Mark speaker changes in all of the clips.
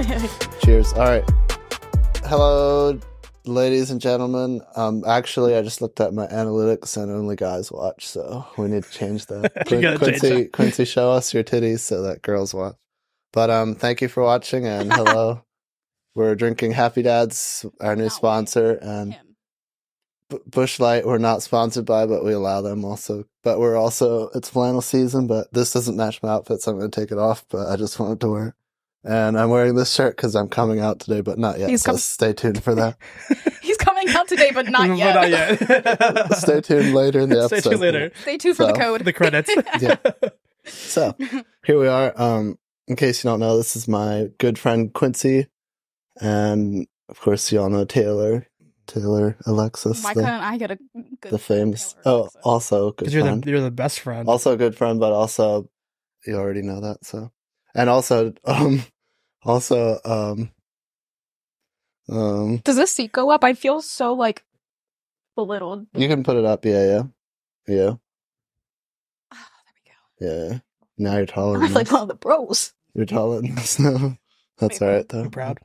Speaker 1: Cheers. All right. Hello, ladies and gentlemen. Um, actually, I just looked at my analytics and only guys watch, so we need to change that.
Speaker 2: You gotta change
Speaker 1: Quincy,
Speaker 2: that.
Speaker 1: Quincy, show us your titties so that girls watch. But um, thank you for watching and hello. We're drinking Happy Dads, our new
Speaker 3: Not we.
Speaker 1: sponsor, and
Speaker 3: Him.
Speaker 1: B- Bushlight. We're not sponsored by, but we allow them also. But we're also it's flannel season, but this doesn't match my outfit, so I'm going to take it off. But I just wanted to wear. it. And I'm wearing this shirt because I'm coming out today, but not yet.
Speaker 3: He's
Speaker 1: so
Speaker 3: com-
Speaker 1: stay tuned for that.
Speaker 3: He's coming out today, but not
Speaker 2: But
Speaker 3: yet.
Speaker 2: not yet.
Speaker 1: stay tuned later in the
Speaker 2: Stay
Speaker 1: episode.
Speaker 2: tuned later.
Speaker 3: Stay tuned for the
Speaker 1: So.
Speaker 3: code.
Speaker 2: The credits.
Speaker 1: Yeah. So here we are. Um, in case you don't know, this is my good friend Quincy, and of course you all know Taylor, Taylor Alexis,
Speaker 3: Michael
Speaker 1: the,
Speaker 3: and Oh I get a good
Speaker 1: the famous.
Speaker 3: Taylor
Speaker 1: Oh,
Speaker 3: Alexis.
Speaker 1: also good
Speaker 2: Because you're
Speaker 1: friend.
Speaker 2: the you're the best friend.
Speaker 1: also a good friend, but also you already know that. So, and also, um, also, um, um,
Speaker 3: Does this seat go up? I feel so like belittled.
Speaker 1: you can put it up. Yeah, yeah, yeah, Oh,
Speaker 3: Ah, there
Speaker 1: yeah. Now you're taller.
Speaker 3: we go.
Speaker 1: Than
Speaker 3: I'm like
Speaker 1: us.
Speaker 3: one of the bros.
Speaker 1: You're taller than us now. That's all right, though.
Speaker 2: I'm proud.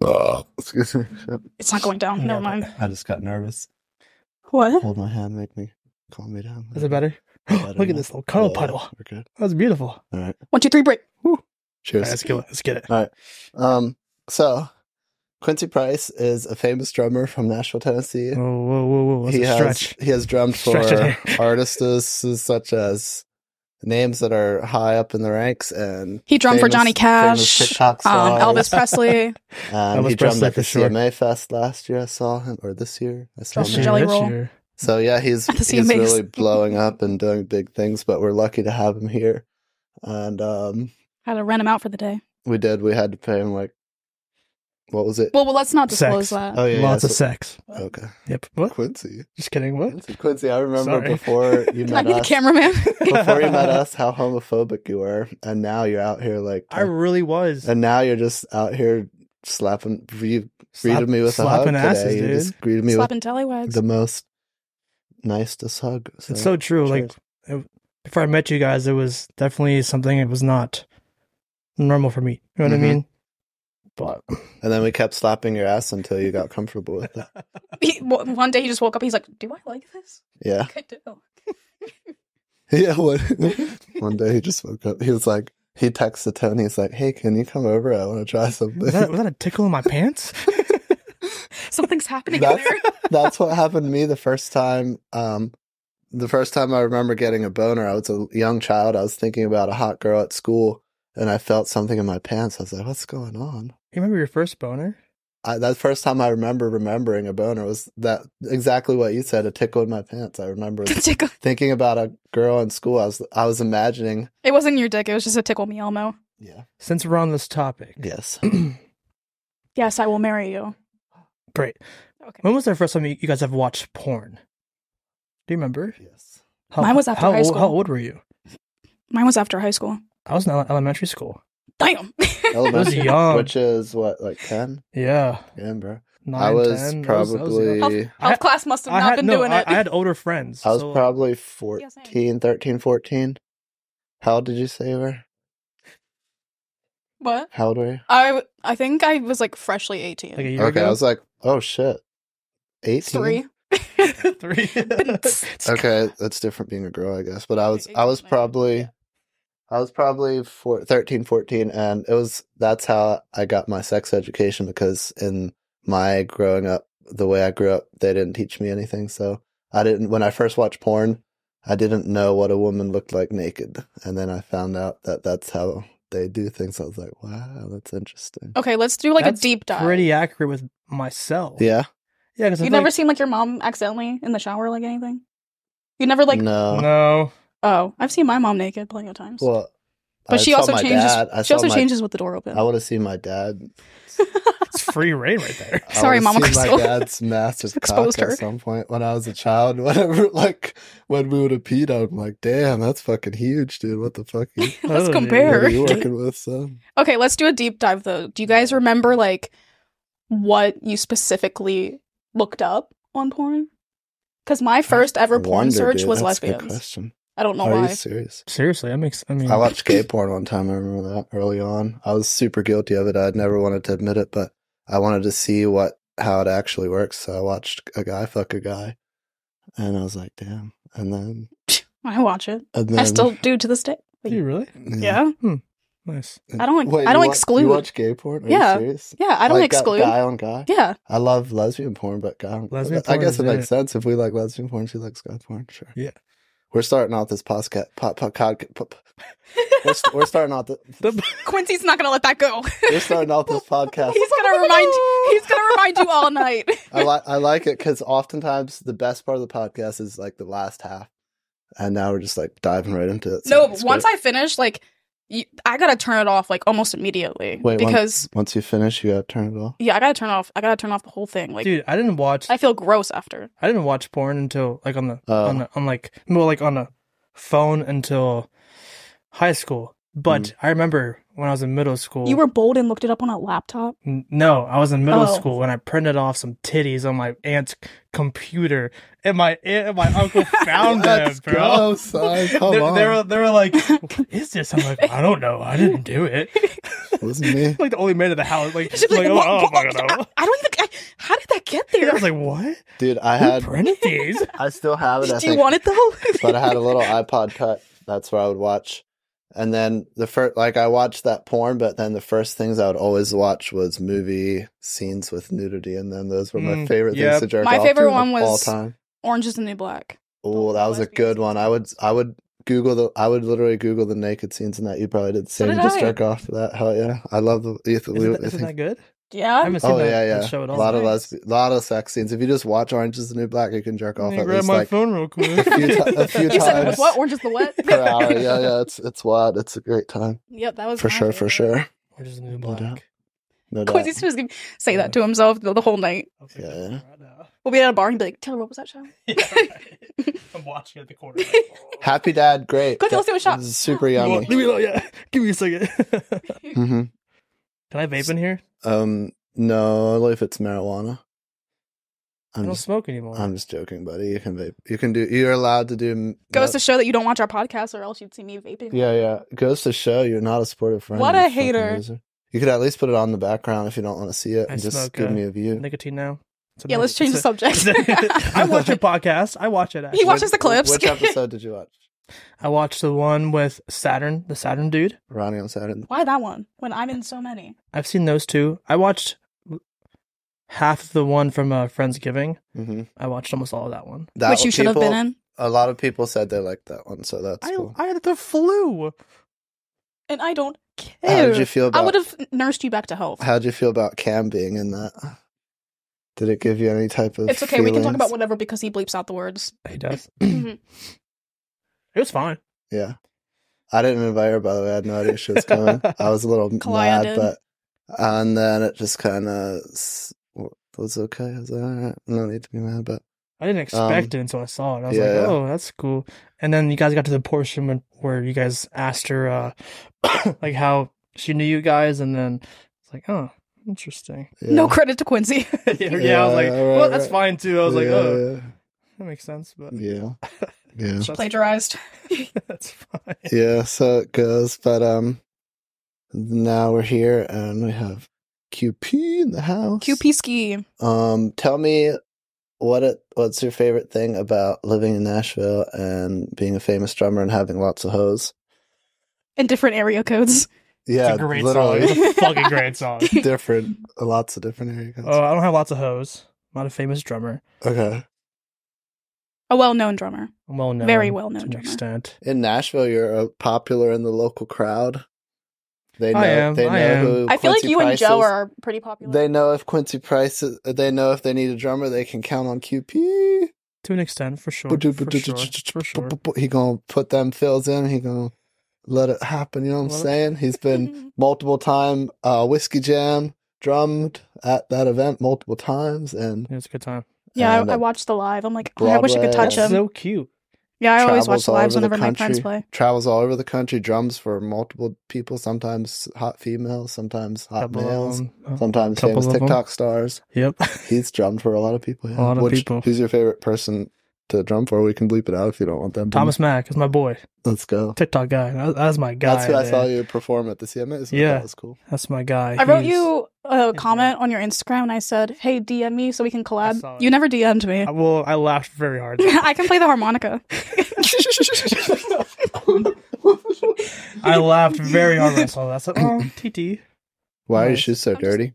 Speaker 1: Oh, excuse me.
Speaker 3: It's not going down. Never mind.
Speaker 1: I just got nervous.
Speaker 3: What?
Speaker 1: Hold my hand, make me calm me down.
Speaker 2: Is it better?
Speaker 1: Better
Speaker 2: Look
Speaker 1: now.
Speaker 2: at this little cuddle
Speaker 1: Yeah,
Speaker 2: puddle.
Speaker 1: We're good.
Speaker 2: That was beautiful. All
Speaker 1: All right.
Speaker 3: One, two, three, break.
Speaker 2: right,
Speaker 1: Cheers.
Speaker 2: let's get it. Let's get it.
Speaker 1: Um, so Quincy Price is a famous drummer from Nashville, Tennessee.
Speaker 2: Whoa, whoa, whoa, whoa. That's
Speaker 1: he
Speaker 2: a
Speaker 1: has
Speaker 2: stretch.
Speaker 1: he has drummed for
Speaker 2: Stretch it here.
Speaker 1: artists such as names that are high up in the ranks and
Speaker 3: He drummed for
Speaker 1: famous-
Speaker 3: Johnny
Speaker 1: famous
Speaker 3: Cash, um,
Speaker 1: TikTok stars.
Speaker 3: Elvis Presley,
Speaker 1: Um,
Speaker 2: Elvis
Speaker 1: he drummed
Speaker 2: Presley
Speaker 1: at the
Speaker 2: for sure.
Speaker 1: CMA Fest last year. I saw him, or this year. I saw
Speaker 3: Just
Speaker 1: him.
Speaker 3: Jelly
Speaker 2: This
Speaker 3: roll.
Speaker 2: year.
Speaker 1: So yeah, he's
Speaker 3: At the
Speaker 1: he's
Speaker 3: CMAs.
Speaker 1: really blowing up and doing big things. But we're lucky to have him here, and um,
Speaker 3: had to rent him out for the day.
Speaker 1: we did. We had to pay him like what was it?
Speaker 3: Well, well let's not disclose
Speaker 2: Sex.
Speaker 3: that.
Speaker 1: oh yeah,
Speaker 2: Lots
Speaker 1: yeah,
Speaker 2: of
Speaker 1: so-
Speaker 2: sex.
Speaker 1: Okay,
Speaker 2: Yep. What?
Speaker 1: Quincy.
Speaker 2: Just kidding. What?
Speaker 1: Quincy, Quincy, I remember
Speaker 2: Sorry.
Speaker 1: before you
Speaker 3: Can I
Speaker 1: met
Speaker 3: be the
Speaker 1: us.
Speaker 3: cameraman?
Speaker 1: before you met us, how homophobic you were, and now you're out here like,
Speaker 2: I really was.
Speaker 1: and now you're just out here slapping. You
Speaker 2: Slap-
Speaker 1: greeted me with a hug
Speaker 2: slapping
Speaker 1: today.
Speaker 2: asses,
Speaker 1: you
Speaker 2: dude.
Speaker 1: just greeted me
Speaker 3: Slapping
Speaker 1: with
Speaker 3: telewags.
Speaker 1: the most nicest hug.
Speaker 2: It's so true. Like before I met you guys, it was definitely something that was not normal for me. You know what I
Speaker 1: Mhm.
Speaker 2: mean? But
Speaker 1: and then we kept slapping your ass until you got comfortable with it.
Speaker 3: He- w- one day he just woke up. He's like, "Do I like this?
Speaker 1: Yeah,
Speaker 3: I do."
Speaker 1: yeah. One, one day he just woke up. He was like, he texted Tony. He's like, "Hey, can you come over? I want to try something."
Speaker 2: was that, was that a tickle in my pants?
Speaker 3: Something's happening in
Speaker 1: That's-
Speaker 3: there.
Speaker 1: That's what happened to me the first time. Um, the first time I remember getting a boner, I was a young child. I was thinking about a hot girl at school, and I felt something in my pants. I was like, "What's going on?"
Speaker 2: you remember your first boner?
Speaker 1: I, that first time I remember remembering a boner was that exactly what you said. A tickle in my pants. I remember
Speaker 3: The tickle.
Speaker 1: thinking about a girl in school. I was I was imagining.
Speaker 3: It wasn't your dick. It was just a tickle me Elmo.
Speaker 1: Yeah.
Speaker 2: Since we're on this topic,
Speaker 1: Yes.
Speaker 3: Yes, I will marry you.
Speaker 2: great.
Speaker 3: Okay.
Speaker 2: When was the first time you you guys have watched porn? Do you remember?
Speaker 1: Yes.
Speaker 2: How,
Speaker 3: Mine was after
Speaker 2: how
Speaker 3: high
Speaker 2: old-
Speaker 3: school.
Speaker 2: How old were you?
Speaker 3: Mine was after high school.
Speaker 2: I was in ele- elementary school.
Speaker 3: Damn.
Speaker 1: Elementary,
Speaker 2: young.
Speaker 1: which is what like ten.
Speaker 2: Yeah,
Speaker 1: Yeah, bro.
Speaker 2: nine,
Speaker 1: I was
Speaker 2: 10, that
Speaker 1: probably.
Speaker 2: that young. I-
Speaker 3: Health class must have
Speaker 2: I
Speaker 3: not
Speaker 2: had
Speaker 3: been
Speaker 2: no,
Speaker 3: doing
Speaker 2: I,
Speaker 3: it.
Speaker 2: I had older friends.
Speaker 1: I was
Speaker 2: so uh,
Speaker 1: probably
Speaker 3: Yeah, same.
Speaker 1: 14, 13, 14. How old did you say you were?
Speaker 3: what?
Speaker 1: How old were you?
Speaker 3: I w- I think I was like freshly eighteen.
Speaker 2: like a year
Speaker 1: Okay,
Speaker 2: ago.
Speaker 1: I was like, oh shit. 18?
Speaker 3: Three.
Speaker 2: three.
Speaker 1: Okay, that's different being a girl, I guess. But I was,
Speaker 3: Okay,
Speaker 1: I was
Speaker 3: yeah.
Speaker 1: probably, I was probably four, 13, 14. And it was, that's how I got my sex education because in my growing up, the way I grew up, they didn't teach me anything. So I didn't, when I first watched porn, I didn't know what a woman looked like naked. And then I found out that that's how they do things. I was like, wow, that's interesting.
Speaker 3: Okay, let's do like
Speaker 2: That's
Speaker 3: a deep dive.
Speaker 2: Pretty accurate with
Speaker 3: Oh,
Speaker 2: myself.
Speaker 1: Yeah.
Speaker 2: yeah. Because
Speaker 3: You've never seen like your mom accidentally in the shower, like anything. You never like.
Speaker 1: no.
Speaker 2: no.
Speaker 3: Oh, I've seen my mom naked plenty of times.
Speaker 1: Well,
Speaker 3: but
Speaker 1: I
Speaker 3: she
Speaker 1: saw
Speaker 3: also
Speaker 1: my
Speaker 3: changes.
Speaker 1: dad. I
Speaker 3: She also
Speaker 1: saw my-
Speaker 3: changes with the door open.
Speaker 1: I would have seen my dad.
Speaker 2: It's free reign right there.
Speaker 1: I
Speaker 3: Sorry,
Speaker 1: would've
Speaker 3: Mama
Speaker 1: seen
Speaker 3: Crystal.
Speaker 1: My dad's master's
Speaker 3: Exposed
Speaker 1: cock
Speaker 3: her.
Speaker 1: at some point when I was a child. Whenever, like, when we would have peed, I'm like, damn, that's fucking huge, dude. What the fuck?
Speaker 2: Oh,
Speaker 1: You,
Speaker 3: let's
Speaker 2: dude.
Speaker 1: what
Speaker 3: compare.
Speaker 1: are you working with, son?
Speaker 3: Okay, let's do a deep dive though. Do you guys remember like what you specifically looked up on porn? Because my first ever porn
Speaker 1: Wonder,
Speaker 3: search
Speaker 1: dude.
Speaker 3: was
Speaker 1: That's a good
Speaker 3: lesbians.
Speaker 1: question. Mm.
Speaker 3: I don't know
Speaker 1: Are
Speaker 3: why.
Speaker 1: you serious?
Speaker 2: Seriously, that makes. I mean,
Speaker 1: I watched gay porn one time. I remember that early on. I was super guilty of it. I'd never wanted to admit it, but I wanted to see what how it actually works. So I watched a guy fuck a guy, and I was like, damn. And then,
Speaker 3: I watch it.
Speaker 1: and then
Speaker 3: I still do to this day.
Speaker 2: Do you really
Speaker 3: Yeah.
Speaker 2: nice.
Speaker 3: I don't-
Speaker 1: Wait,
Speaker 3: I don't
Speaker 1: you watch-
Speaker 3: exclude.
Speaker 1: You watch gay porn? Are
Speaker 3: Yeah.
Speaker 1: You serious?
Speaker 3: Yeah, I don't
Speaker 1: Like, gu-
Speaker 3: exclude.
Speaker 1: guy on guy.
Speaker 3: Yeah.
Speaker 1: I love lesbian porn, but guy on,
Speaker 2: Lesbian
Speaker 1: I
Speaker 2: porn
Speaker 1: guess
Speaker 2: is
Speaker 1: it makes
Speaker 2: it.
Speaker 1: sense if we like lesbian porn. She likes guy porn. Sure.
Speaker 2: Yeah.
Speaker 1: We're starting out this podcast. Po, po, cod- po, po- we're, st- we're starting out. The,
Speaker 3: Quincy's not gonna let that go.
Speaker 1: we're starting out this podcast.
Speaker 3: he's gonna remind he's gonna remind you all night.
Speaker 1: I like I like it because oftentimes the best part of the podcast is like the last half, and now we're just like diving right into it.
Speaker 3: no, but once I finish, like you, I gotta turn it off like almost immediately
Speaker 1: Wait, one-
Speaker 3: because
Speaker 1: once you finish, you gotta turn it off.
Speaker 3: yeah, I gotta turn off. I gotta turn off the whole thing. Like
Speaker 2: Dude, I didn't watch.
Speaker 3: I feel gross after.
Speaker 2: I didn't watch porn until like on the
Speaker 1: Oh.
Speaker 2: on the, on like well like on a phone until high school. But
Speaker 1: Mm.
Speaker 2: I remember when I was in middle school.
Speaker 3: You were bold and looked it up on a laptop.
Speaker 2: N- No, I was in middle
Speaker 3: Oh.
Speaker 2: school and I printed off some titties on my aunt's c- computer, and my aunt and my uncle found them,
Speaker 1: Let's
Speaker 2: bro.
Speaker 1: go, son. Come
Speaker 2: they,
Speaker 1: on,
Speaker 2: they were they were like, "What is this?" I'm like, "I don't know. I didn't do it."
Speaker 1: wasn't me.
Speaker 2: like the only man in the house. Like,
Speaker 3: She'd be
Speaker 2: like,
Speaker 3: like,
Speaker 2: oh,
Speaker 3: "What-
Speaker 2: oh,
Speaker 3: what-
Speaker 2: my
Speaker 3: I,
Speaker 2: God.
Speaker 3: I don't even. I, how did that get
Speaker 2: I
Speaker 3: there?
Speaker 2: was like, "What?
Speaker 1: Dude, I
Speaker 2: Who
Speaker 1: had
Speaker 2: printed these?"
Speaker 1: I still have it. I
Speaker 3: Do you
Speaker 1: think.
Speaker 3: want it though?
Speaker 1: but I had a little iPod cut. That's where I would watch. And then the first, like, I watched that porn, but then the first things I would always watch was movie scenes with nudity, and then those were my
Speaker 2: Mm,
Speaker 1: favorite
Speaker 2: yep.
Speaker 1: things to jerk
Speaker 3: My
Speaker 1: off
Speaker 3: favorite
Speaker 1: to
Speaker 3: one
Speaker 1: of all
Speaker 3: was-
Speaker 1: time.
Speaker 3: Orange is the new black.
Speaker 1: Oh, that was a
Speaker 3: lesbian
Speaker 1: good
Speaker 3: scenes.
Speaker 1: one. I would, I would Google the, I would literally Google the naked scenes in that. You probably did the same.
Speaker 3: did
Speaker 1: just
Speaker 3: I.
Speaker 1: jerk off to that. Hell yeah, I love the. you-
Speaker 2: Isn't,
Speaker 1: you-
Speaker 2: that,
Speaker 1: I
Speaker 2: isn't that
Speaker 1: think-
Speaker 2: good? I
Speaker 3: Yeah.
Speaker 2: haven't seen
Speaker 1: Oh
Speaker 2: that,
Speaker 1: yeah,
Speaker 2: that
Speaker 1: yeah.
Speaker 2: show at
Speaker 1: a
Speaker 2: all.
Speaker 1: lot of
Speaker 3: Nice.
Speaker 1: lesb- lot of sex scenes. If you just watch Orange Is the New Black, you can jerk
Speaker 2: Let
Speaker 1: off
Speaker 2: me
Speaker 1: at
Speaker 2: grab
Speaker 1: least
Speaker 2: my
Speaker 1: like
Speaker 2: phone real quick.
Speaker 1: a few ti- a few
Speaker 3: You said it was
Speaker 1: times.
Speaker 3: what? Orange is the what?
Speaker 1: per hour. Yeah, yeah. It's it's wild. It's a great time
Speaker 3: Yep, that was
Speaker 1: for
Speaker 3: my
Speaker 1: sure.
Speaker 3: favorite.
Speaker 1: For sure.
Speaker 2: Orange is the new
Speaker 1: No doubt.
Speaker 2: black.
Speaker 1: No doubt.
Speaker 3: Quincy's just gonna say that to himself the, the whole night.
Speaker 2: I'll
Speaker 1: Yeah,
Speaker 2: figure
Speaker 1: yeah.
Speaker 2: it out now.
Speaker 3: We'll be at a bar and be like, "Taylor, what was that show?"
Speaker 2: I'm watching it at the corner. Like, oh.
Speaker 1: Happy dad, great.
Speaker 3: Quincy, let's do a shot.
Speaker 1: This is super
Speaker 2: "You
Speaker 1: yummy.
Speaker 2: want- leave me alone, yeah. Give me a second.
Speaker 1: hmm
Speaker 2: Can I vape in here?
Speaker 1: Um, no, only if it's marijuana.
Speaker 2: I
Speaker 1: I'm
Speaker 2: don't
Speaker 1: just,
Speaker 2: smoke anymore.
Speaker 1: I'm just joking, buddy. You can vape. You can do. You're allowed to do. m-
Speaker 3: Goes
Speaker 1: no-
Speaker 3: to show that you don't watch our podcast, or else you'd see me vaping.
Speaker 1: yeah, yeah. Goes to show you're not a supportive friend.
Speaker 3: What
Speaker 1: you
Speaker 3: a
Speaker 1: fucking
Speaker 3: hater.
Speaker 1: loser. You could at least put it on the background if you don't want to see it,
Speaker 2: I
Speaker 1: and just
Speaker 2: smoke,
Speaker 1: give
Speaker 2: uh,
Speaker 1: me a view.
Speaker 2: Nicotine now. It's a
Speaker 3: Yeah,
Speaker 2: nice-
Speaker 3: let's change the
Speaker 2: it's a-
Speaker 3: subject.
Speaker 2: I watch your podcast. I watch it. Actually.
Speaker 3: He watches the clips.
Speaker 1: Which episode did you watch?
Speaker 2: I watched the one with Saturn, the Saturn dude.
Speaker 1: Ronnie on Saturday.
Speaker 3: Why that one? When I'm in so many.
Speaker 2: I've seen those two. I watched half of the one from uh, Friendsgiving.
Speaker 1: Mm-hmm.
Speaker 2: I watched almost all of that one.
Speaker 1: That
Speaker 3: which you should have
Speaker 1: people-
Speaker 3: been in.
Speaker 1: A lot of people said they liked that one, so that's
Speaker 2: I,
Speaker 1: cool.
Speaker 2: I had the flu.
Speaker 3: And I don't care.
Speaker 1: How did you feel
Speaker 3: I
Speaker 1: about
Speaker 3: would have nursed you back to health.
Speaker 1: How'd you feel about Cam being in that? Did it give you any type of?
Speaker 3: It's okay. We can talk
Speaker 1: feelings?
Speaker 3: about whatever because he bleeps out the words.
Speaker 2: He does. it
Speaker 3: Mhm.
Speaker 2: was fine.
Speaker 1: Yeah, I didn't invite her. By the way, I had no idea she was coming. I was a little
Speaker 3: Kalia
Speaker 1: mad,
Speaker 3: did.
Speaker 1: but and then it just kind of was okay. I was like, all right, no need to be mad, but
Speaker 2: I didn't expect it until I saw it. I was
Speaker 1: yeah, Um, yeah.
Speaker 2: like, oh, that's cool. And then you guys got to the portion when- where you guys asked her, uh, like, how she knew you guys. And then it's like, oh, interesting.
Speaker 1: yeah.
Speaker 3: No credit to Quincy.
Speaker 2: yeah, I was like,
Speaker 1: Yeah,
Speaker 2: well,
Speaker 1: right,
Speaker 2: that's
Speaker 1: right.
Speaker 2: fine too. I was like,
Speaker 1: yeah,
Speaker 2: oh, that makes sense. But
Speaker 1: yeah, yeah,
Speaker 2: that's,
Speaker 3: Plagiarized.
Speaker 2: that's fine.
Speaker 1: yeah, yeah. So it goes, but um, now we're here and we have QP in the house.
Speaker 3: QP ski.
Speaker 1: Um, tell me what it, what's your favorite thing about living in Nashville and being a famous drummer and having lots of hoes?
Speaker 3: In different area codes.
Speaker 1: Yeah,
Speaker 2: it's a great song.
Speaker 1: literally
Speaker 2: It's a fucking great song.
Speaker 1: different, lots of different areas.
Speaker 2: Oh, I don't have lots of hoes. I'm not a famous drummer.
Speaker 1: Okay,
Speaker 3: A well known drummer.
Speaker 2: I'm well known.
Speaker 3: Very well known
Speaker 2: To an
Speaker 3: drummer.
Speaker 2: extent.
Speaker 1: in Nashville, you're uh, popular in the local crowd. They know.
Speaker 2: I am,
Speaker 1: They know
Speaker 2: I am.
Speaker 1: who.
Speaker 3: I feel like
Speaker 1: Quincy
Speaker 3: you and
Speaker 1: Price
Speaker 3: Joe
Speaker 1: is.
Speaker 3: are pretty popular.
Speaker 1: They know if Quincy Price. Is, they know if they need a drummer, they can count on QP.
Speaker 2: To an extent, Oh, for sure. For sure. For sure.
Speaker 1: He gonna put them fills in. He gonna let it happen. You know what I'm
Speaker 2: Let it-
Speaker 1: saying? He's been multiple time uh, whiskey jam drummed at that event multiple times and
Speaker 2: It was a good time.
Speaker 3: yeah,
Speaker 1: and,
Speaker 3: I, I
Speaker 1: uh,
Speaker 3: watched the live. I'm like, oh, I wish I could
Speaker 1: Broadway
Speaker 3: touch
Speaker 1: Gotcha.
Speaker 3: him.
Speaker 2: So
Speaker 1: and-
Speaker 2: cute.
Speaker 3: yeah, I always watch
Speaker 1: travels
Speaker 3: the
Speaker 1: all
Speaker 3: lives
Speaker 1: over the
Speaker 3: whenever my friends
Speaker 1: country.
Speaker 3: play.
Speaker 1: travels all over the country drums for multiple people sometimes hot females sometimes hot
Speaker 2: Couple of
Speaker 1: males
Speaker 2: them. Oh,
Speaker 1: sometimes
Speaker 2: couple
Speaker 1: famous
Speaker 2: of 'em.
Speaker 1: tiktok stars
Speaker 2: Oh, Yep.
Speaker 1: he's drummed for a lot of people yeah.
Speaker 2: A lot of
Speaker 1: Which-
Speaker 2: people.
Speaker 1: who's your favorite person to the drum for. We can bleep it out if you don't want them. to.
Speaker 2: Thomas Mack is my boy,
Speaker 1: let's go.
Speaker 2: TikTok guy. That- That's my guy.
Speaker 1: That's who I saw
Speaker 2: man.
Speaker 1: you perform at the CMAs.
Speaker 2: Yeah.
Speaker 1: that was cool.
Speaker 2: That's my guy.
Speaker 3: I wrote
Speaker 2: He's-
Speaker 3: you a
Speaker 2: yeah.
Speaker 3: comment on your Instagram and I said, "Hey, DM me so we can
Speaker 2: I saw
Speaker 3: collab."
Speaker 2: it.
Speaker 3: You never DM'd me.
Speaker 2: I- Well, I laughed very hard.
Speaker 3: I can play the harmonica.
Speaker 2: I laughed very hard when I saw that. I said, "Oh, TT."
Speaker 1: Why are your
Speaker 2: Nice.
Speaker 1: shoes so
Speaker 3: I'm just-
Speaker 1: dirty?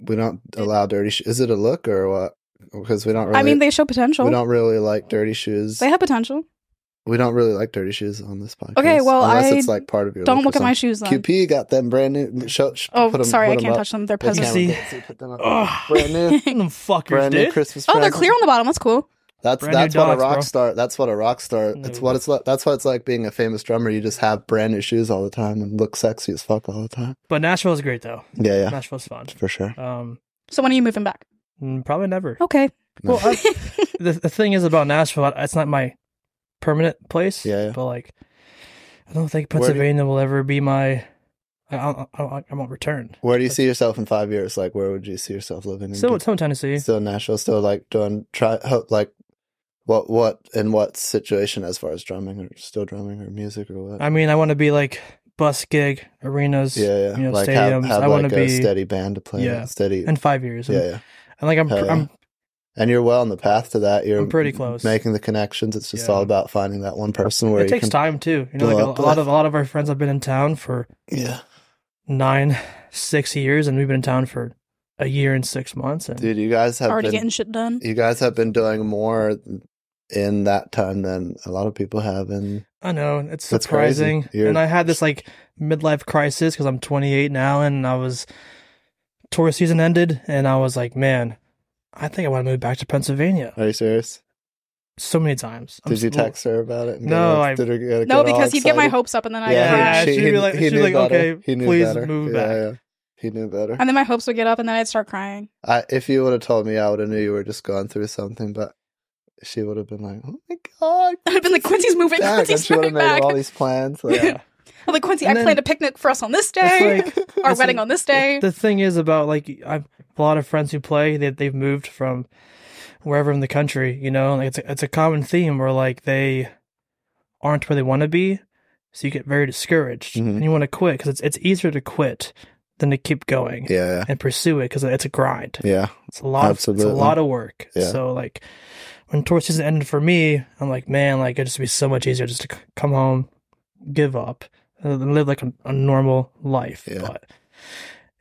Speaker 1: We don't allow dirty. Sho- is it a look or what? Because we don't. Really,
Speaker 3: I mean, they show potential.
Speaker 1: we don't really like dirty shoes.
Speaker 3: They have potential.
Speaker 1: we don't really like dirty shoes on this podcast.
Speaker 3: Okay, well,
Speaker 1: unless
Speaker 3: I
Speaker 1: it's like part of your.
Speaker 3: Don't
Speaker 1: or
Speaker 3: look at my
Speaker 1: something.
Speaker 3: shoes then.
Speaker 1: QP got them brand new. Show, sh-
Speaker 3: oh,
Speaker 1: put 'em-
Speaker 3: sorry,
Speaker 1: put
Speaker 3: I
Speaker 1: 'em
Speaker 3: can't
Speaker 1: up.
Speaker 3: touch them. They're
Speaker 1: The camera
Speaker 3: peasants.
Speaker 2: See?
Speaker 1: can't see, put them up.
Speaker 2: Ugh.
Speaker 1: Brand new,
Speaker 2: Them fuckers,
Speaker 1: brand new
Speaker 2: dude.
Speaker 1: Christmas.
Speaker 3: Oh, they're
Speaker 1: present.
Speaker 3: clear on the bottom. That's cool.
Speaker 1: That's
Speaker 2: Brand new
Speaker 1: that's what a
Speaker 2: dogs,
Speaker 1: rock
Speaker 2: bro. Mm.
Speaker 1: star. That's what a rock star. It's
Speaker 2: No.
Speaker 1: what it's like. That's what it's like being a famous drummer. You just have brand new shoes all the time and look sexy as fuck all the time.
Speaker 2: But Nashville's great though.
Speaker 1: Yeah, yeah,
Speaker 2: Nashville's fun.
Speaker 1: for sure.
Speaker 2: Um,
Speaker 3: So when are you moving back?
Speaker 2: mm, probably never.
Speaker 3: Okay.
Speaker 1: No.
Speaker 2: Well, I, the the thing is about Nashville, I- it's not my permanent place.
Speaker 1: Yeah, yeah.
Speaker 2: But like, I don't think
Speaker 1: Where do you-
Speaker 2: Pennsylvania will ever be my. I, I, I, I won't return.
Speaker 1: Where do you see yourself in five years? Like, where would you see yourself living? In
Speaker 2: Still, still in Tennessee.
Speaker 1: still in Nashville. Still like doing try hope like what what in what situation as far as drumming or still drumming or music or what?
Speaker 2: I mean, I want to be like bus gig arenas.
Speaker 1: yeah, yeah.
Speaker 2: you know,
Speaker 1: like
Speaker 2: stadiums.
Speaker 1: have, have
Speaker 2: I want
Speaker 1: like
Speaker 2: to
Speaker 1: a
Speaker 2: be
Speaker 1: steady band to play.
Speaker 2: Yeah.
Speaker 1: Yeah, steady.
Speaker 2: in five years.
Speaker 1: yeah,
Speaker 2: And,
Speaker 1: yeah.
Speaker 2: and like I'm,
Speaker 1: Hell yeah.
Speaker 2: I'm
Speaker 1: And you're well on the path to that. You're
Speaker 2: I'm pretty close.
Speaker 1: making the connections. It's just
Speaker 2: Yeah.
Speaker 1: all about finding that one person where
Speaker 2: it
Speaker 1: you
Speaker 2: takes
Speaker 1: can.
Speaker 2: time too. You know,
Speaker 1: blow
Speaker 2: like a,
Speaker 1: up
Speaker 2: a lot of a lot of our friends have been in town for
Speaker 1: Yeah,
Speaker 2: nine, six years, and we've been in town for a year and six months. And
Speaker 1: dude, you guys have
Speaker 3: Already
Speaker 1: been,
Speaker 3: getting shit done.
Speaker 1: you guys have been doing more in that time than a lot of people have in
Speaker 2: I know it's
Speaker 1: That's crazy.
Speaker 2: surprising.
Speaker 1: You're-
Speaker 2: And I had this like midlife crisis because I'm 28 now, and I was tour season ended, and I was like, man, I think I want to move back to Pennsylvania.
Speaker 1: are you serious
Speaker 2: So many times. I'm
Speaker 1: Uh, did you
Speaker 2: s- well,
Speaker 1: text her about it and
Speaker 2: No,
Speaker 1: get all-
Speaker 2: I-
Speaker 1: did her get-
Speaker 3: No,
Speaker 1: get all
Speaker 3: because he'd get my
Speaker 1: excited?
Speaker 3: hopes up and then I
Speaker 2: Yeah,
Speaker 3: crash.
Speaker 2: yeah, she'd be like- she'd be like, okay,
Speaker 1: he knew
Speaker 2: please
Speaker 1: better.
Speaker 2: move
Speaker 1: Yeah,
Speaker 2: back.
Speaker 1: yeah. He knew better.
Speaker 3: And then my hopes would get up and then I'd start crying.
Speaker 1: I, if you would have told me, I would have knew you were just going through something, but she would have been like, oh my God.
Speaker 3: I'd been like, Quincy's moving.
Speaker 1: back," and
Speaker 3: Quincy's
Speaker 1: she would have
Speaker 3: moving
Speaker 1: made
Speaker 3: back.
Speaker 1: all these plans. Like,
Speaker 2: Yeah.
Speaker 3: I'm like, Quincy,
Speaker 2: And
Speaker 3: I
Speaker 2: then-
Speaker 3: planned a picnic for us on this day,
Speaker 2: It's like
Speaker 3: our
Speaker 2: it's
Speaker 3: wedding
Speaker 2: like-
Speaker 3: on this day.
Speaker 2: the thing is about like I've a lot of friends who play that they, have moved from wherever in the country, you know, like it's a, it's a common theme where like they aren't where they want to be, so you get very discouraged
Speaker 1: Mhm.
Speaker 2: and you want to quit because it's it's easier to quit than to keep going
Speaker 1: yeah,
Speaker 2: and pursue it because it's a grind.
Speaker 1: yeah.
Speaker 2: It's a lot. Of, it's
Speaker 1: Absolutely.
Speaker 2: a lot of work.
Speaker 1: Yeah.
Speaker 2: So like when tour season ended for me, I'm like, man, like it'd just be so much easier just to c- come home, give up, uh, and then live like a, a normal life.
Speaker 1: Yeah.
Speaker 2: But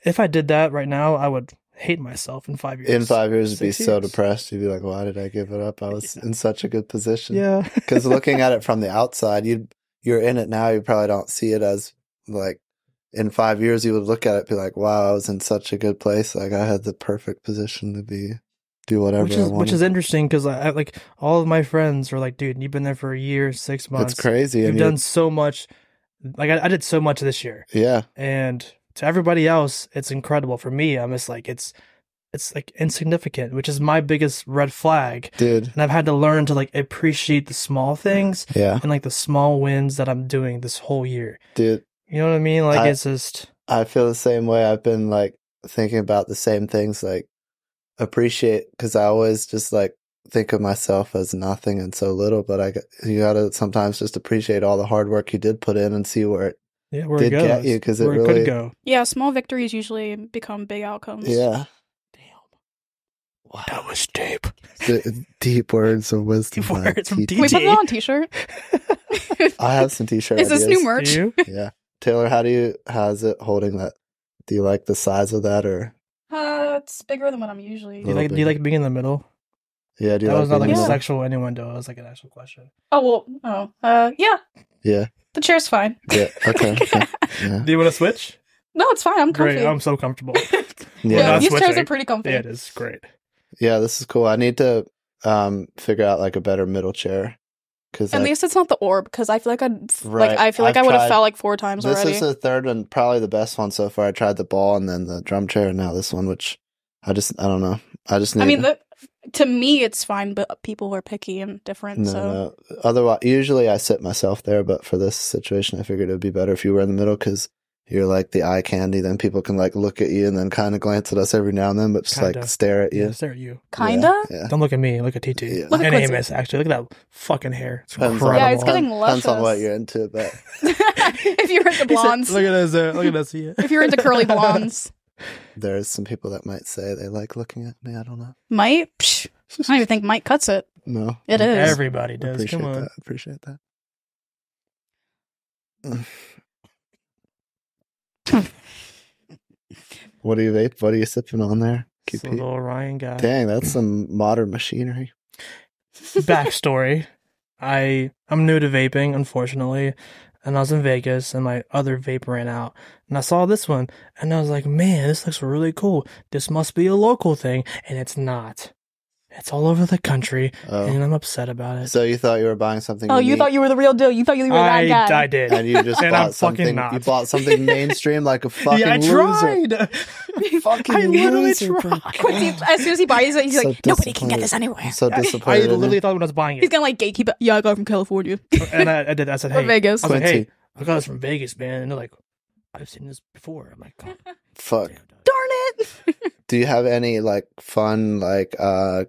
Speaker 2: if I did that right now, I would hate myself in five years.
Speaker 1: In five years, you'd be
Speaker 2: Six
Speaker 1: so
Speaker 2: years.
Speaker 1: depressed. You'd be like, why did I give it up? I was in such a good position.
Speaker 2: Yeah.
Speaker 1: because looking at it from the outside, you you're in it now. You probably don't see it as like in five years you would look at it and be like, "Wow, I was in such a good place. Like I had the perfect position to be do whatever
Speaker 2: which
Speaker 1: I
Speaker 2: is
Speaker 1: wanted."
Speaker 2: which is interesting because I, I like all of my friends were like, dude, you've been there for a year, six months.
Speaker 1: That's crazy.
Speaker 2: You've
Speaker 1: And
Speaker 2: done so much. Like I, I did so much this year.
Speaker 1: you- yeah,
Speaker 2: and to everybody else it's incredible for me i'm just like it's it's like insignificant which is my biggest red flag
Speaker 1: dude.
Speaker 2: and i've had to learn to like appreciate the small things
Speaker 1: Yeah,
Speaker 2: and like the small wins that i'm doing this whole year
Speaker 1: dude.
Speaker 2: you know what i mean like
Speaker 1: I-
Speaker 2: it's just
Speaker 1: I feel the same way. I've been like thinking about the same things, like appreciate because I always just like think of myself as nothing and so little. But I, got- you gotta sometimes just appreciate all the hard work you did put in and see where it.
Speaker 2: yeah, where
Speaker 1: Did
Speaker 2: it goes
Speaker 1: get you 'cause it
Speaker 2: where
Speaker 1: really-
Speaker 2: could go
Speaker 3: yeah, small victories usually become big outcomes.
Speaker 1: Yeah,
Speaker 2: damn wow that was deep
Speaker 1: D- deep words of wisdom.
Speaker 2: Deep
Speaker 1: by
Speaker 2: words from
Speaker 1: TT.
Speaker 3: Can we put
Speaker 2: DT.
Speaker 3: it on a t shirt?
Speaker 1: I have some t-shirt
Speaker 3: Is this
Speaker 1: ideas.
Speaker 3: new merch?
Speaker 2: Do you?
Speaker 1: yeah. Taylor, how do you how's it holding that? Do you like the size of that or
Speaker 3: Uh, it's bigger than what I'm usually.
Speaker 2: Do you
Speaker 1: Little
Speaker 2: like do you
Speaker 1: bit.
Speaker 2: like being in the middle
Speaker 1: yeah, do you
Speaker 2: that
Speaker 1: like
Speaker 2: was not like a
Speaker 1: being in the-
Speaker 3: middle?
Speaker 2: sexual innuendo it was like an actual question
Speaker 3: Oh well, oh, uh, yeah.
Speaker 1: Yeah.
Speaker 3: The chair's fine.
Speaker 1: Yeah, okay. okay. Yeah.
Speaker 2: do you want to switch
Speaker 3: No, it's fine. I'm comfy.
Speaker 2: great i'm so comfortable
Speaker 1: Yeah.
Speaker 2: We're
Speaker 3: yeah,
Speaker 2: not
Speaker 3: these chairs
Speaker 2: switching.
Speaker 3: are pretty comfy.
Speaker 2: yeah it is great
Speaker 1: Yeah, this is cool. I need to um figure out like a better middle chair cuz
Speaker 3: At least it's not the orb because I feel like I'd like
Speaker 1: Right.
Speaker 3: I feel like
Speaker 1: I've
Speaker 3: I would
Speaker 1: tried-
Speaker 3: have fell like four times
Speaker 1: this
Speaker 3: already.
Speaker 1: is the third one, probably the best one so far. I tried the ball and then the drum chair and now this one which I just I don't know. I just need
Speaker 3: I mean, the, to me, it's fine, but people are picky and different.
Speaker 1: No,
Speaker 3: so
Speaker 1: no. Otherwise, usually I sit myself there, but for this situation, I figured it would be better if you were in the middle because you're like the eye candy, then people can like look at you and then kind of glance at us every now and then, but just like
Speaker 2: Kinda.
Speaker 1: stare at
Speaker 2: Yeah,
Speaker 1: you.
Speaker 2: stare at you.
Speaker 3: Kinda.
Speaker 1: Yeah.
Speaker 2: Don't look at me. Look at TT.
Speaker 1: Yeah.
Speaker 3: Look at
Speaker 2: and
Speaker 3: Quincy.
Speaker 2: Amos, actually. Look at that fucking hair. It's
Speaker 1: Depends
Speaker 2: incredible.
Speaker 1: on-
Speaker 3: Yeah, it's getting
Speaker 1: Depends on what
Speaker 3: luscious.
Speaker 1: you're into, but
Speaker 3: if you're into blondes,
Speaker 2: look at us. uh, look at us.
Speaker 3: if you're into curly blondes,
Speaker 1: there's some people that might say they like looking at me. I don't know.
Speaker 3: Mike. Psh, I don't even think Mike cuts it.
Speaker 1: No,
Speaker 3: It
Speaker 1: I
Speaker 3: is.
Speaker 2: Everybody does.
Speaker 1: Appreciate
Speaker 2: Come on.
Speaker 1: that. Appreciate that. what are you vape? What are you sipping on there?
Speaker 2: It's a
Speaker 1: QP?
Speaker 2: little Ryan guy.
Speaker 1: Dang, that's some modern machinery.
Speaker 2: backstory i i'm new to vaping unfortunately and i was in vegas and my other vape ran out and i saw this one and i was like man this looks really cool this must be a local thing and it's not it's all over the country
Speaker 1: Oh.
Speaker 2: and i'm upset about it
Speaker 1: So you thought you were buying something?
Speaker 3: Oh, you
Speaker 1: unique,
Speaker 3: thought you were the real deal. You thought you were that
Speaker 2: I,
Speaker 3: guy.
Speaker 2: I did
Speaker 1: and you just
Speaker 2: and I'm
Speaker 1: bought
Speaker 2: fucking
Speaker 1: something.
Speaker 2: not.
Speaker 1: You bought something mainstream like a fucking
Speaker 2: yeah i
Speaker 1: loser.
Speaker 2: tried
Speaker 1: Fucking
Speaker 2: i literally
Speaker 1: loser, bro.
Speaker 2: tried
Speaker 3: Quincy, as soon as he buys it, he's
Speaker 1: So
Speaker 3: like, nobody can get this
Speaker 1: disappointed.
Speaker 3: anywhere.
Speaker 1: I'm so
Speaker 2: i
Speaker 1: disappointed. in
Speaker 2: literally
Speaker 1: you.
Speaker 2: thought when i was buying
Speaker 3: He's
Speaker 2: it
Speaker 3: gonna like gatekeep it. Yeah, I got it from California
Speaker 2: Oh, and i, I did i said
Speaker 3: or
Speaker 2: hey
Speaker 3: Vegas.
Speaker 2: I was like, hey,
Speaker 1: Quincy.
Speaker 2: I got this from Vegas, man. And they're like, I've seen this before. I'm like, God,
Speaker 1: Fuck.
Speaker 2: damn, dog.
Speaker 3: Darn it!
Speaker 1: Do you have any like fun like uh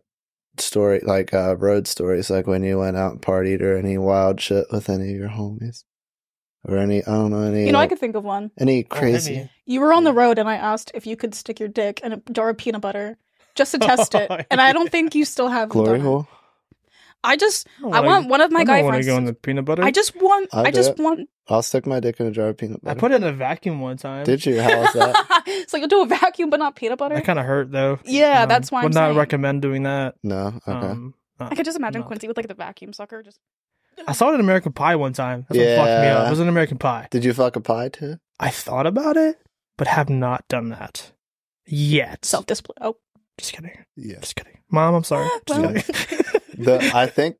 Speaker 1: story like uh road stories like when you went out and partied or any wild shit with any of your homies? Or any I don't know any
Speaker 3: You know, I
Speaker 1: like,
Speaker 3: could think of one.
Speaker 1: any
Speaker 2: Oh,
Speaker 1: crazy
Speaker 2: maybe.
Speaker 3: You were on the road, and I asked if you could stick your dick in a jar of peanut butter just to test it. And I don't think you still have
Speaker 1: glory
Speaker 3: done it.
Speaker 1: hole?
Speaker 3: I just,
Speaker 2: don't
Speaker 3: I
Speaker 2: wanna-
Speaker 3: want one of my
Speaker 2: I
Speaker 3: guy
Speaker 2: don't want
Speaker 3: friends.
Speaker 2: to go in the peanut butter.
Speaker 3: I just want,
Speaker 1: I'll
Speaker 3: I
Speaker 1: do
Speaker 3: just
Speaker 1: it.
Speaker 3: want.
Speaker 1: I'll stick my dick in a jar of peanut
Speaker 2: I
Speaker 1: butter.
Speaker 2: put it in a vacuum one time.
Speaker 1: Did you? How was that?
Speaker 3: it's like you'll do a vacuum, but not peanut butter.
Speaker 2: That kind of hurt though. Um,
Speaker 3: Yeah, that's why I'm
Speaker 2: Would not
Speaker 3: saying-
Speaker 2: recommend doing that.
Speaker 1: no? Okay.
Speaker 2: Um, uh,
Speaker 3: I could just imagine
Speaker 2: No.
Speaker 3: Quincy with like the vacuum sucker. Just
Speaker 2: I saw it in American Pie one time. That's what fucked me
Speaker 1: Yeah.
Speaker 2: up. It was an American Pie.
Speaker 1: Did you fuck a pie too?
Speaker 2: I thought about it, but have not done that yet.
Speaker 3: self discipline. Oh,
Speaker 2: just kidding.
Speaker 1: Yeah.
Speaker 2: Just kidding. Mom, I'm sorry. Just
Speaker 1: Well.
Speaker 2: kidding.
Speaker 1: The I think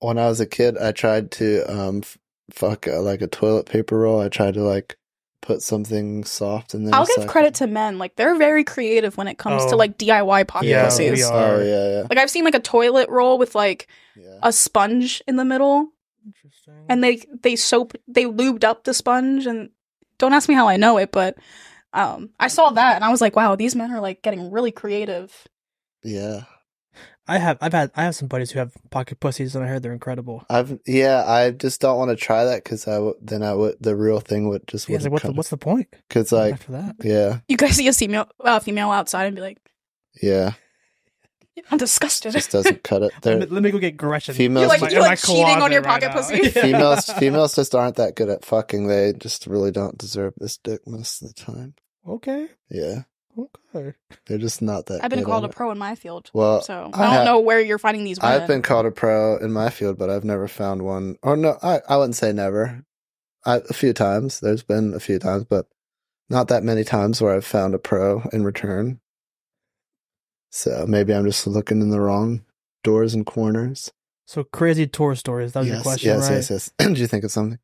Speaker 1: when I was a kid I tried to um f- fuck uh, like a toilet paper roll. I tried to like put something soft in there.
Speaker 3: I'll
Speaker 1: so
Speaker 3: give
Speaker 1: I
Speaker 3: credit to
Speaker 1: could-
Speaker 3: men. Like they're very creative when it comes to
Speaker 2: Oh.
Speaker 3: like DIY pocket
Speaker 2: Yeah,
Speaker 3: pussies.
Speaker 2: we are.
Speaker 1: Oh yeah, yeah.
Speaker 3: Like I've seen like a toilet roll with like
Speaker 1: yeah.
Speaker 2: Oh.
Speaker 3: a sponge in the middle,
Speaker 2: Interesting.
Speaker 3: and they they soap they lubed up the sponge. And don't ask me how I know it, but um, I saw that and I was like, wow, these men are like getting really creative.
Speaker 1: Yeah.
Speaker 2: I have, I've had, I have some buddies who have pocket pussies, and I heard they're incredible.
Speaker 1: I've yeah, I just don't want to try that because I w- then I would the real thing would just
Speaker 2: Yeah, it's like,
Speaker 1: wouldn't
Speaker 2: what the, what's the point?
Speaker 1: because like
Speaker 2: after that,
Speaker 1: yeah
Speaker 3: You guys see a female uh, female outside and be like,
Speaker 1: yeah
Speaker 3: I'm disgusted.
Speaker 1: just doesn't cut it.
Speaker 2: let
Speaker 1: They're,
Speaker 2: me, let me go get Gretchen.
Speaker 1: Females- You're like-
Speaker 2: In my-
Speaker 1: you're
Speaker 2: in
Speaker 3: like
Speaker 2: my
Speaker 3: cheating on
Speaker 2: closet
Speaker 3: your pocket
Speaker 2: now.
Speaker 3: pussy.
Speaker 2: Yeah.
Speaker 1: females females just aren't that good at fucking. They just really don't deserve this dick most of the time.
Speaker 2: Okay,
Speaker 1: Yeah,
Speaker 2: okay.
Speaker 1: they're just not that.
Speaker 3: I've been
Speaker 1: good
Speaker 3: called a
Speaker 1: at it.
Speaker 3: pro in my field,
Speaker 1: Well,
Speaker 3: so
Speaker 1: I
Speaker 3: I don't
Speaker 1: have-
Speaker 3: know where you're finding these women.
Speaker 1: I've been called a pro in my field, but I've never found one. Or no, I I wouldn't say never. I, a few times there's been a few times, but not that many times where I've found a pro in return. So maybe I'm just looking in the wrong doors and corners.
Speaker 2: So crazy tour stories. That was your question,
Speaker 1: yes,
Speaker 2: right?
Speaker 1: yes, yes, yes. Did you think of something?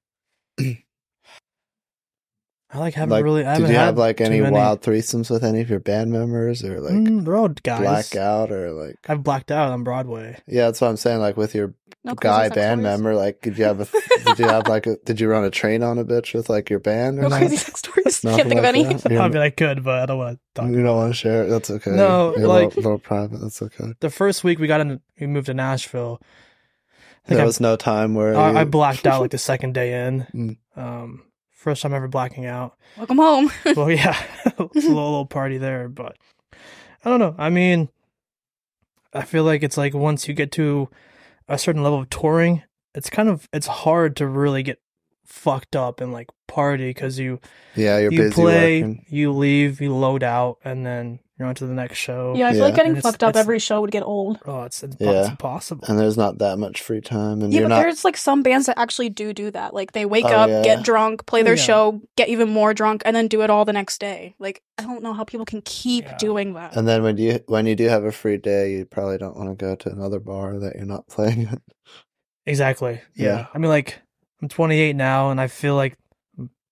Speaker 2: I like haven't
Speaker 1: Like,
Speaker 2: really. I haven't
Speaker 1: Did you
Speaker 2: had
Speaker 1: have like
Speaker 2: too
Speaker 1: any
Speaker 2: many.
Speaker 1: wild threesomes with any of your band members, or like
Speaker 2: Mm, they're all guys.
Speaker 1: blackout, or like?
Speaker 2: I've blacked out on Broadway.
Speaker 1: Yeah, that's what I'm saying. Like with your
Speaker 3: No crazy
Speaker 1: guy
Speaker 3: sex
Speaker 1: band
Speaker 3: stories?
Speaker 1: member, like did you have a did you have like a did you run a train on a bitch with like your band or
Speaker 3: No
Speaker 1: something?
Speaker 3: crazy sex stories.
Speaker 1: Nothing
Speaker 3: Can't think of
Speaker 1: like
Speaker 3: any.
Speaker 1: that?
Speaker 2: I
Speaker 1: You're- Mm.
Speaker 2: mean, I could, but I don't want to talk.
Speaker 1: You don't want to share it. That's okay.
Speaker 2: No,
Speaker 1: You're a
Speaker 2: like-
Speaker 1: little, little private. That's okay.
Speaker 2: The first week we got in, we moved to Nashville. I think
Speaker 1: There
Speaker 2: I-
Speaker 1: was no time where
Speaker 2: I,
Speaker 1: you-
Speaker 2: I blacked out like the second day in.
Speaker 1: Mm.
Speaker 2: Um, first time ever blacking out.
Speaker 3: Welcome home.
Speaker 2: well, yeah, little, little party there, but I don't know. I mean, I feel like it's like once you get to a certain level of touring, it's kind of it's hard to really get fucked up and like party because you
Speaker 1: yeah, you're
Speaker 2: you
Speaker 1: busy
Speaker 2: play,
Speaker 1: working.
Speaker 2: you leave, you load out, and then you're on to the next show.
Speaker 3: Yeah, I feel
Speaker 1: Yeah.
Speaker 3: like getting
Speaker 2: And it's-
Speaker 3: fucked up
Speaker 2: it's-
Speaker 3: every show would get old.
Speaker 2: oh, it's it's,
Speaker 1: Yeah.
Speaker 2: it's impossible.
Speaker 1: and there's not that much free time, and
Speaker 3: Yeah,
Speaker 1: you're
Speaker 3: but
Speaker 1: not.
Speaker 3: there's like some bands that actually do do that. Like they wake
Speaker 1: Oh,
Speaker 3: up,
Speaker 1: yeah.
Speaker 3: get drunk, play their
Speaker 2: Oh, Yeah.
Speaker 3: show, get even more drunk, and then do it all the next day. Like I don't know how people can keep
Speaker 2: Yeah.
Speaker 3: doing that.
Speaker 1: And then when you when you do have a free day, you probably don't want to go to another bar that you're not playing at.
Speaker 2: Exactly.
Speaker 1: Yeah.
Speaker 2: I mean, like I'm 28 now, and I feel like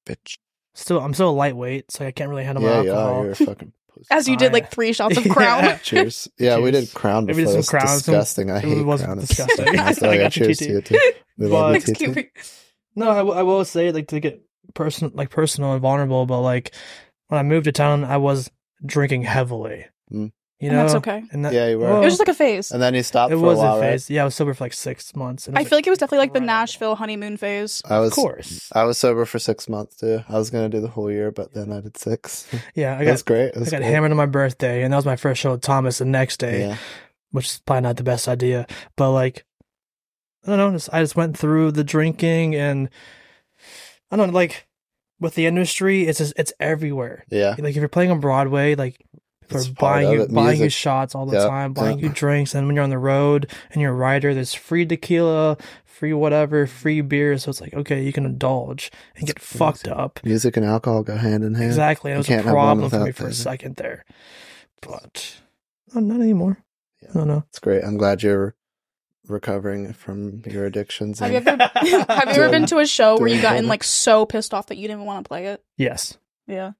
Speaker 1: Bitch.
Speaker 2: still I'm still lightweight, so I can't really handle
Speaker 1: Yeah,
Speaker 2: my
Speaker 1: you are.
Speaker 2: alcohol.
Speaker 1: You're a fucking. pussy.
Speaker 3: As you
Speaker 2: I-
Speaker 3: did like three shots of Crown.
Speaker 2: Yeah.
Speaker 1: Cheers. Yeah, we
Speaker 2: Cheers.
Speaker 1: did Crown
Speaker 2: Maybe
Speaker 1: before.
Speaker 2: some
Speaker 1: That's
Speaker 2: Crown, some-
Speaker 1: disgusting. I
Speaker 2: it
Speaker 1: hate
Speaker 2: was
Speaker 1: Crown. It's
Speaker 2: disgusting.
Speaker 1: disgusting.
Speaker 2: I
Speaker 1: So, yeah,
Speaker 2: got you,
Speaker 1: cheers
Speaker 2: TT.
Speaker 1: to you too. We love you,
Speaker 2: But-
Speaker 3: Thanks,
Speaker 1: TT.
Speaker 3: Cupid.
Speaker 2: No, I, w- I will say like to get person like personal and vulnerable, but like when I moved to town, I was drinking heavily.
Speaker 1: Mm.
Speaker 2: You
Speaker 3: and
Speaker 2: know,
Speaker 3: that's okay.
Speaker 2: And that,
Speaker 1: Yeah, you were.
Speaker 2: Well,
Speaker 3: It was just like a phase.
Speaker 1: and then you stopped
Speaker 2: it
Speaker 1: for a
Speaker 2: was
Speaker 1: while,
Speaker 2: a
Speaker 1: right?
Speaker 2: phase. Yeah, I was sober for like six months. and
Speaker 3: I feel like it was definitely like the
Speaker 2: incredible.
Speaker 3: Nashville honeymoon phase.
Speaker 1: I
Speaker 2: Of
Speaker 1: was
Speaker 2: course.
Speaker 1: I was sober for six months too. I was gonna do the whole year, but then I did six.
Speaker 2: Yeah, I
Speaker 1: it was
Speaker 2: got
Speaker 1: great. It
Speaker 2: I
Speaker 1: was
Speaker 2: got
Speaker 1: great.
Speaker 2: hammered on my birthday, and that was my first show with Thomas the next day,
Speaker 1: Yeah,
Speaker 2: which is probably not the best idea. But like, I don't know. Just, I just went through the drinking, and I don't know. Like with the industry, it's just, it's everywhere.
Speaker 1: yeah.
Speaker 2: Like if you're playing on Broadway, like they're
Speaker 1: It's part
Speaker 2: buying
Speaker 1: of
Speaker 2: you
Speaker 1: it.
Speaker 2: buying you
Speaker 1: Music.
Speaker 2: shots all the
Speaker 1: Yeah,
Speaker 2: time, buying
Speaker 1: yeah.
Speaker 2: you drinks, and when you're on the road and you're a rider, there's free tequila, free whatever, free beer. So it's like okay, you can indulge and get
Speaker 1: It's
Speaker 2: fucked
Speaker 1: crazy.
Speaker 2: up.
Speaker 1: Music and alcohol go hand in hand.
Speaker 2: Exactly,
Speaker 1: You
Speaker 2: it was a
Speaker 1: can't have one
Speaker 2: problem for
Speaker 1: without
Speaker 2: me for
Speaker 1: the
Speaker 2: a
Speaker 1: other.
Speaker 2: second there, but no, not anymore.
Speaker 1: Yeah.
Speaker 2: I don't know.
Speaker 1: It's great. I'm glad you're recovering from your addictions.
Speaker 3: Have
Speaker 1: And
Speaker 3: you ever have you ever been to a show where you
Speaker 1: Doing
Speaker 3: gotten
Speaker 1: both.
Speaker 3: like so pissed off that you didn't want to play it?
Speaker 2: Yes,
Speaker 3: Yeah.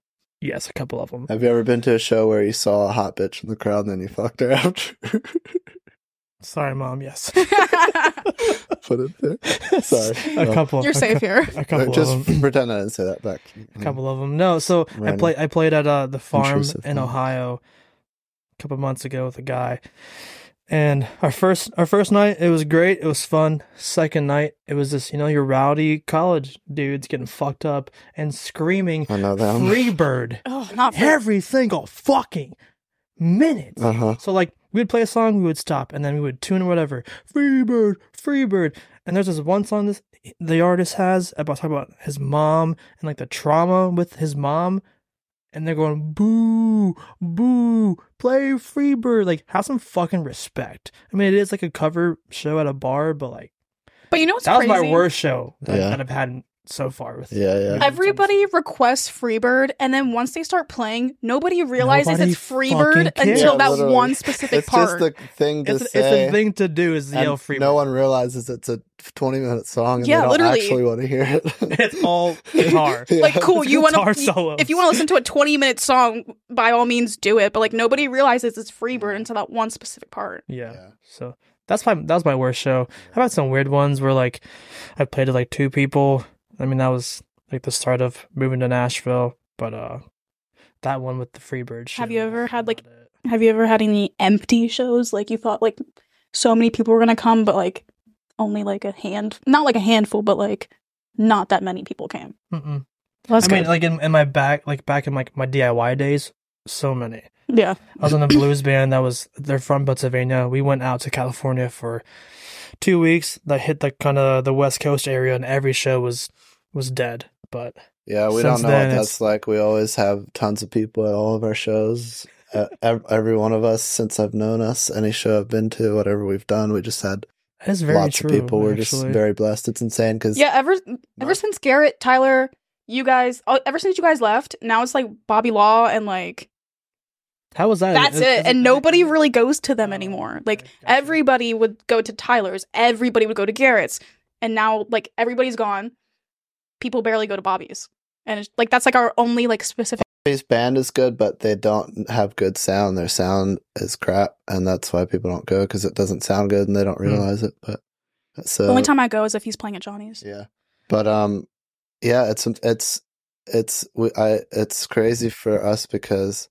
Speaker 2: yes, a couple of them.
Speaker 1: have you ever been to a show where you saw a hot bitch in the crowd and then you fucked her after?
Speaker 2: Sorry, mom. Yes,
Speaker 1: Put it there. Sorry.
Speaker 2: a
Speaker 1: No.
Speaker 2: couple.
Speaker 3: You're
Speaker 2: a
Speaker 3: safe
Speaker 2: cou-
Speaker 3: here.
Speaker 2: A couple of
Speaker 1: Just
Speaker 2: them.
Speaker 1: pretend I didn't say that back.
Speaker 2: a couple of them. No, so I
Speaker 1: Random.
Speaker 2: play I played at uh, the farm
Speaker 1: Intrusive
Speaker 2: in
Speaker 1: thoughts.
Speaker 2: Ohio a couple months ago with a guy, and our first our first night it was great. It was fun. Second night it was just you know your rowdy college dudes getting fucked up and screaming
Speaker 1: I know that.
Speaker 2: free bird
Speaker 3: Oh, not fair.
Speaker 2: every single fucking minute.
Speaker 1: Uh huh.
Speaker 2: So like we would play a song, we would stop, and then we would tune whatever. Freebird, Freebird. And there's this one song this the artist has about talking about his mom and like the trauma with his mom. And they're going, boo, boo, play Freebird. Like, have some fucking respect. I mean, it is like a cover show at a bar, but like,
Speaker 3: But you know what's
Speaker 2: that was
Speaker 3: crazy?
Speaker 2: my worst show that,
Speaker 1: Yeah.
Speaker 2: that I've had so far with
Speaker 1: Yeah, yeah.
Speaker 3: Everybody requests Freebird, and then once they start playing, nobody realizes
Speaker 2: Nobody
Speaker 3: it's Freebird
Speaker 2: fucking
Speaker 3: until
Speaker 1: Yeah,
Speaker 3: that
Speaker 1: literally.
Speaker 3: one specific
Speaker 1: It's
Speaker 3: part.
Speaker 1: just the thing to
Speaker 2: It's, it's
Speaker 1: say.
Speaker 2: a thing to do is
Speaker 1: and
Speaker 2: yell Freebird.
Speaker 1: no one realizes it's a 20 minute song and
Speaker 3: Yeah,
Speaker 1: they don't
Speaker 3: literally.
Speaker 1: actually want to hear it.
Speaker 2: it's all guitar.
Speaker 1: Yeah.
Speaker 3: like, cool.
Speaker 2: It's
Speaker 3: You want
Speaker 2: guitar
Speaker 3: to?
Speaker 2: solos.
Speaker 3: If you want to listen to a twenty-minute song, by all means, do it. But like, nobody realizes it's Freebird until that one specific part.
Speaker 2: Yeah.
Speaker 1: Yeah.
Speaker 2: So that's my that was my worst show. I've had some weird ones where like I played to like two people. I mean that was like the start of moving to Nashville, but uh that one with the Freebird show.
Speaker 3: Have you ever
Speaker 2: that's
Speaker 3: had, like-
Speaker 2: about it.
Speaker 3: Have you ever had any empty shows? Like you thought like so many people were gonna come, but like only like a hand, not like a handful, but like not that many people came.
Speaker 2: Mm-mm.
Speaker 3: That's
Speaker 2: I
Speaker 3: good.
Speaker 2: mean like in, in my back like back in like my DIY days, so many.
Speaker 3: yeah,
Speaker 2: I was in a blues band that was they're from Pennsylvania. We went out to California for two weeks. That hit the kind of the West Coast area, and every show was was dead. But
Speaker 1: Yeah, we
Speaker 2: Since
Speaker 1: don't know
Speaker 2: then,
Speaker 1: what
Speaker 2: it's-
Speaker 1: that's like. We always have tons of people at all of our shows. Uh, ev- every one of us, since I've known us, any show I've been to, whatever we've done, we just had
Speaker 2: that is very
Speaker 1: lots
Speaker 2: true.
Speaker 1: of people. We're just
Speaker 2: actually.
Speaker 1: very blessed. It's insane because
Speaker 3: yeah. Ever ever since Garrett, Tyler, you guys, oh, ever since you guys left, now it's like Bobby Law and like
Speaker 2: How was that?
Speaker 3: that's
Speaker 2: Is-
Speaker 3: it,
Speaker 2: is
Speaker 3: and nobody really goes to them
Speaker 2: Oh,
Speaker 3: anymore.
Speaker 2: okay,
Speaker 3: Like
Speaker 2: gotcha.
Speaker 3: everybody would go to Tyler's, everybody would go to Garrett's, and now like everybody's gone. People barely go to Bobby's, and it's, like that's like our only like specific.
Speaker 1: his band is good, but they don't have good sound. Their sound is crap, and that's why people don't go because it doesn't sound good and they don't realize it. But so
Speaker 3: the only Hmm. time I go is if he's playing at Johnny's.
Speaker 1: Yeah, but um, yeah, it's it's it's we, I it's crazy for us because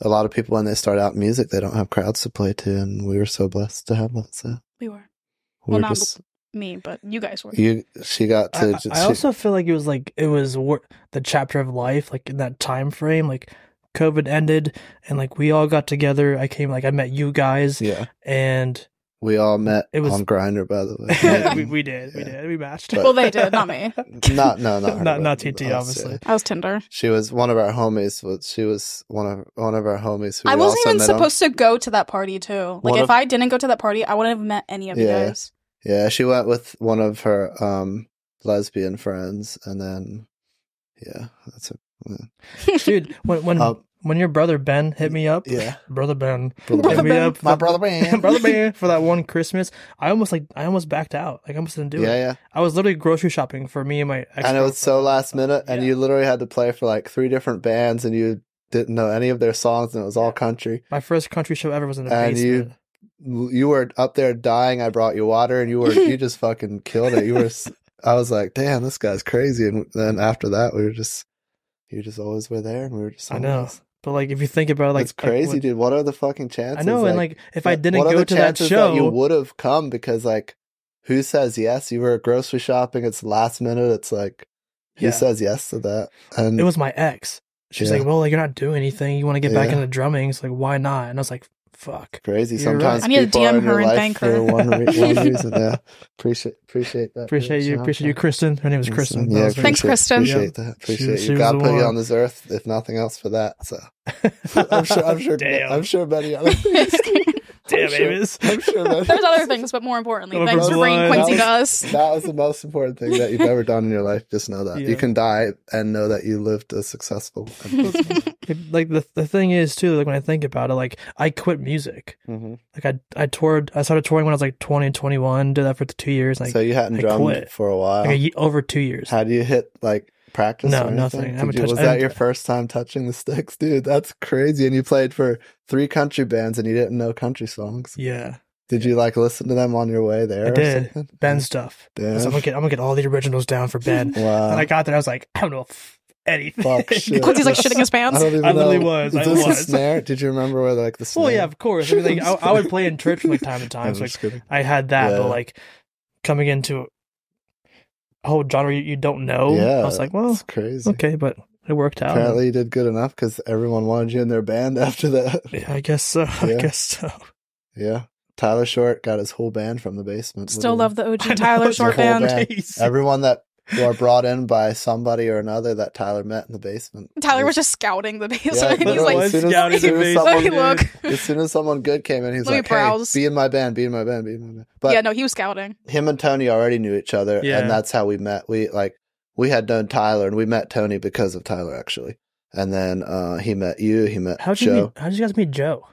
Speaker 1: a lot of people when they start out in music they don't have crowds to play to, and we were so blessed to have that. So
Speaker 3: We were
Speaker 1: we
Speaker 3: Well,
Speaker 1: we're
Speaker 3: not
Speaker 1: just
Speaker 3: me, but you guys were.
Speaker 1: you. She got to.
Speaker 2: I,
Speaker 1: just,
Speaker 2: I also feel like it was like it was wor- the chapter of life, like in that time frame, like COVID ended, and like we all got together. I came, like I met you guys,
Speaker 1: she, yeah,
Speaker 2: and
Speaker 1: we all met
Speaker 2: It was-
Speaker 1: on Grinder by the way.
Speaker 2: we, we did, we
Speaker 1: Yeah.
Speaker 2: did, we matched.
Speaker 1: But-
Speaker 3: Well, they did, not me.
Speaker 1: Not no not her,
Speaker 2: not
Speaker 1: but
Speaker 2: not TT,
Speaker 1: us,
Speaker 2: obviously.
Speaker 1: yeah.
Speaker 3: I was Tinder.
Speaker 1: She was one of our homies. Was she was one of one of our homies who
Speaker 3: I wasn't
Speaker 1: we also
Speaker 3: even
Speaker 1: met on-
Speaker 3: supposed to go to that party too. Like
Speaker 1: One
Speaker 3: if
Speaker 1: of-
Speaker 3: I didn't go to that party, I wouldn't have met any of you
Speaker 1: Yeah.
Speaker 3: guys.
Speaker 1: Yeah, she went with one of her um lesbian friends, and then yeah, that's it.
Speaker 2: Dude, when when
Speaker 1: Um,
Speaker 2: when your brother Ben hit me up,
Speaker 1: yeah.
Speaker 2: brother Ben
Speaker 1: Brother
Speaker 2: hit
Speaker 1: Ben.
Speaker 2: me up,
Speaker 1: My
Speaker 2: for-
Speaker 1: brother Ben.
Speaker 2: brother Ben, for that one Christmas, I almost like I almost backed out, like I almost didn't do
Speaker 1: yeah,
Speaker 2: it.
Speaker 1: yeah.
Speaker 2: I was literally grocery shopping for me and my. Ex
Speaker 1: And it was so last minute, and you literally had to play for like three different bands, and you didn't know any of their songs, and it was all
Speaker 2: Yeah.
Speaker 1: country.
Speaker 2: My first country show ever was in the
Speaker 1: And you-
Speaker 2: basement.
Speaker 1: You were up there dying. I brought you water, and you were you just fucking killed it. You were s- I was like, damn, this guy's crazy. And then after that, we were just, you just always were there, and we were just.
Speaker 2: I
Speaker 1: always-
Speaker 2: know. But like, if you think about it, like
Speaker 1: it's crazy,
Speaker 2: like,
Speaker 1: dude. What are the fucking chances?
Speaker 2: I know, and like, if I
Speaker 1: that-
Speaker 2: didn't
Speaker 1: what are
Speaker 2: go
Speaker 1: the
Speaker 2: to that
Speaker 1: chances
Speaker 2: show,
Speaker 1: you would have come because like, who says yes? You were grocery shopping. It's last minute. It's like, who
Speaker 2: yeah.
Speaker 1: says yes to that? And
Speaker 2: it was my ex. She's
Speaker 1: Yeah.
Speaker 2: like, "Well, like, you're not doing anything. You want to get back
Speaker 1: Yeah.
Speaker 2: into drumming?" It's like, "Why not?" And I was like, "Fuck."
Speaker 1: crazy.
Speaker 2: You're
Speaker 1: Sometimes
Speaker 2: right. I
Speaker 3: need to
Speaker 1: people are
Speaker 3: DM
Speaker 1: in your
Speaker 3: her and
Speaker 1: life
Speaker 3: thank
Speaker 1: for
Speaker 3: her.
Speaker 1: one, re- one reason. Yeah, appreciate appreciate that.
Speaker 2: Appreciate you,
Speaker 1: Shout out
Speaker 2: appreciate
Speaker 1: to
Speaker 2: you, Kristen. Her name is
Speaker 1: Kristen.
Speaker 2: Kristen.
Speaker 1: Yeah,
Speaker 2: That was her-
Speaker 3: Thanks,
Speaker 1: appreciate-
Speaker 3: Kristen.
Speaker 1: Appreciate that. Appreciate
Speaker 2: she
Speaker 1: you.
Speaker 2: was
Speaker 1: God
Speaker 2: the
Speaker 1: put you
Speaker 2: one.
Speaker 1: on this earth, if nothing else, for that. So I'm sure. I'm sure.
Speaker 2: Damn.
Speaker 1: I'm sure many other things.
Speaker 2: Damn,
Speaker 1: sure-
Speaker 2: Amos.
Speaker 1: I'm sure many-
Speaker 3: There's other things, but more importantly,
Speaker 2: Oh,
Speaker 3: thanks for
Speaker 1: brother.
Speaker 3: bringing Quincy to
Speaker 1: That
Speaker 3: us.
Speaker 1: that was the most important thing that you've ever done in your life. Just know that
Speaker 2: Yeah.
Speaker 1: you can die and know that you lived a successful.
Speaker 2: It- like the the thing is too like when i think about it like i quit music like i i toured i started touring when i was like 20 and 21 did that for two years like,
Speaker 1: so you hadn't
Speaker 2: I
Speaker 1: drummed
Speaker 2: quit.
Speaker 1: for a while.
Speaker 2: like a ye- over two years
Speaker 1: How do you hit like practice?
Speaker 2: No,
Speaker 1: or anything?
Speaker 2: nothing. I
Speaker 1: Did
Speaker 2: haven't
Speaker 1: you-
Speaker 2: touched-
Speaker 1: was
Speaker 2: I
Speaker 1: that
Speaker 2: haven't-
Speaker 1: your first time touching the sticks, dude? That's crazy. And you played for three country bands and you didn't know country songs.
Speaker 2: yeah
Speaker 1: Did you like listen to them on your way there?
Speaker 2: I
Speaker 1: or
Speaker 2: did.
Speaker 1: something?
Speaker 2: ben stuff I
Speaker 1: Damn.
Speaker 2: was like, i'm gonna get i'm gonna get all the originals down for ben
Speaker 1: Wow.
Speaker 2: and i got there i was like i don't know f- anything
Speaker 1: Fuck shit.
Speaker 3: Quincy's like shitting his
Speaker 1: I
Speaker 3: pants.
Speaker 1: don't even
Speaker 2: I literally
Speaker 1: know.
Speaker 2: was, I
Speaker 1: Is this a
Speaker 2: was.
Speaker 1: snare? Did you remember where like the snare?
Speaker 2: well yeah of course I, mean, like, I, I would play in church from like time to
Speaker 1: I'm
Speaker 2: time so like
Speaker 1: just kidding.
Speaker 2: i had that
Speaker 1: Yeah.
Speaker 2: but like coming into a whole genre you, you don't know
Speaker 1: Yeah,
Speaker 2: i was like well
Speaker 1: It's crazy.
Speaker 2: Oh, okay but it worked out
Speaker 1: Apparently, you did good enough because everyone wanted you in their band after that.
Speaker 2: yeah, i guess so i
Speaker 1: Yeah.
Speaker 2: guess so
Speaker 1: Yeah. Tyler Short got his whole band from the basement.
Speaker 3: Still
Speaker 1: literally.
Speaker 3: love the
Speaker 2: I know,
Speaker 3: OG Tyler
Speaker 2: it's
Speaker 3: short
Speaker 1: the whole
Speaker 3: band.
Speaker 1: band.
Speaker 2: Jeez.
Speaker 1: everyone that were brought in by somebody or another that Tyler met in the basement.
Speaker 3: Tyler
Speaker 1: It
Speaker 3: was just scouting the basement.
Speaker 1: but
Speaker 3: he's
Speaker 1: it
Speaker 3: like,
Speaker 1: was-
Speaker 3: let
Speaker 1: soon as-
Speaker 2: Scouting
Speaker 1: soon
Speaker 2: the
Speaker 1: as
Speaker 2: basement,
Speaker 3: me
Speaker 1: someone-
Speaker 3: look.
Speaker 2: dude.
Speaker 1: as soon as someone good came in, he's
Speaker 3: Let me
Speaker 1: like, "Hey,
Speaker 3: browse."
Speaker 1: be in my band, be in my band, be in my band." But
Speaker 3: Yeah, no, he was scouting.
Speaker 1: him and Tony already knew each other,
Speaker 2: Yeah.
Speaker 1: and that's how we met. We like we had known Tyler, and we met Tony because of Tyler actually. And then uh, he met you. He met
Speaker 2: How'd you
Speaker 1: Joe.
Speaker 2: meet? How'd you guys meet Joe?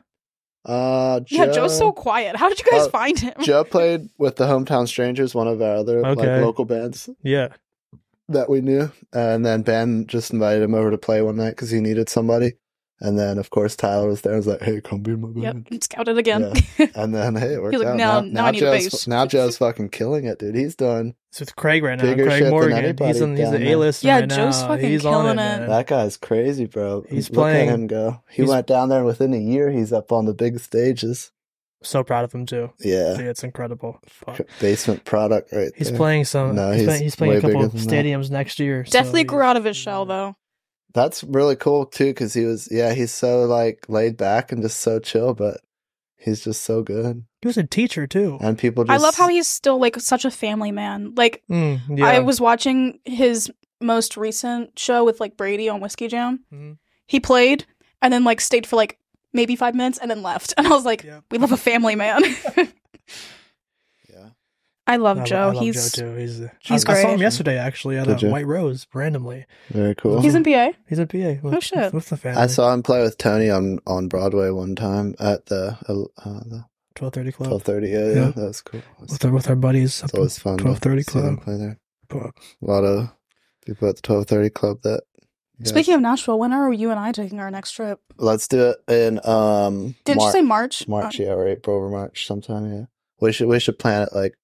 Speaker 1: Uh, Joe.
Speaker 3: Yeah, Joe's so quiet. How did you guys
Speaker 1: Oh,
Speaker 3: find him?
Speaker 1: Joe played with the Hometown Strangers, one of our other
Speaker 2: Okay.
Speaker 1: like local bands
Speaker 2: Yeah,
Speaker 1: that we knew. And then Ben just invited him over to play one night because he needed somebody. And then of course Tyler was there. and was like, "Hey, come be in my
Speaker 3: yep,
Speaker 1: band."
Speaker 3: scouted again.
Speaker 1: And then hey, it worked
Speaker 3: like,
Speaker 1: out.
Speaker 3: "No, now I need a
Speaker 1: Joe's
Speaker 3: bass."
Speaker 1: now Joe's fucking killing it, dude. He's done.
Speaker 2: it's with Craig right now.
Speaker 1: Bigger shit
Speaker 2: Craig
Speaker 1: than
Speaker 2: Morgan.
Speaker 1: anybody
Speaker 2: He's on. He's
Speaker 1: down
Speaker 2: an A
Speaker 1: there.
Speaker 2: list.
Speaker 3: Yeah,
Speaker 2: right
Speaker 3: Joe's
Speaker 2: now.
Speaker 3: fucking
Speaker 2: he's on
Speaker 3: killing it.
Speaker 2: man.
Speaker 1: That guy's crazy, bro.
Speaker 2: He's
Speaker 1: Look
Speaker 2: playing-
Speaker 1: at him go. He
Speaker 2: he's-
Speaker 1: went down there and within a year. He's up on the big stages.
Speaker 2: so proud of him too.
Speaker 1: Yeah,
Speaker 2: Dude, it's incredible. Fuck.
Speaker 1: basement product right
Speaker 2: He's
Speaker 1: there.
Speaker 2: playing some.
Speaker 1: No,
Speaker 2: he's,
Speaker 1: he's
Speaker 2: playing, he's playing
Speaker 1: way
Speaker 2: a couple
Speaker 1: bigger
Speaker 2: of
Speaker 1: than that.
Speaker 2: stadiums next year. so
Speaker 3: Definitely
Speaker 2: he's-
Speaker 3: grew out of his shell, though.
Speaker 1: That's really cool too, because he was yeah, he's so like laid back and just so chill, but he's just so good,
Speaker 2: He was a teacher too.
Speaker 1: and people. just
Speaker 3: I love how he's still like such a family man. Like
Speaker 2: Mm, yeah.
Speaker 3: I was watching his most recent show with like Brady on Whiskey Jam.
Speaker 1: Mm-hmm.
Speaker 2: Mhm.
Speaker 3: He played and then like stayed for like maybe five minutes and then left. And I was like,
Speaker 2: Yep.
Speaker 3: we love a family man.
Speaker 1: Yeah,
Speaker 3: I
Speaker 2: I
Speaker 3: love
Speaker 2: lo-
Speaker 3: Joe.
Speaker 2: I love
Speaker 3: he's
Speaker 2: Joe too. He's,
Speaker 3: he's
Speaker 2: I, I saw him
Speaker 3: great.
Speaker 2: yesterday actually at
Speaker 1: Did
Speaker 2: a
Speaker 1: you?
Speaker 2: White Rose randomly.
Speaker 1: very cool.
Speaker 3: he's in PA.
Speaker 2: He's a PA. With,
Speaker 3: Oh, shit.
Speaker 2: With the family.
Speaker 1: I saw him play with Tony on on Broadway one time at the uh, uh, the
Speaker 2: twelve thirty club
Speaker 1: twelve thirty. Yeah, yeah,
Speaker 2: Yeah.
Speaker 1: that was cool. It was,
Speaker 2: with our with our buddies.
Speaker 1: it's always fun. to
Speaker 2: Twelve thirty
Speaker 1: see them
Speaker 2: club.
Speaker 1: play there.
Speaker 2: Fuck.
Speaker 1: A lot of people at the twelve thirty club. That yeah.
Speaker 3: Speaking of Nashville, when are you and I taking our next trip?
Speaker 1: let's do it in um.
Speaker 3: Did
Speaker 1: March.
Speaker 3: you say March?
Speaker 1: March?
Speaker 3: Uh,
Speaker 1: Yeah, or April or March sometime. Yeah, we should we should plan it like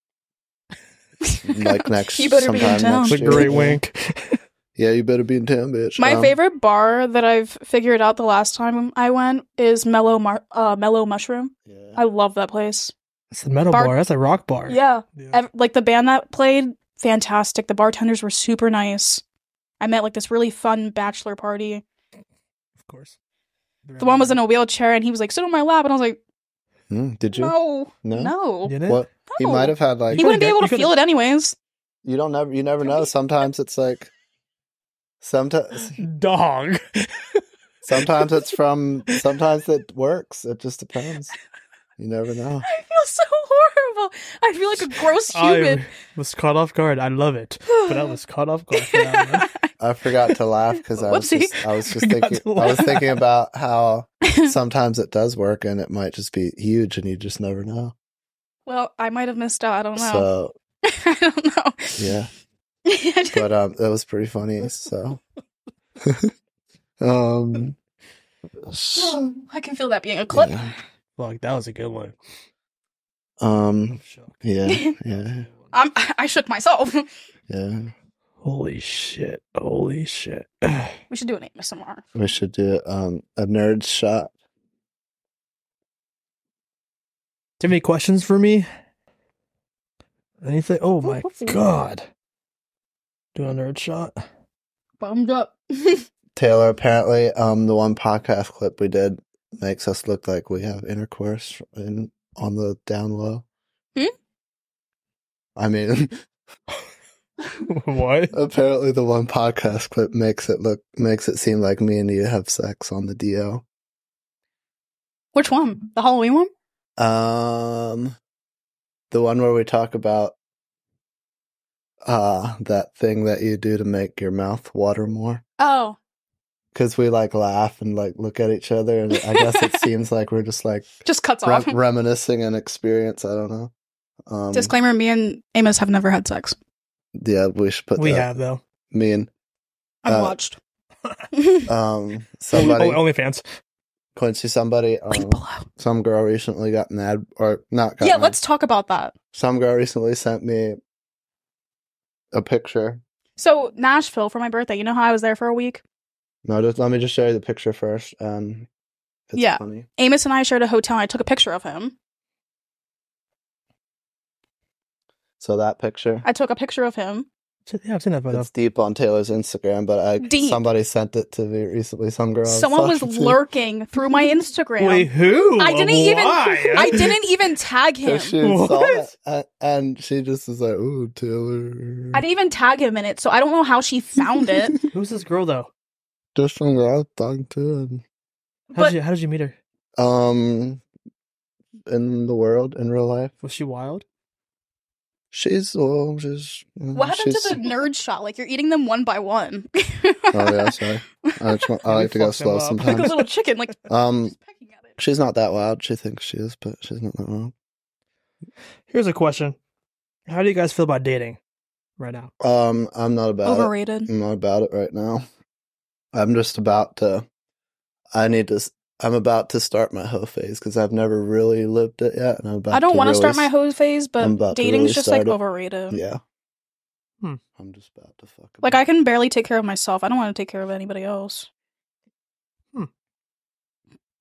Speaker 1: like next.
Speaker 3: You better be in
Speaker 1: sometime
Speaker 3: town.
Speaker 1: next
Speaker 2: The
Speaker 3: Like
Speaker 1: year.
Speaker 2: great
Speaker 1: Yeah.
Speaker 2: wink.
Speaker 1: Yeah, you better be in town, bitch.
Speaker 3: My
Speaker 1: Um,
Speaker 3: favorite bar that I've figured out the last time I went is Mellow Mar- uh, Mellow Mushroom.
Speaker 1: Yeah.
Speaker 3: I love that place.
Speaker 2: It's the metal
Speaker 3: Bar-
Speaker 2: bar. That's a rock bar.
Speaker 3: Yeah,
Speaker 2: Yeah.
Speaker 3: Ev- like the band that played, fantastic. The bartenders were super nice. I met like this really fun bachelor party.
Speaker 2: of course.
Speaker 3: The one was in a wheelchair and he was like, "Sit on my lap," and I was like,
Speaker 1: Hmm, did you?
Speaker 3: "No,
Speaker 1: No?
Speaker 3: no."
Speaker 2: Didn't it?
Speaker 1: What? He
Speaker 3: No.
Speaker 1: might have had
Speaker 3: He
Speaker 1: like
Speaker 2: You
Speaker 3: wouldn't be
Speaker 2: could've
Speaker 3: able
Speaker 2: got-
Speaker 3: to
Speaker 2: you could've-
Speaker 3: feel it anyways.
Speaker 1: you don't never you never know. Sometimes it's like sometimes
Speaker 2: Dog.
Speaker 1: sometimes it's from sometimes it works. It just depends. You never know.
Speaker 3: I feel so horrible. I feel like a gross human.
Speaker 2: I was caught off guard. I love it, but I was caught off guard. For that one.
Speaker 1: I forgot to laugh because I was
Speaker 3: Whoopsie.
Speaker 1: just, I was just
Speaker 2: Forgot
Speaker 1: thinking
Speaker 2: to
Speaker 1: I was
Speaker 2: laugh.
Speaker 1: thinking about how sometimes it does work and it might just be huge and you just never know.
Speaker 3: well, I might have missed out. I don't know.
Speaker 1: So
Speaker 3: I don't know.
Speaker 1: yeah.
Speaker 3: I just-
Speaker 1: but um that was pretty funny so um
Speaker 3: I can feel that being a clip.
Speaker 1: yeah.
Speaker 2: Fuck, that was a good one.
Speaker 1: um
Speaker 3: Mm.
Speaker 2: I'm shocked.
Speaker 1: yeah yeah
Speaker 3: I'm, I shook myself.
Speaker 1: Yeah,
Speaker 2: Holy shit. Holy shit.
Speaker 3: we should do an ASMR.
Speaker 1: we should do um a nerd shot.
Speaker 2: Do you have any questions for me? Anything? Oh my
Speaker 3: let's see.
Speaker 2: god. Do a nerd shot.
Speaker 3: Bummed up.
Speaker 1: Taylor, apparently, um, the one podcast clip we did makes us look like we have intercourse in on the down low.
Speaker 3: Hmm?
Speaker 1: I mean,
Speaker 2: what?
Speaker 1: apparently, the one podcast clip makes it look makes it seem like me and you have sex on the DL.
Speaker 3: Which one? The Halloween one?
Speaker 1: Um, the one where we talk about uh that thing that you do to make your mouth water more.
Speaker 3: Oh,
Speaker 1: Because we like laugh and like look at each other, and I guess it seems like we're just like
Speaker 3: just cuts
Speaker 1: Re-
Speaker 3: off.
Speaker 1: reminiscing an experience. I don't know. Um,
Speaker 3: Disclaimer: Me and Amos have never had sex.
Speaker 1: Yeah, we should put
Speaker 2: We
Speaker 1: that.
Speaker 2: have though.
Speaker 1: Me and
Speaker 3: I've
Speaker 1: Uh,
Speaker 3: watched.
Speaker 1: um, somebody,
Speaker 2: Oh, OnlyFans.
Speaker 1: Quincy, somebody, um,
Speaker 3: Link below.
Speaker 1: some girl recently got mad, or not got
Speaker 3: Oh. Yeah,
Speaker 1: mad.
Speaker 3: let's talk about that.
Speaker 1: Some girl recently sent me a picture.
Speaker 3: So Nashville for my birthday. You know how I was there for a week.
Speaker 1: No, just, let me just show you the picture first. Um, it's
Speaker 3: Yeah.
Speaker 1: funny.
Speaker 3: Amos and I shared a hotel. and I took a picture of him.
Speaker 1: So that picture,
Speaker 3: I took a picture of him.
Speaker 2: Yeah, I've seen that photo.
Speaker 1: it's deep on Taylor's Instagram, but I
Speaker 3: Deep.
Speaker 1: somebody sent it to me recently. Some girl. I
Speaker 3: Someone was
Speaker 1: talking to.
Speaker 3: lurking through my Instagram.
Speaker 2: Wait, who?
Speaker 3: I didn't even.
Speaker 2: Why?
Speaker 3: I didn't even tag
Speaker 1: So
Speaker 3: him.
Speaker 1: she saw
Speaker 2: What?
Speaker 1: it, and, and she just was like, "Ooh, Taylor."
Speaker 3: I didn't even tag him in it, so I don't know how she found it.
Speaker 2: Who's this girl though?
Speaker 1: Just from what I've talked to.
Speaker 2: How did
Speaker 3: But-
Speaker 2: you How did you meet her?
Speaker 1: And, um, in the world, in real life,
Speaker 2: Was she wild?
Speaker 1: she's well, she's. you know,
Speaker 3: What happened
Speaker 1: she's-
Speaker 3: to the nerd shot? Like you're eating them one by one.
Speaker 1: Oh yeah, sorry. I, just, want- I
Speaker 2: Yeah, we
Speaker 1: like to go
Speaker 2: fucked him
Speaker 1: slow
Speaker 2: up.
Speaker 3: like a
Speaker 1: sometimes.
Speaker 3: little chicken, like
Speaker 1: Um,
Speaker 3: just pecking at it.
Speaker 1: she's not that wild. She thinks she is, but she's not that wild.
Speaker 2: Here's a question. How do you guys feel about dating right now?
Speaker 1: Um, I'm not about it.
Speaker 3: Overrated.
Speaker 1: I'm not about it right now. I'm just about to. I need to. s- I'm about to start my hoe phase because I've never really lived it yet, and I'm about.
Speaker 3: I don't
Speaker 1: to
Speaker 3: want to
Speaker 1: really
Speaker 3: start my
Speaker 1: s-
Speaker 3: hose phase,
Speaker 1: I'm about
Speaker 3: but
Speaker 1: to
Speaker 3: dating's
Speaker 1: really
Speaker 3: just
Speaker 1: start
Speaker 3: like
Speaker 1: it.
Speaker 3: overrated.
Speaker 1: Yeah.
Speaker 2: Hmm.
Speaker 1: I'm just about to fuck.
Speaker 3: Like
Speaker 1: him.
Speaker 3: I can barely take care of myself. I don't want to take care of anybody else.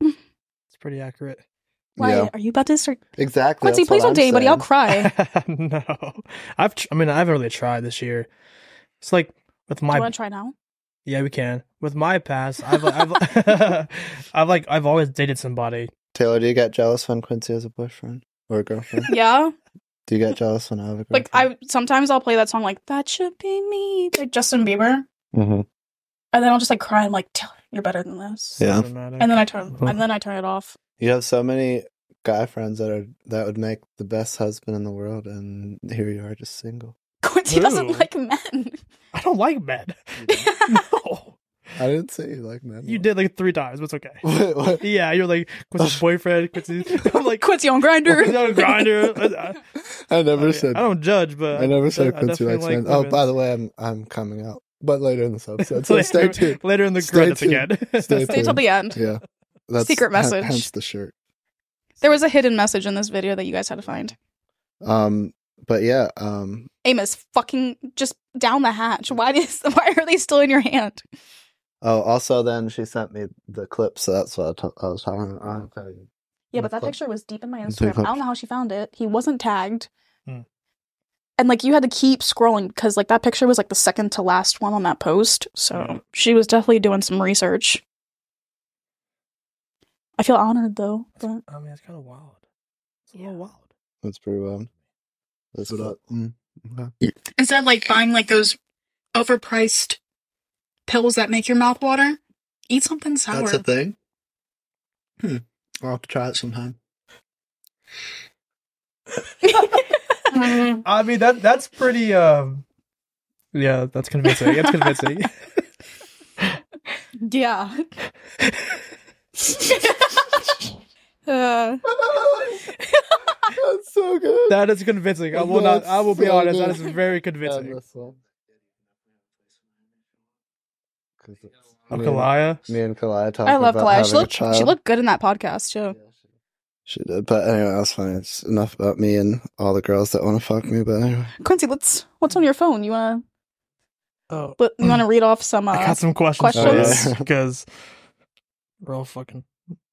Speaker 2: It's pretty accurate.
Speaker 3: Why
Speaker 1: Yeah.
Speaker 3: are you about to start?
Speaker 1: Exactly.
Speaker 3: Quincy,
Speaker 1: that's
Speaker 3: please
Speaker 1: what
Speaker 3: don't
Speaker 1: I'm
Speaker 3: date anybody. I'll
Speaker 1: saying.
Speaker 3: cry.
Speaker 2: no, I've. Tr- I mean, I haven't really tried this year. It's like with
Speaker 3: Do
Speaker 2: my
Speaker 3: you want to try now?
Speaker 2: Yeah, we can. With my past, I've I've, I've like I've always dated somebody.
Speaker 1: Taylor, do you get jealous when Quincy has a boyfriend or a girlfriend?
Speaker 3: Yeah.
Speaker 1: do you get jealous when I have a girlfriend?
Speaker 3: Like I sometimes I'll play that song like that should be me, like Justin Bieber,
Speaker 1: Mhm.
Speaker 3: and then I'll just like cry and like Taylor, you're better than this.
Speaker 1: Yeah.
Speaker 2: Dramatic.
Speaker 3: And then I turn and then I turn it off.
Speaker 1: You have so many guy friends that are that would make the best husband in the world, and here you are, just single.
Speaker 3: Quincy doesn't
Speaker 2: Ooh.
Speaker 3: like men.
Speaker 2: I don't like men. No,
Speaker 1: I didn't say you like men.
Speaker 2: you did like three times. But it's okay.
Speaker 1: Wait, what?
Speaker 2: Yeah, you're like Quincy's boyfriend. Quincy. I'm like
Speaker 3: Quincy on grinder.
Speaker 2: grinder. I,
Speaker 1: I never
Speaker 2: mean,
Speaker 1: said.
Speaker 2: I don't judge, but
Speaker 1: I never said
Speaker 2: I
Speaker 1: Quincy
Speaker 2: definitely
Speaker 1: likes
Speaker 2: like
Speaker 1: men. Oh,
Speaker 2: women.
Speaker 1: by the way, I'm I'm coming out, but later in this episode. So stay
Speaker 2: Later-
Speaker 1: tuned.
Speaker 2: Later in the
Speaker 1: Stay
Speaker 2: credits
Speaker 1: tuned.
Speaker 2: again.
Speaker 1: Stay
Speaker 3: Stay till the end.
Speaker 1: Yeah, that's
Speaker 3: Secret
Speaker 1: hen-
Speaker 3: message.
Speaker 1: Hence the shirt.
Speaker 3: There was a hidden message in this video that you guys had to find.
Speaker 1: Um, but yeah, um,
Speaker 3: Amos, fucking just down the hatch. Why is why are they still in your hand?
Speaker 1: Oh, also, then she sent me the clip, so that's what I, t- I was talking about. I'll tell you.
Speaker 3: Yeah, but that
Speaker 1: Fuck.
Speaker 3: picture was deep in my
Speaker 1: It's like
Speaker 3: Instagram. I don't know how she found it. He wasn't tagged.
Speaker 2: Hmm.
Speaker 3: And like you had to keep scrolling because like that picture was like the second to last one on that post. So
Speaker 2: Yeah.
Speaker 3: she was definitely doing some research. I feel honored though. But
Speaker 2: I mean, Oh, it's kind of wild. It's a little wild.
Speaker 1: That's pretty wild. That's what I. Mm, okay.
Speaker 3: instead like buying like those overpriced pills that make your mouth water, eat something
Speaker 1: That's a thing. Hmm. I'll have to try it sometime.
Speaker 3: Mm,
Speaker 2: I mean that that's pretty. um Yeah, that's convincing. It's convincing.
Speaker 3: yeah. uh,
Speaker 1: That's so good.
Speaker 2: That is convincing. I will not.
Speaker 1: That's
Speaker 2: I will be
Speaker 1: so
Speaker 2: honest. That
Speaker 1: good.
Speaker 2: is very
Speaker 1: And
Speaker 2: convincing.
Speaker 1: this one. 'Cause it's
Speaker 2: Oh,
Speaker 1: me and-
Speaker 2: Kalaya.
Speaker 1: Me and Kalia talking
Speaker 3: I love
Speaker 1: about
Speaker 3: Kalaya.
Speaker 1: having
Speaker 3: She
Speaker 1: a
Speaker 3: looked
Speaker 1: child.
Speaker 3: she looked good in that podcast too.
Speaker 1: She did. But anyway, that's fine. It's enough about me and all the girls that want to fuck me. But anyway,
Speaker 3: Quincy, let's. What's on your phone? You wanna
Speaker 2: Oh,
Speaker 3: let- you wanna read off some?
Speaker 2: I
Speaker 3: Uh,
Speaker 2: got some questions for
Speaker 1: questions?
Speaker 2: this because we're all fucking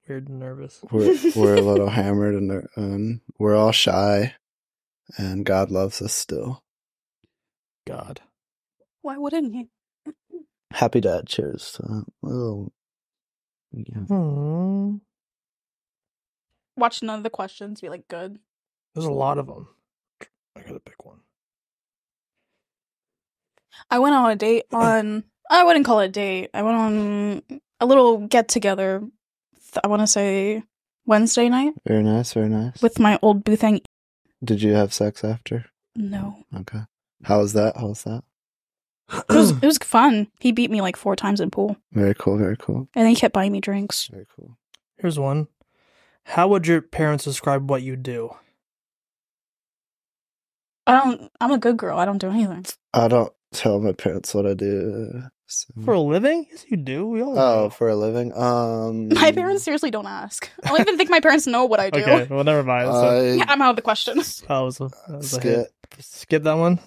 Speaker 2: weird and nervous.
Speaker 1: we're, we're a little hammered and, ner- and we're all shy. And God loves us still.
Speaker 2: God,
Speaker 3: why wouldn't he?
Speaker 1: Happy dad. Cheers. Uh, well, yeah.
Speaker 2: Hmm.
Speaker 3: Watch none of the questions. Be like, good.
Speaker 2: there's a lot of them. I gotta pick one.
Speaker 3: I went on a date on. I wouldn't call it a date. I went on a little get together. Th- I want to say Wednesday night
Speaker 1: Very nice. Very nice.
Speaker 3: with my old boo thing.
Speaker 1: Did you have sex after?
Speaker 3: No,
Speaker 1: Okay. How was that? How was that?
Speaker 3: it was it was fun. He beat me like four times in pool,
Speaker 1: Very cool. Very cool.
Speaker 3: and then he kept buying me drinks.
Speaker 1: Very cool.
Speaker 2: Here's one. How would your parents describe what you do?
Speaker 3: I don't. I'm a good girl. I don't do anything.
Speaker 1: I don't tell my parents what I do. so-
Speaker 2: For a living? Yes, you do. We all
Speaker 1: oh,
Speaker 2: do.
Speaker 1: for a living. Um,
Speaker 3: My parents seriously don't ask. I don't even think my parents know what I do.
Speaker 2: Mm. Okay, well, never mind. So,
Speaker 1: I
Speaker 3: Yeah, I'm out of the question.
Speaker 2: that was a, that was a hit.
Speaker 1: skip.
Speaker 2: Skip that one.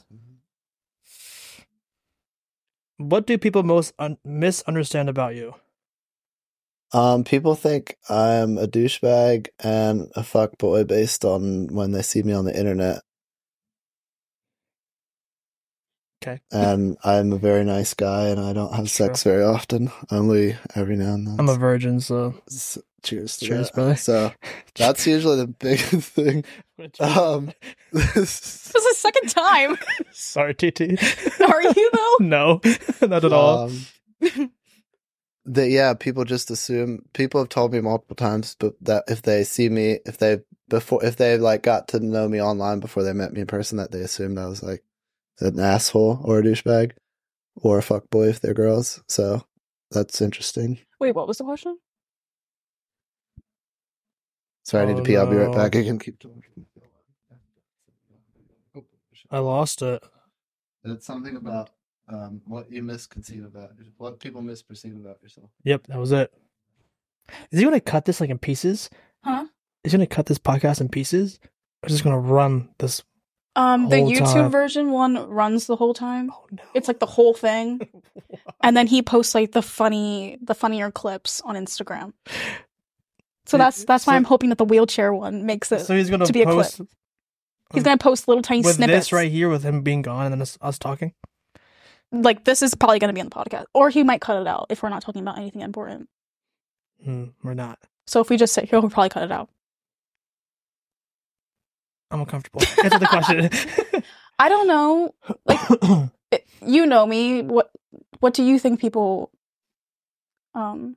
Speaker 2: What do people most un- misunderstand about you?
Speaker 1: Um, people think I'm a douchebag and a fuckboy based on when they see me on the internet.
Speaker 2: Okay.
Speaker 1: And I'm a very nice guy, and I don't have sex very often. Only every now and then.
Speaker 2: I'm a virgin, so
Speaker 1: S- cheers. To
Speaker 2: cheers,
Speaker 1: that.
Speaker 2: brother.
Speaker 1: So that's usually the biggest thing. Um,
Speaker 3: This is the second time.
Speaker 2: Sorry, TT.
Speaker 3: Are you though?
Speaker 2: No, not at all.
Speaker 1: Um, that yeah, people just assume people have told me multiple times, but that if they see me, if they before, if they like got to know me online before they met me in person, that they assumed I was like an asshole or a douchebag or a fuckboy if they're girls. So that's interesting.
Speaker 3: Wait, what was the question?
Speaker 1: Sorry, I need to
Speaker 2: Oh,
Speaker 1: pee. I'll be right
Speaker 2: no.
Speaker 1: back. I can keep talking.
Speaker 2: I lost it.
Speaker 1: It's something about um, what you misconceive about what people misperceive about yourself.
Speaker 2: Yep, that was it. Is he gonna cut this like in pieces?
Speaker 3: Huh?
Speaker 2: Is he gonna cut this podcast in pieces? Or is he just gonna run this?
Speaker 3: Um, the
Speaker 2: Whole
Speaker 3: YouTube
Speaker 2: time.
Speaker 3: version one runs the whole time.
Speaker 2: Oh no!
Speaker 3: It's like the whole thing,
Speaker 2: What?
Speaker 3: and then he posts like the funny, the funnier clips on Instagram. So that's that's why
Speaker 2: So-
Speaker 3: I'm hoping that the wheelchair one makes it.
Speaker 2: so he's gonna
Speaker 3: to be a clip.
Speaker 2: post
Speaker 3: He's gonna post little tiny
Speaker 2: with
Speaker 3: snippets.
Speaker 2: this right here with him being gone and then us, us talking.
Speaker 3: Like this is probably gonna be on the podcast, or he might cut it out if we're not talking about anything important.
Speaker 2: Hmm, we're not.
Speaker 3: So if we just sit here, he'll probably cut it out.
Speaker 2: I'm uncomfortable. Answer the question.
Speaker 3: I don't know. It- you know me. What what do you think people um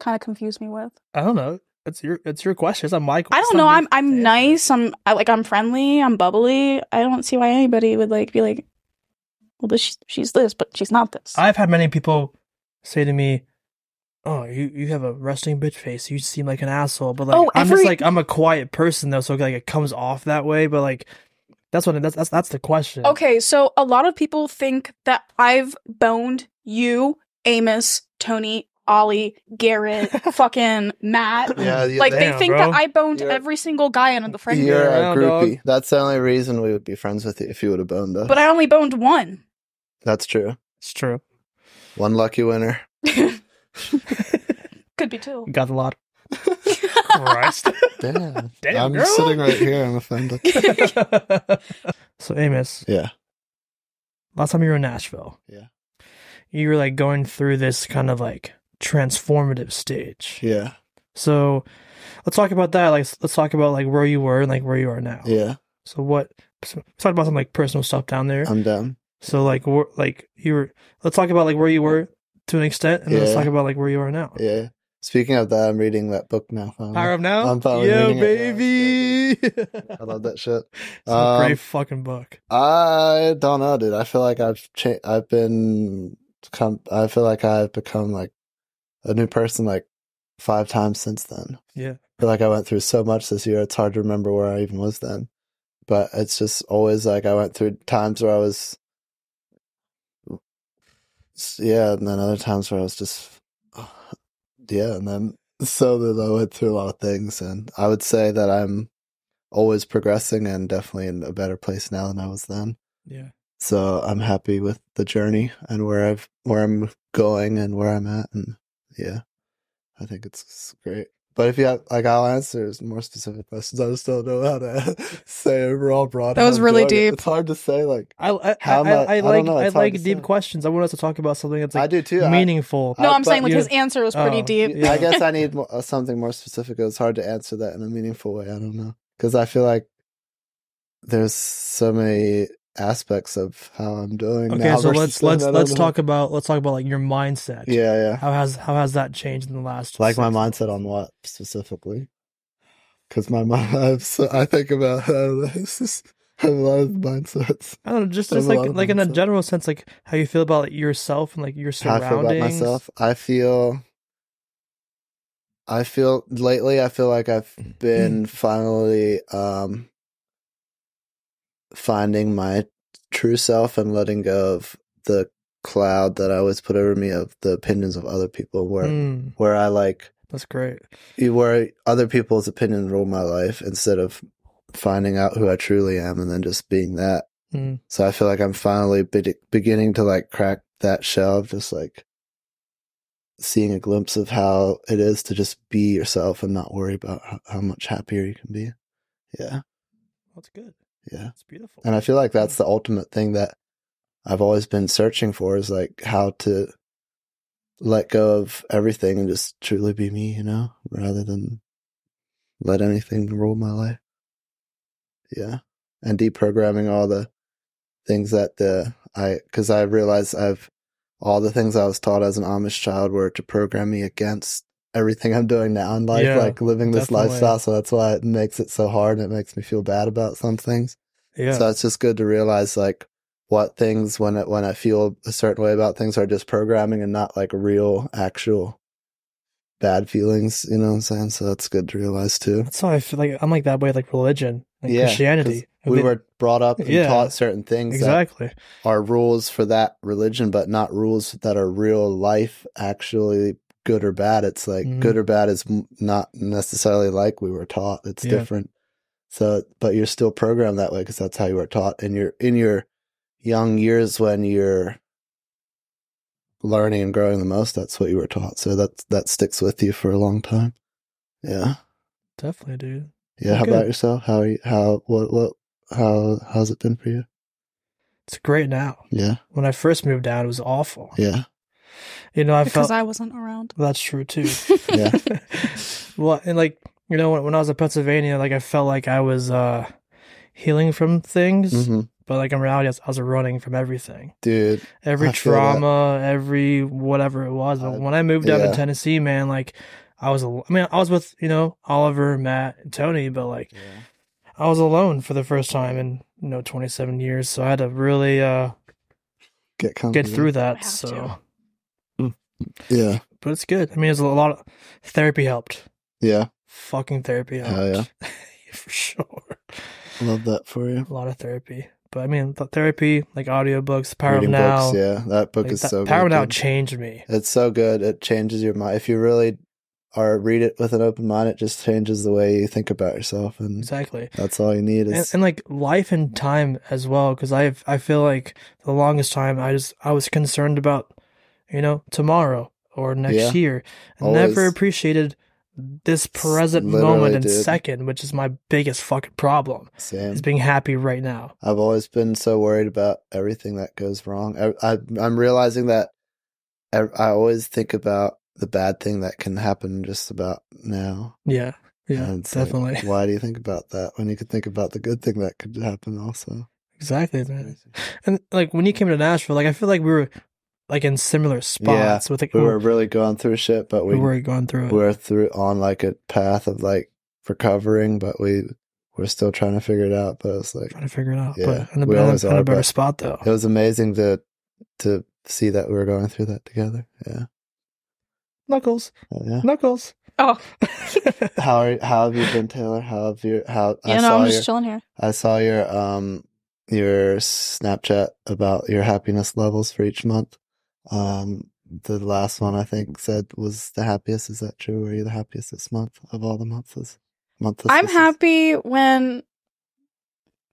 Speaker 3: kind of confuse me with?
Speaker 2: I don't know. It's your it's your question. It's not my question.
Speaker 3: I don't know. I'm I'm nice. I'm I, like I'm friendly. I'm bubbly. I don't see why anybody would like be like, well, this she's this, but she's not this.
Speaker 2: I've had many people say to me, "Oh, you you have a resting bitch face. You seem like an asshole." But like,
Speaker 3: Oh,
Speaker 2: I'm just
Speaker 3: every-
Speaker 2: like I'm a quiet person though, so like it comes off that way. But like, that's what that's that's, that's the question.
Speaker 3: okay, so a lot of people think that I've boned you, Amos, Tony, Ollie, Garrett, fucking Matt.
Speaker 1: Yeah, you-
Speaker 3: Like
Speaker 2: Damn,
Speaker 3: they think
Speaker 2: bro.
Speaker 3: that I boned
Speaker 1: You're-
Speaker 3: every single guy in the friend
Speaker 1: You're
Speaker 3: group,
Speaker 1: a
Speaker 2: around,
Speaker 1: groupie.
Speaker 2: dog.
Speaker 1: That's the only reason we would be friends with you if you would have boned us.
Speaker 3: but I only boned one.
Speaker 1: That's true.
Speaker 2: it's true.
Speaker 1: One lucky winner.
Speaker 3: Could be two.
Speaker 2: Got a lot. Christ,
Speaker 1: Damn.
Speaker 2: damn
Speaker 1: I'm
Speaker 2: girl.
Speaker 1: sitting right here. I'm offended.
Speaker 2: so Amos,
Speaker 1: Yeah.
Speaker 2: last time you were in Nashville,
Speaker 1: Yeah.
Speaker 2: you were like going through this kind of like transformative stage.
Speaker 1: Yeah.
Speaker 2: So let's talk about that. Like, let's talk about like where you were and like where you are now.
Speaker 1: Yeah.
Speaker 2: So what? So, let's talk about some like personal stuff down there.
Speaker 1: I'm down.
Speaker 2: so like, wh- like you were. Let's talk about like where you were to an extent, and then let's
Speaker 1: Yeah.
Speaker 2: talk about like where you are now.
Speaker 1: Yeah. Speaking of that, I'm reading that book now. finally.
Speaker 2: Power up now,
Speaker 1: I'm finally
Speaker 2: yeah,
Speaker 1: reading it, yeah, it's
Speaker 2: baby.
Speaker 1: I love that shit.
Speaker 2: It's a
Speaker 1: Um,
Speaker 2: great fucking book.
Speaker 1: I don't know, dude. I feel like I've cha- I've been come. I feel like I've become like a new person like five times since then.
Speaker 2: Yeah.
Speaker 1: I feel like I went through so much this year. It's hard to remember where I even was then. But it's just always like I went through times where I was, yeah, and then other times where I was just, yeah, and then so that I went through a lot of things, and I would say that I'm always progressing and definitely in a better place now than I was then.
Speaker 2: Yeah.
Speaker 1: So I'm happy with the journey and where I've where I'm going and where I'm at, and yeah, I think it's, it's great. But if you have like, I'll answer more specific questions. I just don't know how to say overall broad.
Speaker 3: That
Speaker 1: how
Speaker 3: was
Speaker 1: I'm
Speaker 3: really
Speaker 1: doing it.
Speaker 3: deep.
Speaker 1: It's hard to say. Like
Speaker 2: I I, I,
Speaker 1: How am I-
Speaker 2: I,
Speaker 1: I don't
Speaker 2: like
Speaker 1: know,
Speaker 2: I
Speaker 1: it's hard
Speaker 2: like
Speaker 1: to
Speaker 2: deep
Speaker 1: say.
Speaker 2: questions. I want us to talk about something that's
Speaker 1: I
Speaker 2: like
Speaker 1: do too. I-
Speaker 2: meaningful.
Speaker 3: No,
Speaker 1: I-
Speaker 3: I'm saying
Speaker 1: but
Speaker 3: like
Speaker 2: you-
Speaker 3: his answer was pretty
Speaker 2: Oh,
Speaker 3: deep.
Speaker 2: yeah.
Speaker 1: I guess I need mo- uh, something more specific. It was hard to answer that in a meaningful way. I don't know because I feel like there's so many aspects of how I'm doing.
Speaker 2: okay,
Speaker 1: now
Speaker 2: so let's
Speaker 1: versus then,
Speaker 2: let's
Speaker 1: I don't
Speaker 2: let's
Speaker 1: know.
Speaker 2: talk about let's talk about like your mindset.
Speaker 1: Yeah, yeah.
Speaker 2: How has how has that changed in the last
Speaker 1: Like my
Speaker 2: six-
Speaker 1: mindset on what specifically? Because my mind, I've, so, I think about I don't know, it's just- I have a lot of mindsets.
Speaker 2: I don't know, just
Speaker 1: I have
Speaker 2: just
Speaker 1: a
Speaker 2: like
Speaker 1: lot of
Speaker 2: like in a
Speaker 1: mindset.
Speaker 2: general sense, like how you feel about like, yourself and like your
Speaker 1: How I
Speaker 2: surroundings.
Speaker 1: feel about myself. I feel. I feel lately. I feel like I've been finally um finding my true self and letting go of the cloud that I always put over me of the opinions of other people. Where
Speaker 2: Mm,
Speaker 1: where I like
Speaker 2: that's great.
Speaker 1: where other people's opinions rule my life instead of finding out who I truly am and then just being that.
Speaker 2: Mm.
Speaker 1: So I feel like I'm finally be- beginning to like crack that shell of just like seeing a glimpse of how it is to just be yourself and not worry about how, how much happier you can be. Yeah.
Speaker 2: That's good.
Speaker 1: Yeah.
Speaker 2: That's beautiful.
Speaker 1: And I feel like that's the ultimate thing that I've always been searching for is like how to let go of everything and just truly be me, you know, rather than let anything rule my life. Yeah. And deprogramming all the things that the I cuz I realized I've all the things I was taught as an Amish child were to program me against everything I'm doing now in life,
Speaker 2: Yeah,
Speaker 1: like living this
Speaker 2: definitely.
Speaker 1: lifestyle. So that's why it makes it so hard and it makes me feel bad about some things.
Speaker 2: yeah.
Speaker 1: So it's just good to realize like what things when it, when I feel a certain way about things are just programming and not like real actual bad feelings. You know what I'm saying? So that's good to realize too.
Speaker 2: that's how I feel like I'm like that way like religion and
Speaker 1: Yeah, 'cause
Speaker 2: Christianity.
Speaker 1: We were brought up and
Speaker 2: Yeah.
Speaker 1: taught certain things
Speaker 2: exactly.
Speaker 1: that are rules for that religion, but not rules that are real life actually good or bad. It's like
Speaker 2: Mhm.
Speaker 1: good or bad is m- not necessarily like we were taught. It's
Speaker 2: Yeah.
Speaker 1: different. So, but you're still programmed that way because that's how you were taught. And you're in your young years when you're learning and growing the most. That's what you were taught. So that's that sticks with you for a long time. Yeah,
Speaker 2: Definitely, dude.
Speaker 1: yeah. How
Speaker 2: Okay.
Speaker 1: about yourself? How are you? How what what how how's it been for you?
Speaker 2: It's great now.
Speaker 1: Yeah,
Speaker 2: When I first moved down, it was awful.
Speaker 1: yeah,
Speaker 2: You know, I
Speaker 3: because
Speaker 2: felt
Speaker 3: I wasn't around.
Speaker 2: that's true too.
Speaker 1: yeah.
Speaker 2: well, and like you know, when, when I was in Pennsylvania, like I felt like I was uh healing from things,
Speaker 1: hmm
Speaker 2: but like in reality, I was, I was running from everything,
Speaker 1: Dude,
Speaker 2: every
Speaker 1: I feel that.
Speaker 2: trauma, every whatever it was. But
Speaker 1: I-
Speaker 2: when I moved down
Speaker 1: yeah.
Speaker 2: to Tennessee, man, like I was, al- I mean, I was with you know Oliver, Matt, and Tony, but like I was alone for the first time in you know 27 years, so I had to really uh
Speaker 1: get
Speaker 2: get
Speaker 1: comfortable.
Speaker 2: through that.
Speaker 3: have
Speaker 2: So,
Speaker 3: to.
Speaker 1: Yeah,
Speaker 2: but it's good. I mean, it's a lot of therapy helped.
Speaker 1: yeah.
Speaker 2: Fucking therapy helped.
Speaker 1: Hell
Speaker 2: for sure.
Speaker 1: Love that for you.
Speaker 2: A lot of therapy. But I mean, th- therapy, like audiobooks, Power of
Speaker 1: Reading
Speaker 2: Now.
Speaker 1: books. Yeah, that book
Speaker 2: like
Speaker 1: is
Speaker 2: that-
Speaker 1: so.
Speaker 2: Power
Speaker 1: good,
Speaker 2: of Now
Speaker 1: dude. Mm-hmm.
Speaker 2: changed me.
Speaker 1: It's so good. It changes your mind. If you really are read it with an open mind, it just changes the way you think about yourself, and
Speaker 2: Exactly.
Speaker 1: that's all you need.
Speaker 2: And,
Speaker 1: Is
Speaker 2: and like life and time as well, because I I feel like the longest time I just I was concerned about, you know, tomorrow or next
Speaker 1: Yeah.
Speaker 2: year. I never
Speaker 1: Always.
Speaker 2: appreciated this present
Speaker 1: literally,
Speaker 2: moment and
Speaker 1: dude.
Speaker 2: second, which is my biggest fucking problem.
Speaker 1: same.
Speaker 2: Is being happy right now.
Speaker 1: I've always been so worried about everything that goes wrong. I, I I'm realizing that I, I always think about the bad thing that can happen just about now.
Speaker 2: Yeah. Yeah.
Speaker 1: And it's like,
Speaker 2: definitely.
Speaker 1: why do you think about that when you could think about the good thing that could happen also?
Speaker 2: exactly. man. And like when you came to Nashville, like I feel like we were like in similar spots with like
Speaker 1: We were really going through shit, but
Speaker 2: we
Speaker 1: we
Speaker 2: were going through it.
Speaker 1: we're through on like a path of like recovering, but we we're still trying to figure it out. But it's like
Speaker 2: trying to figure it out.
Speaker 1: Yeah,
Speaker 2: but in a,
Speaker 1: we
Speaker 2: in a-
Speaker 1: always
Speaker 2: in a
Speaker 1: are,
Speaker 2: better
Speaker 1: but-
Speaker 2: spot though.
Speaker 1: it was amazing to to see that we were going through that together. Yeah,
Speaker 2: Knuckles,
Speaker 1: Oh, yeah.
Speaker 2: knuckles.
Speaker 3: Oh,
Speaker 1: How are, how have you been, Taylor? How have you how
Speaker 3: yeah,
Speaker 1: I
Speaker 3: no,
Speaker 1: saw
Speaker 3: I'm
Speaker 1: your
Speaker 3: just chilling here.
Speaker 1: I saw your um your Snapchat about your happiness levels for each month. Um, the last one I think said was the happiest. Is that true? Were you the happiest this month of all the months? This month. this-
Speaker 3: I'm
Speaker 1: this is-
Speaker 3: happy when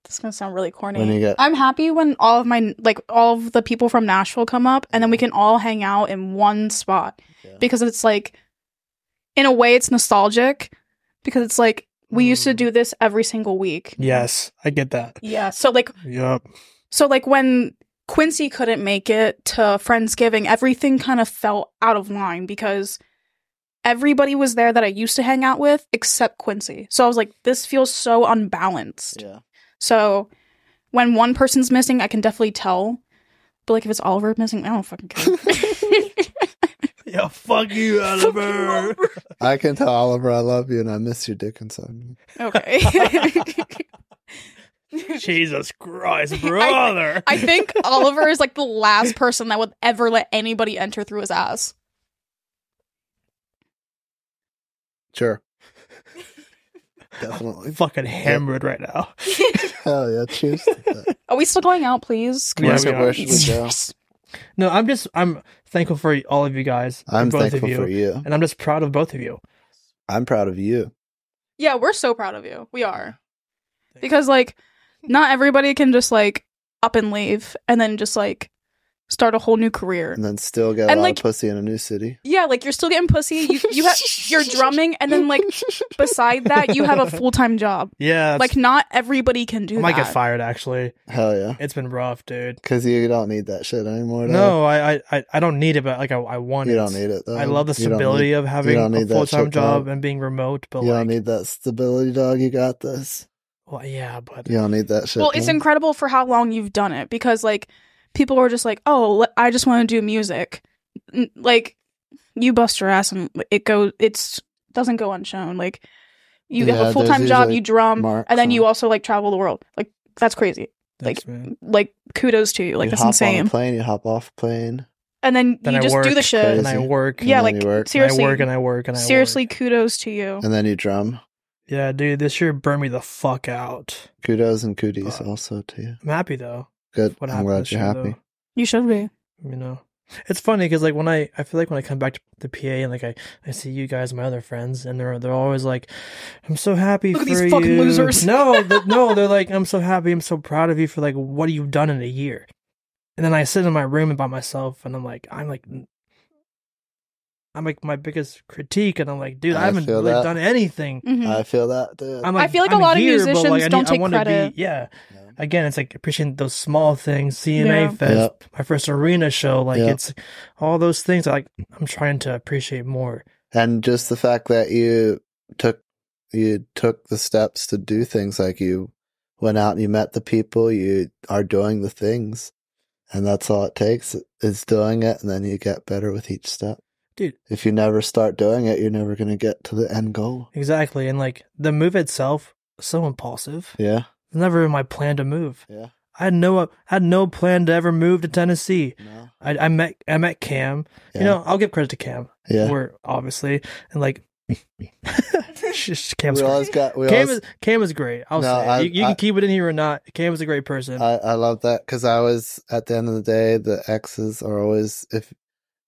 Speaker 3: this is gonna sound really corny.
Speaker 1: When you get-
Speaker 3: I'm happy when all of my like all of the people from Nashville come up and then we can all hang out in one spot
Speaker 1: Yeah.
Speaker 3: because it's like in a way it's nostalgic because it's like we used to
Speaker 1: Mm.
Speaker 3: do this every single week.
Speaker 2: Yes, I get that.
Speaker 3: Yeah. So like
Speaker 2: Yep.
Speaker 3: so like when Quincy couldn't make it to Friendsgiving, everything kind of fell out of line because everybody was there that I used to hang out with except Quincy. So I was like, this feels so unbalanced.
Speaker 1: Yeah.
Speaker 3: So when one person's missing, I can definitely tell. But like if it's Oliver missing, I don't fucking care.
Speaker 2: Yeah, fuck you,
Speaker 3: Fuck you, Oliver.
Speaker 1: I can tell Oliver I love you and I miss you, Dickinson.
Speaker 3: okay.
Speaker 2: Jesus Christ,
Speaker 3: I-
Speaker 2: brother.
Speaker 3: I think Oliver is like the last person that would ever let anybody enter through his ass.
Speaker 1: Sure. Definitely.
Speaker 2: fucking hammered right now.
Speaker 1: Hell yeah. Cheers. to that.
Speaker 3: Are we still going out, please?
Speaker 2: Yeah,
Speaker 1: Marissa,
Speaker 2: we are.
Speaker 1: where should we go?
Speaker 2: No, I'm just I'm thankful for all of you guys. for
Speaker 1: I'm
Speaker 2: both
Speaker 1: thankful
Speaker 2: of you,
Speaker 1: for you.
Speaker 2: and I'm just proud of both of you.
Speaker 1: I'm proud of you.
Speaker 3: Yeah, we're so proud of you. We are. Because like not everybody can just like up and leave and then just like start a whole new career.
Speaker 1: And then still get a
Speaker 3: And,
Speaker 1: lot
Speaker 3: like-
Speaker 1: of pussy in a new city.
Speaker 3: Yeah, like you're still getting pussy. You you have you're drumming and then like beside that you have a full-time job.
Speaker 2: Yeah,
Speaker 3: Like
Speaker 2: like
Speaker 3: not everybody can do
Speaker 2: I might
Speaker 3: that.
Speaker 2: get fired. Actually,
Speaker 1: Hell yeah.
Speaker 2: it's been rough, dude.
Speaker 1: Because you don't need that shit anymore. though.
Speaker 2: No, I, I- I I don't need it, but like I, I want
Speaker 1: uh, You
Speaker 2: it.
Speaker 1: don't need it though.
Speaker 2: I love the
Speaker 1: You don't
Speaker 2: stability
Speaker 1: need-
Speaker 2: of having
Speaker 1: don't
Speaker 2: a
Speaker 1: need that
Speaker 2: full time
Speaker 1: shit,
Speaker 2: job
Speaker 1: dog.
Speaker 2: and being remote, but
Speaker 1: You
Speaker 2: like,
Speaker 1: don't need that stability, dog. You got this.
Speaker 2: well, yeah, but
Speaker 1: You don't need that shit.
Speaker 3: Well, it's
Speaker 1: man.
Speaker 3: incredible for how long you've done it because like people are just like, "Oh, le- I just want to do music." N- Like you bust your ass and it go it's doesn't go unshown. Like you
Speaker 1: Yeah,
Speaker 3: have a
Speaker 1: there's
Speaker 3: full-time job,
Speaker 1: usually
Speaker 3: you drum,
Speaker 1: marks
Speaker 3: and then you
Speaker 1: on-
Speaker 3: also like travel the world. Like that's crazy.
Speaker 2: thanks, man.
Speaker 3: Like kudos to you. Like
Speaker 1: you
Speaker 3: that's
Speaker 1: hop on
Speaker 3: insane.
Speaker 1: a plane. You hop off a plane.
Speaker 3: And then,
Speaker 2: Then
Speaker 3: you
Speaker 2: I
Speaker 3: just
Speaker 2: work,
Speaker 3: do the shit.
Speaker 2: and I
Speaker 1: Crazy.
Speaker 2: work,
Speaker 3: yeah,
Speaker 1: and then
Speaker 3: like
Speaker 1: you work,
Speaker 2: and I
Speaker 3: seriously.
Speaker 2: work, and I work, and I
Speaker 3: seriously,
Speaker 2: work.
Speaker 3: kudos to you.
Speaker 1: And then you drum.
Speaker 2: yeah, dude, this year burned me the fuck out.
Speaker 1: Kudos and cooties
Speaker 2: Fuck.
Speaker 1: also to you.
Speaker 2: I'm happy though.
Speaker 1: Good.
Speaker 2: What happened?
Speaker 1: I'm glad
Speaker 2: this
Speaker 1: you're
Speaker 2: year,
Speaker 1: happy.
Speaker 3: You should be.
Speaker 2: though, you know, it's funny because like when I, I feel like when I come back to the PA and like I, I see you guys, my other friends, and they're they're always like, I'm so happy
Speaker 3: Look at
Speaker 2: for
Speaker 3: these
Speaker 2: you.
Speaker 3: fucking losers.
Speaker 2: No, th- no, they're like, I'm so happy, I'm so proud of you for like what you've done in a year. And then I sit in my room and by myself, and I'm like, I'm like, I'm like my biggest critique, and I'm like, dude, I,
Speaker 1: I
Speaker 2: haven't
Speaker 1: feel
Speaker 2: really
Speaker 1: that.
Speaker 2: done anything.
Speaker 3: Mhm.
Speaker 1: I feel that, dude.
Speaker 2: Hmm. I'm like,
Speaker 3: feel like a
Speaker 2: I'm
Speaker 3: lot of
Speaker 2: here, but,
Speaker 3: musicians
Speaker 2: like, I need-
Speaker 3: don't
Speaker 2: I
Speaker 3: take
Speaker 2: wanna be-
Speaker 3: credit.
Speaker 2: yeah,
Speaker 1: Yeah.
Speaker 2: again, it's like appreciating those small things. CMA
Speaker 3: Yeah.
Speaker 2: Fest, my first arena show, like
Speaker 1: Yeah.
Speaker 2: it's all those things. Like I'm trying to appreciate more.
Speaker 1: and just the fact that you took you took the steps to do things like you went out and you met the people you are doing the things and that's all it takes is doing it and then you get better with each step
Speaker 2: Dude.
Speaker 1: if you never start doing it you're never going to get to the end goal
Speaker 2: Exactly, and like the move itself, so impulsive.
Speaker 1: yeah
Speaker 2: It's never in my plan to move.
Speaker 1: yeah
Speaker 2: I had no, I had no plan to ever move to Tennessee.
Speaker 1: no.
Speaker 2: I, I met, I met Cam.
Speaker 1: Yeah.
Speaker 2: You know, I'll give credit to Cam.
Speaker 1: yeah
Speaker 2: We're obviously and like, Shh, Cam's
Speaker 1: we
Speaker 2: great.
Speaker 1: always got we
Speaker 2: Cam
Speaker 1: always,
Speaker 2: is Cam is great. I'll
Speaker 1: No,
Speaker 2: say it.
Speaker 1: I-
Speaker 2: you, you
Speaker 1: I-
Speaker 2: can keep it in here or not. Cam is a great person.
Speaker 1: I, I love that because I was at the end of the day, the exes are always if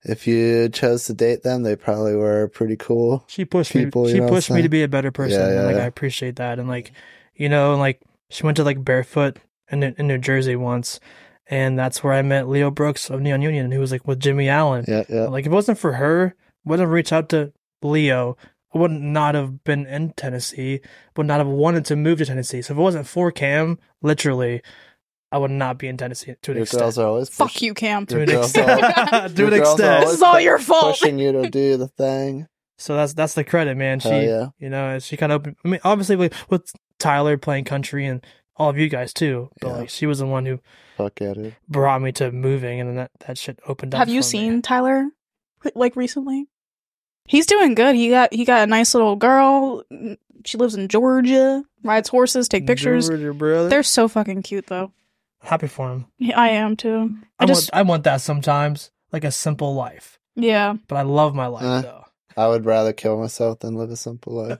Speaker 1: if you chose to date them, they probably were pretty cool.
Speaker 2: she pushed
Speaker 1: people,
Speaker 2: me.
Speaker 1: you
Speaker 2: She
Speaker 1: know what I'm
Speaker 2: pushed me
Speaker 1: saying?
Speaker 2: to be a better person.
Speaker 1: Yeah,
Speaker 2: and,
Speaker 1: yeah,
Speaker 2: like
Speaker 1: yeah.
Speaker 2: I appreciate that. And like, you know, and, like she went to like barefoot in in New Jersey once, and that's where I met Leo Brooks of Neon Union, who was like with Jimmy Allen.
Speaker 1: Yeah, yeah,
Speaker 2: Like if it wasn't for her, wouldn't have reached out to Leo. I would not have been in Tennessee. Would not have wanted to move to Tennessee. So if it wasn't for Cam, literally, I would not be in Tennessee to an
Speaker 1: your
Speaker 2: extent.
Speaker 1: girls are always
Speaker 3: Fuck
Speaker 1: push-
Speaker 3: you, Cam.
Speaker 2: to an
Speaker 1: Your girls are-
Speaker 2: extent. to an
Speaker 1: your girls are
Speaker 2: extent.
Speaker 1: always
Speaker 3: This is all
Speaker 1: pu-
Speaker 3: your fault.
Speaker 1: Pushing you to do the thing.
Speaker 2: So that's that's the credit, man. She,
Speaker 1: Hell yeah.
Speaker 2: you know, she kind of opened. I mean, obviously with, with Tyler playing country and all of you guys too, but
Speaker 1: Yeah.
Speaker 2: like she was the one who
Speaker 1: Fuck yeah, dude.
Speaker 2: brought me to moving, and then that that shit opened up.
Speaker 3: Have
Speaker 2: for me.
Speaker 3: you seen Tyler like recently? He's doing good. He got he got a nice little girl. She lives in Georgia, rides horses, take pictures.
Speaker 2: Georgia, brother?
Speaker 3: They're so fucking cute though.
Speaker 2: happy for him.
Speaker 3: Yeah, I am too. I
Speaker 2: I,
Speaker 3: just
Speaker 2: want I want that sometimes, like a simple life.
Speaker 3: yeah.
Speaker 2: But I love my life
Speaker 1: Huh?
Speaker 2: though.
Speaker 1: I would rather kill myself than live a simple life.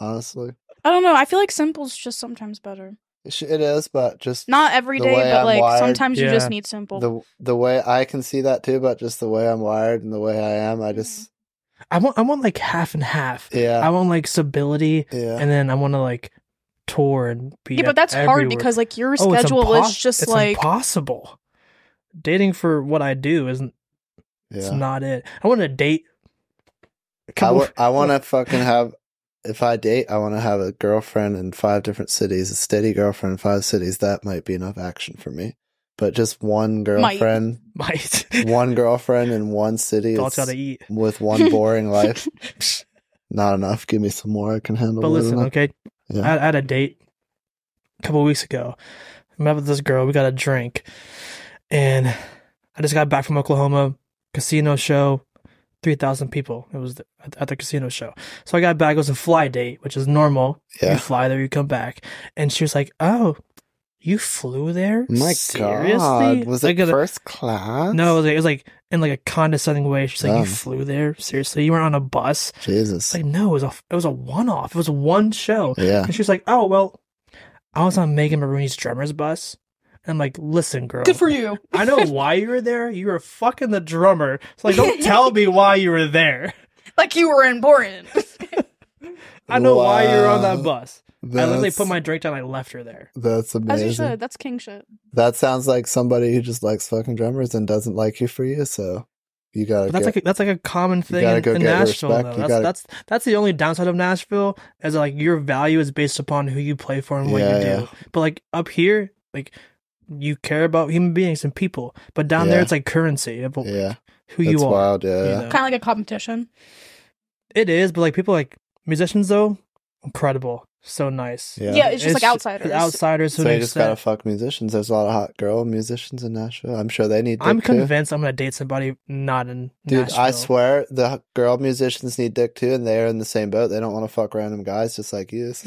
Speaker 1: honestly,
Speaker 3: I don't know. I feel like simple's just sometimes better.
Speaker 1: It sh- it is, but just
Speaker 3: Not every
Speaker 1: The
Speaker 3: day,
Speaker 1: way
Speaker 3: but
Speaker 1: I'm
Speaker 3: like
Speaker 1: wired-
Speaker 3: sometimes you
Speaker 2: Yeah.
Speaker 3: just need simple.
Speaker 1: the the way I can see that too, but just the way I'm wired and the way I am, I just
Speaker 2: I want I want like half and half.
Speaker 3: Mm-hmm.
Speaker 2: I
Speaker 1: yeah
Speaker 2: want like stability,
Speaker 1: yeah.
Speaker 2: and then I want to like tour and be.
Speaker 3: yeah, but
Speaker 2: up
Speaker 3: that's
Speaker 2: everywhere.
Speaker 3: hard because like your
Speaker 2: Oh, it's
Speaker 3: schedule is
Speaker 2: impos-
Speaker 3: just
Speaker 2: it's
Speaker 3: like
Speaker 2: impossible. Dating for what I do isn't. It's
Speaker 1: yeah.
Speaker 2: not it. I want to date. a
Speaker 1: I
Speaker 2: couple-
Speaker 1: want to fucking have. If I date, I want to have a girlfriend in five different cities, a steady girlfriend in five cities. That might be enough action for me. But just one girlfriend,
Speaker 2: might.
Speaker 1: one girlfriend in one city
Speaker 2: Thoughts how
Speaker 1: is-
Speaker 2: to eat.
Speaker 1: with one boring life, not enough. Give me some more. I can handle.
Speaker 2: But
Speaker 1: more
Speaker 2: listen,
Speaker 1: than
Speaker 2: okay.
Speaker 1: Yeah.
Speaker 2: I, I had a date a couple weeks ago. I met with this girl. We got a drink, and I just got back from Oklahoma casino show. Three thousand people. It was at- at the casino show. So I got back. It was a fly date, which is normal.
Speaker 1: that.
Speaker 2: You
Speaker 1: yeah.
Speaker 2: fly there, you come back, and she was like, "Oh, you flew there?
Speaker 1: My
Speaker 2: Seriously?
Speaker 1: God, was it
Speaker 2: Like, uh,
Speaker 1: first class?
Speaker 2: No, it was, like, it was like in like a condescending way. She's like,
Speaker 1: Um.
Speaker 2: "You flew there? Seriously? You weren't on a bus?" It's
Speaker 1: Jesus.
Speaker 2: like, "No, it was a it was a one off. It was one show."
Speaker 1: Yeah,
Speaker 2: And she was like, "Oh well, I was on Megan Maroney's drummer's bus." And I'm like, "Listen, girl,
Speaker 3: good for you.
Speaker 2: I know why you were there. You were fucking the drummer. So like, don't tell me why you were there.
Speaker 3: Like you were in Boren.
Speaker 2: I know why you were on
Speaker 1: Wow.
Speaker 2: that bus. I literally
Speaker 1: That's-
Speaker 2: put my drink down. I left her there.
Speaker 1: That's
Speaker 3: As you
Speaker 1: amazing.
Speaker 3: said, that's king shit.
Speaker 1: That sounds like somebody who just likes fucking drummers and doesn't like you for you. So you gotta.
Speaker 2: But that's
Speaker 1: get-
Speaker 2: like a, that's like a common thing
Speaker 1: gotta
Speaker 2: in,
Speaker 1: go
Speaker 2: in
Speaker 1: get your
Speaker 2: Nashville. Though.
Speaker 1: respect. You
Speaker 2: That's,
Speaker 1: gotta-
Speaker 2: that's that's the only downside of Nashville is like your value is based upon who you play for and what
Speaker 1: Yeah,
Speaker 2: you do.
Speaker 1: yeah.
Speaker 2: But like up here, like you care about human beings and people. But down there,
Speaker 1: Yeah.
Speaker 2: it's like currency of like,
Speaker 1: yeah,
Speaker 2: who
Speaker 1: that's
Speaker 2: you are.
Speaker 1: wild. Yeah,
Speaker 2: you
Speaker 1: yeah.
Speaker 2: know?
Speaker 3: Kind of like a competition.
Speaker 2: It is, but like people like musicians though, incredible, so nice.
Speaker 1: Yeah.
Speaker 3: Yeah, it's just like outsiders.
Speaker 2: Outsiders.
Speaker 1: So
Speaker 2: who
Speaker 1: you just gotta fuck musicians. There's a lot of hot girl musicians in Nashville. I'm sure they need. Dick
Speaker 2: I'm
Speaker 1: too.
Speaker 2: convinced I'm gonna date somebody not in
Speaker 1: Dude,
Speaker 2: Nashville.
Speaker 1: I swear the girl musicians need dick too, and they're in the same boat. They don't want to fuck random guys just like you.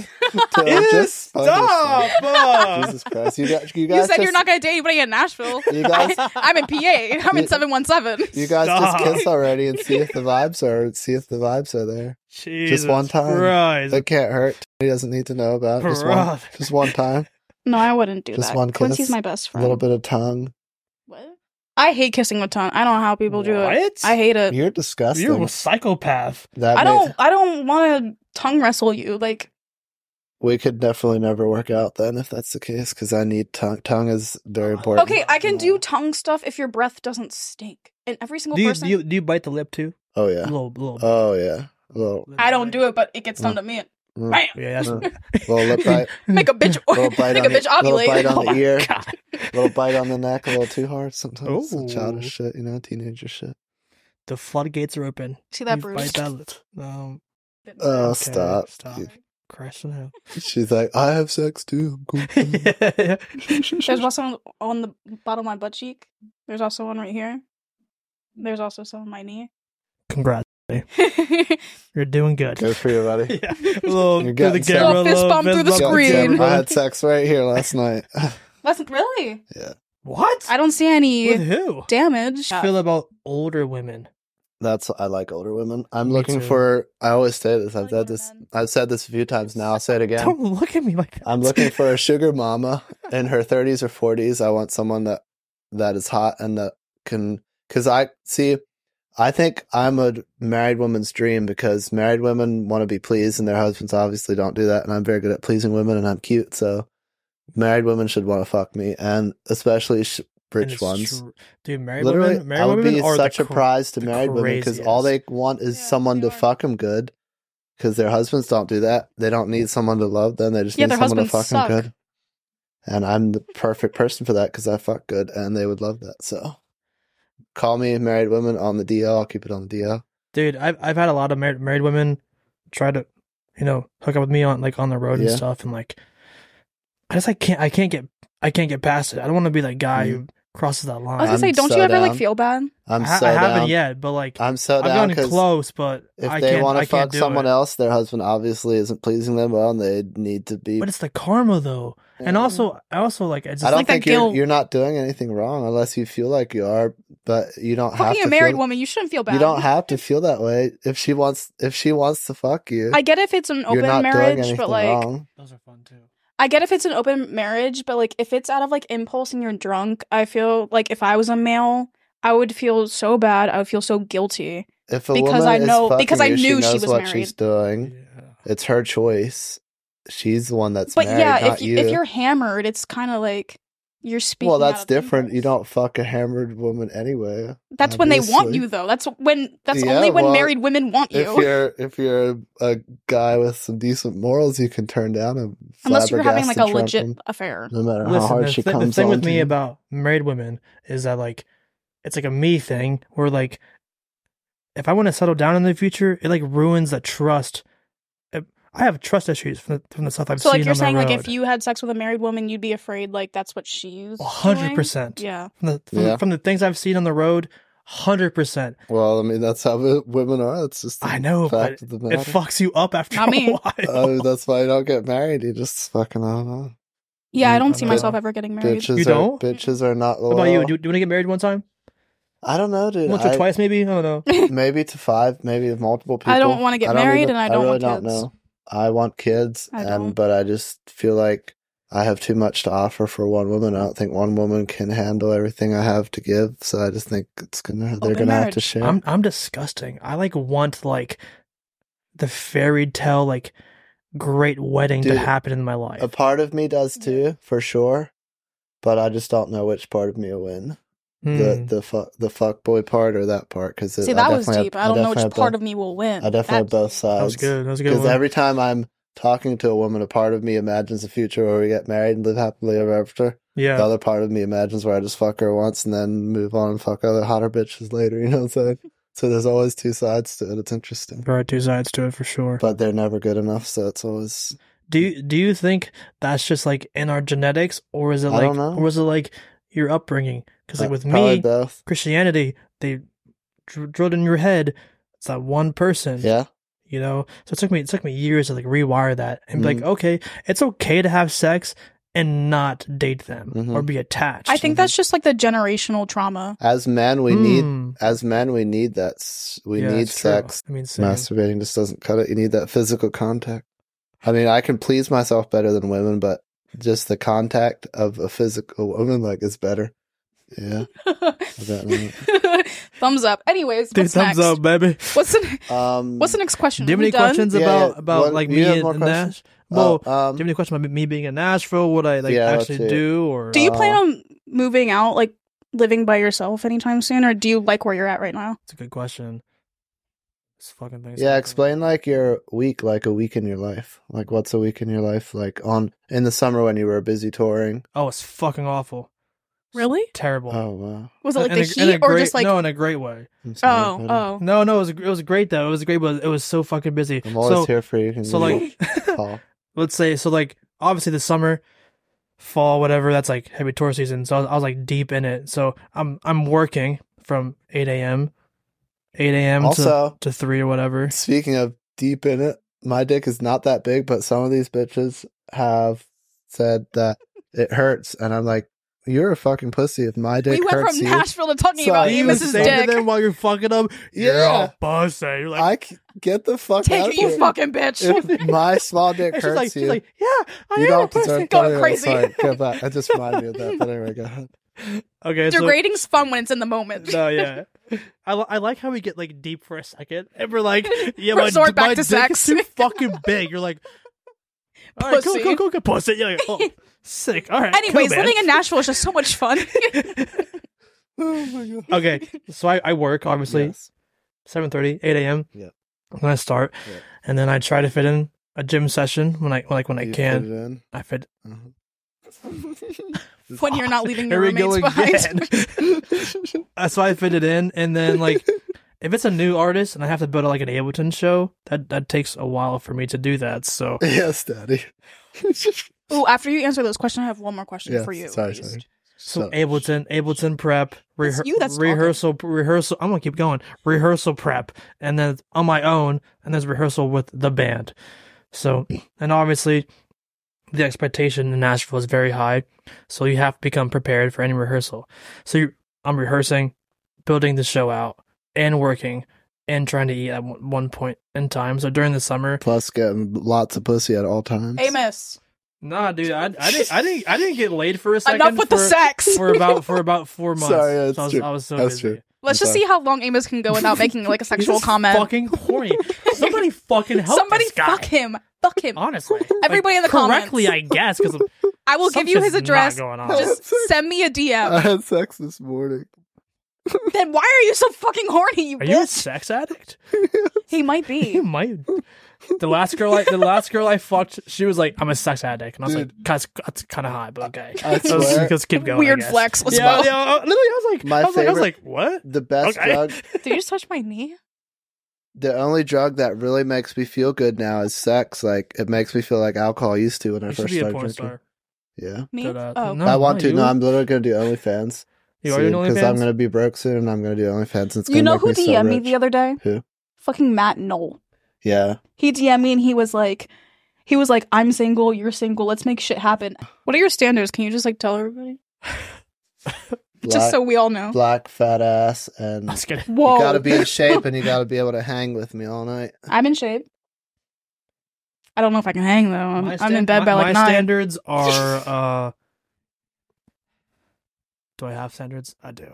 Speaker 1: So
Speaker 2: Ew,
Speaker 1: just
Speaker 2: Stop! uh.
Speaker 1: Jesus Christ! You got you
Speaker 3: Uh-huh. You,
Speaker 1: guys.
Speaker 3: said you're
Speaker 1: just-
Speaker 3: not gonna date anybody in Nashville.
Speaker 1: You guys-
Speaker 3: I'm in PA. I'm
Speaker 1: You-
Speaker 3: in seven one seven.
Speaker 1: You guys
Speaker 2: Stop.
Speaker 1: just kiss already and see if the vibes are see if the vibes are there.
Speaker 2: Jesus
Speaker 1: one time.
Speaker 2: Christ.
Speaker 1: That can't hurt. He doesn't need to know about it. Just one,
Speaker 2: Brother.
Speaker 1: just one time,
Speaker 3: No, I wouldn't do
Speaker 1: Just
Speaker 3: that.
Speaker 1: one kiss?
Speaker 3: Quincy's my best
Speaker 1: a
Speaker 3: friend.
Speaker 1: little bit of tongue.
Speaker 3: What? I hate kissing with tongue. I don't know how people do it.
Speaker 2: What?
Speaker 3: I hate it.
Speaker 1: You're disgusting.
Speaker 2: You're a psychopath.
Speaker 1: that
Speaker 3: I
Speaker 1: may-
Speaker 3: don't. I don't want to tongue wrestle you. Like
Speaker 1: We could definitely never work out then if that's the case because I need tongue. Tongue is very important.
Speaker 3: okay, I can do tongue stuff if your breath doesn't stink. And every single
Speaker 2: Do you,
Speaker 3: person,
Speaker 2: do you do you bite the lip too?
Speaker 1: Oh yeah.
Speaker 2: A little, little.
Speaker 1: Oh yeah. Little,
Speaker 3: I don't do it, but it gets done to me.
Speaker 1: mm,
Speaker 3: Bam!
Speaker 2: Yeah, that's
Speaker 1: little lip bite.
Speaker 3: Make a bitch.
Speaker 1: Little bite
Speaker 3: make
Speaker 1: on
Speaker 3: a bitch
Speaker 1: the, little
Speaker 3: ovulate.
Speaker 1: bite on
Speaker 2: Oh
Speaker 1: the
Speaker 2: my
Speaker 1: ear.
Speaker 2: God.
Speaker 1: Little bite on the neck. A little too hard sometimes. Some
Speaker 2: Ooh.
Speaker 1: childish shit, you know, teenager shit.
Speaker 2: The floodgates are open.
Speaker 3: See that,
Speaker 2: you
Speaker 3: Bruce?
Speaker 2: bite that lip. Um,
Speaker 1: Oh,
Speaker 2: Okay,
Speaker 1: stop.
Speaker 2: stop. Christ in hell.
Speaker 1: She's like, I have sex too. I'm cool.
Speaker 3: There's also on- on the bottom of my butt cheek. There's also one right here. There's also some on my knee.
Speaker 2: Congrats. You're doing good.
Speaker 1: Good for you, buddy.
Speaker 2: yeah. A little
Speaker 1: You're
Speaker 2: through the
Speaker 1: getting
Speaker 2: camera.
Speaker 1: some-
Speaker 2: a little
Speaker 3: Fist bump through the
Speaker 2: fist bump
Speaker 3: screen.
Speaker 2: through the
Speaker 1: Damn,
Speaker 2: camera.
Speaker 1: I had sex right here last night.
Speaker 3: That's really.
Speaker 2: What?
Speaker 3: I don't e- see
Speaker 2: With
Speaker 3: any
Speaker 2: who?
Speaker 3: damage.
Speaker 2: How do you feel about older women?
Speaker 1: That's I like older women. I'm
Speaker 2: Me
Speaker 1: looking
Speaker 2: too.
Speaker 1: for. I always say this.
Speaker 3: I
Speaker 1: I've
Speaker 3: like
Speaker 1: said
Speaker 3: older
Speaker 1: this.
Speaker 3: men.
Speaker 1: I've said this a few times now. I'll say it again.
Speaker 2: Don't look at me like that.
Speaker 1: I'm looking for a sugar mama in her 30s or 40s. I want someone that that is hot and that can cuz I see I think I'm a married woman's dream because married women want to be pleased and their husbands obviously don't do that and I'm very good at pleasing women and I'm cute so married women should want to fuck me and especially sh-
Speaker 2: And
Speaker 1: rich
Speaker 2: it's
Speaker 1: ones.
Speaker 2: tr- Dude, married
Speaker 1: Literally
Speaker 2: women, married
Speaker 1: I would
Speaker 2: women
Speaker 1: be
Speaker 2: are the
Speaker 1: such a
Speaker 2: cr-
Speaker 1: prize to
Speaker 2: the
Speaker 1: married women cuz all they
Speaker 2: craziest.
Speaker 1: want is
Speaker 3: Yeah,
Speaker 1: someone
Speaker 3: they
Speaker 1: to
Speaker 3: are.
Speaker 1: fuck them good cuz their husbands don't do that. They don't need someone to love them. They just
Speaker 3: Yeah,
Speaker 1: need
Speaker 3: their
Speaker 1: someone to fuck
Speaker 3: husbands
Speaker 1: them
Speaker 3: suck.
Speaker 1: good and I'm the perfect person for that because I fuck good, and they would love that. So, call me married women on the DL. I'll keep it on the DL.
Speaker 2: dude i've i've had a lot of married, married women try to you know hook up with me on like on the road
Speaker 1: Yeah.
Speaker 2: and stuff and like i just like can't i can't get i can't get past it i don't want to be that guy
Speaker 1: Mm-hmm.
Speaker 2: who crosses that
Speaker 3: I
Speaker 2: line
Speaker 3: was gonna
Speaker 1: I'm
Speaker 3: say, don't
Speaker 1: so
Speaker 3: you ever
Speaker 1: down.
Speaker 3: like feel bad?
Speaker 1: I'm
Speaker 2: I ha-
Speaker 1: so
Speaker 2: I
Speaker 1: down.
Speaker 2: haven't yet but like
Speaker 1: I'm so
Speaker 2: i've
Speaker 1: down
Speaker 2: gotten
Speaker 1: because
Speaker 2: close but
Speaker 1: if
Speaker 2: i
Speaker 1: they
Speaker 2: can't
Speaker 1: want
Speaker 2: i
Speaker 1: to fuck
Speaker 2: can't do
Speaker 1: someone
Speaker 2: it.
Speaker 1: else, their husband obviously isn't pleasing them well, and they need to be.
Speaker 2: but it's the karma though and also i also like it's just
Speaker 1: I don't
Speaker 2: like
Speaker 3: that
Speaker 1: think you're,
Speaker 3: guilt.
Speaker 1: you're not doing anything wrong unless you feel like you are, but you don't have
Speaker 3: Fucking
Speaker 1: to.
Speaker 3: a married
Speaker 1: feel,
Speaker 3: woman, you shouldn't feel bad.
Speaker 1: You don't have to feel that way if she wants. If she wants to fuck you,
Speaker 3: I get if it's an
Speaker 1: you're
Speaker 3: open
Speaker 1: not doing
Speaker 3: marriage,
Speaker 1: anything
Speaker 3: but like,
Speaker 1: wrong.
Speaker 2: those are fun too
Speaker 3: I get if it's an open marriage, but like if it's out of like impulse and you're drunk, I feel like if I was a male, I would feel so bad. I would feel so guilty.
Speaker 1: If a
Speaker 3: Because
Speaker 1: woman
Speaker 3: I
Speaker 1: is
Speaker 3: know-
Speaker 1: fucking
Speaker 3: because I
Speaker 1: you,
Speaker 3: knew she
Speaker 1: knows
Speaker 3: was
Speaker 1: what
Speaker 3: married.
Speaker 1: she's doing.
Speaker 2: Yeah.
Speaker 1: It's her choice. She's the one that's
Speaker 3: But
Speaker 1: married,
Speaker 3: yeah,
Speaker 1: not
Speaker 3: if you, if you're hammered, it's kind of like you're speaking.
Speaker 1: well,
Speaker 3: out
Speaker 1: that's
Speaker 3: of
Speaker 1: different.
Speaker 3: impulse.
Speaker 1: You don't fuck a hammered woman anyway.
Speaker 3: That's when they want
Speaker 1: obviously.
Speaker 3: you, though. That's when. That's
Speaker 1: Yeah,
Speaker 3: only when
Speaker 1: well,
Speaker 3: married women want you.
Speaker 1: If you're if you're a guy with some decent morals, you can turn down a
Speaker 3: Unless you're having like a
Speaker 1: flabbergasted drunk
Speaker 3: legit
Speaker 1: woman,
Speaker 3: affair.
Speaker 1: no matter how
Speaker 2: Listen,
Speaker 1: hard
Speaker 2: the,
Speaker 1: she
Speaker 2: thi- the
Speaker 1: comes
Speaker 2: thing with
Speaker 1: on to
Speaker 2: me
Speaker 1: you.
Speaker 2: about married women is that like it's like a me thing where like if I want to settle down in the future, it like ruins the trust. I I have trust issues from the, from the stuff I've
Speaker 3: So
Speaker 2: seen
Speaker 3: like you're
Speaker 2: on
Speaker 3: saying,
Speaker 2: the
Speaker 3: like
Speaker 2: road.
Speaker 3: if you had sex with a married woman, you'd be afraid like that's what she's.
Speaker 2: hundred
Speaker 3: doing?
Speaker 2: percent
Speaker 3: Yeah.
Speaker 2: from the from,
Speaker 1: Yeah.
Speaker 2: from the things I've seen on the road, hundred percent.
Speaker 1: Well, I mean, that's how wo- women are. That's just the
Speaker 2: I know, but
Speaker 1: fact of the
Speaker 2: It
Speaker 1: matter.
Speaker 2: fucks you up after
Speaker 3: Not
Speaker 2: a
Speaker 3: me.
Speaker 2: while.
Speaker 1: Oh, that's why you don't get married. You just fucking I don't know.
Speaker 3: Yeah, I
Speaker 2: Mm,
Speaker 3: don't
Speaker 2: I
Speaker 3: see
Speaker 2: don't know.
Speaker 3: myself ever getting married.
Speaker 1: Bitches
Speaker 2: You
Speaker 1: are
Speaker 2: don't?
Speaker 1: bitches are not
Speaker 2: what
Speaker 1: loyal.
Speaker 2: about you? Do, do you want to get married one time,
Speaker 1: I don't know, dude.
Speaker 2: once
Speaker 1: I-
Speaker 2: or twice, maybe? I don't know.
Speaker 1: maybe to five, maybe to multiple people.
Speaker 3: I don't wanna get married and I don't
Speaker 1: really
Speaker 3: want
Speaker 1: don't
Speaker 3: kids.
Speaker 1: know. I want kids,
Speaker 3: I
Speaker 1: and
Speaker 3: don't.
Speaker 1: but I just feel like I have too much to offer for one woman. I don't think one woman can handle everything I have to give. So I just think it's gonna they're
Speaker 3: Open
Speaker 1: gonna have to
Speaker 3: marriage.
Speaker 1: share.
Speaker 2: I'm I'm disgusting. I like want like the fairy tale like great wedding
Speaker 1: Dude,
Speaker 2: to happen in my life.
Speaker 1: A part of me does too, for sure. But I just don't know which part of me will win
Speaker 2: Hmm.
Speaker 1: the the fuck the fuck boy part or that part because
Speaker 3: See, that was deep. I don't know which part of me will win.
Speaker 1: I definitely have
Speaker 3: That-
Speaker 1: both sides.
Speaker 2: that was good. That was a good.
Speaker 1: Because
Speaker 2: One.
Speaker 1: every time I'm talking to a woman, a part of me imagines a future where we get married and live happily ever after. The
Speaker 2: yeah,
Speaker 1: other part of me imagines where I just fuck her once and then move on and fuck other hotter bitches later. You know what I'm saying? So there's always two sides to it. It's interesting,
Speaker 2: there are two sides to it for sure.
Speaker 1: but they're never good enough. So it's always
Speaker 2: do you, do you think that's just like in our genetics, or is it
Speaker 1: I
Speaker 2: like,
Speaker 1: don't know.
Speaker 2: or is it like your upbringing? Because like
Speaker 1: uh,
Speaker 2: with
Speaker 1: probably
Speaker 2: me,
Speaker 1: both.
Speaker 2: Christianity, they dr- drilled in your head. It's that one person.
Speaker 1: Yeah,
Speaker 2: you know so it took me it took me years to like rewire that and be
Speaker 1: Mhm.
Speaker 2: like okay it's okay to have sex and not date them
Speaker 1: Mhm.
Speaker 2: or be attached
Speaker 3: I think that's just like the generational trauma.
Speaker 1: as men we need
Speaker 2: Mm.
Speaker 1: as men we need that s- we
Speaker 2: Yeah,
Speaker 1: need
Speaker 2: it's true.
Speaker 1: sex.
Speaker 2: i mean same.
Speaker 1: Masturbating just doesn't cut it. You need that physical contact. I mean, I can please myself better than women, but just the contact of a physical woman like is better. Yeah.
Speaker 3: thumbs up. Anyways,
Speaker 2: Dude,
Speaker 3: what's
Speaker 2: thumbs
Speaker 3: next?
Speaker 2: up baby
Speaker 3: What's the
Speaker 1: Um,
Speaker 3: What's the next question?
Speaker 2: do you have
Speaker 3: We
Speaker 2: any
Speaker 3: done?
Speaker 2: questions
Speaker 1: Yeah,
Speaker 2: about
Speaker 1: yeah.
Speaker 2: about
Speaker 1: What-
Speaker 2: like
Speaker 1: you
Speaker 2: me
Speaker 1: have more
Speaker 2: and nash
Speaker 1: questions?
Speaker 2: well
Speaker 1: oh, um,
Speaker 2: do you have any questions about me being in nashville what i like
Speaker 1: Yeah, let's
Speaker 2: actually
Speaker 1: see.
Speaker 2: do or
Speaker 3: Do you plan
Speaker 1: Uh,
Speaker 3: on moving out, like living by yourself anytime soon, or do you like where you're at right now?
Speaker 2: it's a good question this fucking thing
Speaker 1: yeah, explain like your week, like a week in your life. Like, what's a week in your life like on in the summer when you were busy touring?
Speaker 2: oh it's fucking awful
Speaker 3: Really?
Speaker 2: terrible
Speaker 1: Oh wow.
Speaker 3: Was it like
Speaker 2: In
Speaker 3: the
Speaker 2: a- in a
Speaker 3: heat, or
Speaker 2: great-
Speaker 3: just like
Speaker 2: no in a great way
Speaker 1: I'm sorry,
Speaker 3: oh,
Speaker 1: Cody.
Speaker 3: oh?
Speaker 2: No, no, it was it was great though. It was great, but it was so fucking busy.
Speaker 1: I'm always
Speaker 2: so
Speaker 1: here for you. you. Can
Speaker 3: oh.
Speaker 2: so
Speaker 1: give
Speaker 2: like,
Speaker 1: me a call.
Speaker 2: let's say so like obviously the summer, fall, whatever. That's like heavy tour season. So I was, I was like deep in it. So I'm I'm working from eight a.m. eight a.m. to
Speaker 1: Also,
Speaker 2: to three or whatever.
Speaker 1: Speaking of deep in it, my dick is not that big, but some of these bitches have said that it hurts, and I'm like, "You're a fucking pussy if my dick
Speaker 3: We went
Speaker 1: hurts
Speaker 3: from
Speaker 1: you."
Speaker 3: Nashville to talking
Speaker 1: So
Speaker 3: about
Speaker 1: I
Speaker 2: Do
Speaker 3: you,
Speaker 1: even
Speaker 3: Mrs.
Speaker 2: say
Speaker 3: Dick.
Speaker 2: to them while you're fucking up, you're
Speaker 1: Yeah.
Speaker 2: a pussy. You're like,
Speaker 1: I c- get the fuck out
Speaker 3: Take
Speaker 1: of
Speaker 3: it, you
Speaker 1: here.
Speaker 3: fucking bitch.
Speaker 1: If my small
Speaker 2: and
Speaker 1: dick
Speaker 2: she's
Speaker 1: hurts
Speaker 2: like, she's
Speaker 1: you,
Speaker 2: like, yeah, I
Speaker 1: you
Speaker 2: am a
Speaker 1: don't
Speaker 2: pussy.
Speaker 1: deserve
Speaker 3: Go
Speaker 1: to.
Speaker 3: crazy.
Speaker 1: Sorry, go back. I just reminded me of that. But anyway, go ahead.
Speaker 2: Okay, so
Speaker 3: Degrading's fun when it's in the moment.
Speaker 2: no, yeah. I, li- I like how we get like deep for a second, and we're like, yeah, my,
Speaker 3: Resort back
Speaker 2: my
Speaker 3: to
Speaker 2: dick
Speaker 3: sex.
Speaker 2: is too fucking big. You're like, all right, cool,
Speaker 3: Pussy.
Speaker 2: cool, cool, cool, pussy. You're like, oh, sick. All right.
Speaker 3: Anyways,
Speaker 2: cool, man.
Speaker 3: living in Nashville is just so much fun.
Speaker 1: Oh my god.
Speaker 2: okay, so I, I work obviously
Speaker 1: Yes.
Speaker 2: seven thirty, eight 7:30, 8 a.m.
Speaker 1: Yeah.
Speaker 2: when I start,
Speaker 1: Yeah.
Speaker 2: and then I try to fit in a gym session when I like when I
Speaker 1: You
Speaker 2: can.
Speaker 1: fit it in.
Speaker 2: I fit.
Speaker 1: Uh-huh. This-
Speaker 3: when you're not leaving
Speaker 2: Here
Speaker 3: your
Speaker 2: we go
Speaker 3: roommates behind.
Speaker 2: again. That's why I fit it in, and then like if it's a new artist and I have to build like an Ableton show, that that takes a while for me to do that. So
Speaker 1: yes, daddy.
Speaker 3: Ooh, after you answer those questions, I have one more question
Speaker 1: Yes,
Speaker 3: for you. at
Speaker 1: sorry,
Speaker 3: least.
Speaker 1: sorry.
Speaker 2: So Ableton, Ableton prep, rehe-
Speaker 3: you that's talking.
Speaker 2: rehearsal, rehearsal. I'm gonna keep going. Rehearsal prep, and then on my own, and there's rehearsal with the band. So, and obviously, the expectation in Nashville is very high, so you have to become prepared for any rehearsal. So you, I'm rehearsing, building the show out, and working, and trying to eat at one one point in time. So during the summer,
Speaker 1: Plus, getting lots of pussy at all times.
Speaker 3: Amos,
Speaker 2: Nah, dude, I, I didn't, I didn't, I didn't get laid for a second.
Speaker 3: Enough with
Speaker 2: for,
Speaker 3: the sex.
Speaker 2: for about for about four months.
Speaker 1: Sorry,
Speaker 2: So
Speaker 1: that's
Speaker 2: I was,
Speaker 1: true.
Speaker 2: I was so
Speaker 1: That's
Speaker 2: busy.
Speaker 1: true.
Speaker 3: Let's just
Speaker 1: sorry.
Speaker 3: see how long Amos can go without making like a
Speaker 2: He's
Speaker 3: sexual
Speaker 2: just
Speaker 3: comment.
Speaker 2: Fucking horny. Somebody fucking help
Speaker 3: Somebody
Speaker 2: this guy.
Speaker 3: fuck him. Fuck him.
Speaker 2: Honestly,
Speaker 3: Everybody in
Speaker 2: like,
Speaker 3: the comments.
Speaker 2: correctly, I guess, because
Speaker 3: I will give you his address.
Speaker 2: Going on.
Speaker 3: Just send me a
Speaker 1: I
Speaker 3: DM.
Speaker 1: had sex this morning.
Speaker 3: then why are you so fucking horny? You
Speaker 2: Are you a
Speaker 3: bitch?
Speaker 2: sex addict?
Speaker 3: He might
Speaker 2: You
Speaker 3: be.
Speaker 2: might. The last girl I the last girl I fucked, she was like, "I'm a sex addict," and I was like,
Speaker 1: Dude.
Speaker 2: "That's, that's kind of high, but okay."
Speaker 1: I
Speaker 2: So let's,
Speaker 1: swear.
Speaker 2: let's keep going. I
Speaker 3: Weird
Speaker 2: guess.
Speaker 3: flex. Let's
Speaker 2: yeah,
Speaker 3: go.
Speaker 2: yeah. I- Literally, I was like,
Speaker 1: My
Speaker 2: I was like, I was
Speaker 1: favorite-
Speaker 2: like, what?
Speaker 1: The best
Speaker 2: Okay.
Speaker 1: drug,
Speaker 3: Did you just touch my knee?
Speaker 1: the only drug that really makes me feel good now is sex. Like it makes me feel like alcohol used to when I
Speaker 2: You should
Speaker 1: first
Speaker 2: be a
Speaker 1: started
Speaker 2: porn
Speaker 1: drinking.
Speaker 2: star.
Speaker 1: Yeah,
Speaker 3: Me?
Speaker 2: But, uh,
Speaker 3: oh.
Speaker 2: no,
Speaker 1: I want
Speaker 2: no,
Speaker 1: to. No,
Speaker 2: you-
Speaker 1: I'm literally gonna do OnlyFans.
Speaker 2: You are doing
Speaker 1: because I'm
Speaker 2: OnlyFans?
Speaker 1: gonna be broke soon, and I'm gonna do OnlyFans. And it's
Speaker 3: You
Speaker 1: gonna
Speaker 3: know
Speaker 1: make
Speaker 3: who
Speaker 1: me
Speaker 3: DM'd
Speaker 1: so
Speaker 3: me
Speaker 1: rich.
Speaker 3: the other day?
Speaker 1: Who?
Speaker 3: Fucking Matt Knoll.
Speaker 1: Yeah,
Speaker 3: He DM'd me and he was like, he was like, I'm single, you're single, let's make shit happen. What are your standards? Can you just like tell everybody? Just
Speaker 1: Black-
Speaker 3: so we all know.
Speaker 1: black fat ass, and
Speaker 2: I was kidding.
Speaker 3: Whoa.
Speaker 1: you gotta be in shape, and you gotta be able to hang with me all night.
Speaker 3: I'm in shape. I don't know if I can hang though. I'm,
Speaker 2: My
Speaker 3: I'm in
Speaker 2: stand-
Speaker 3: bed
Speaker 2: my,
Speaker 3: by like
Speaker 2: my
Speaker 3: nine.
Speaker 2: standards are. uh Do I have standards? I do.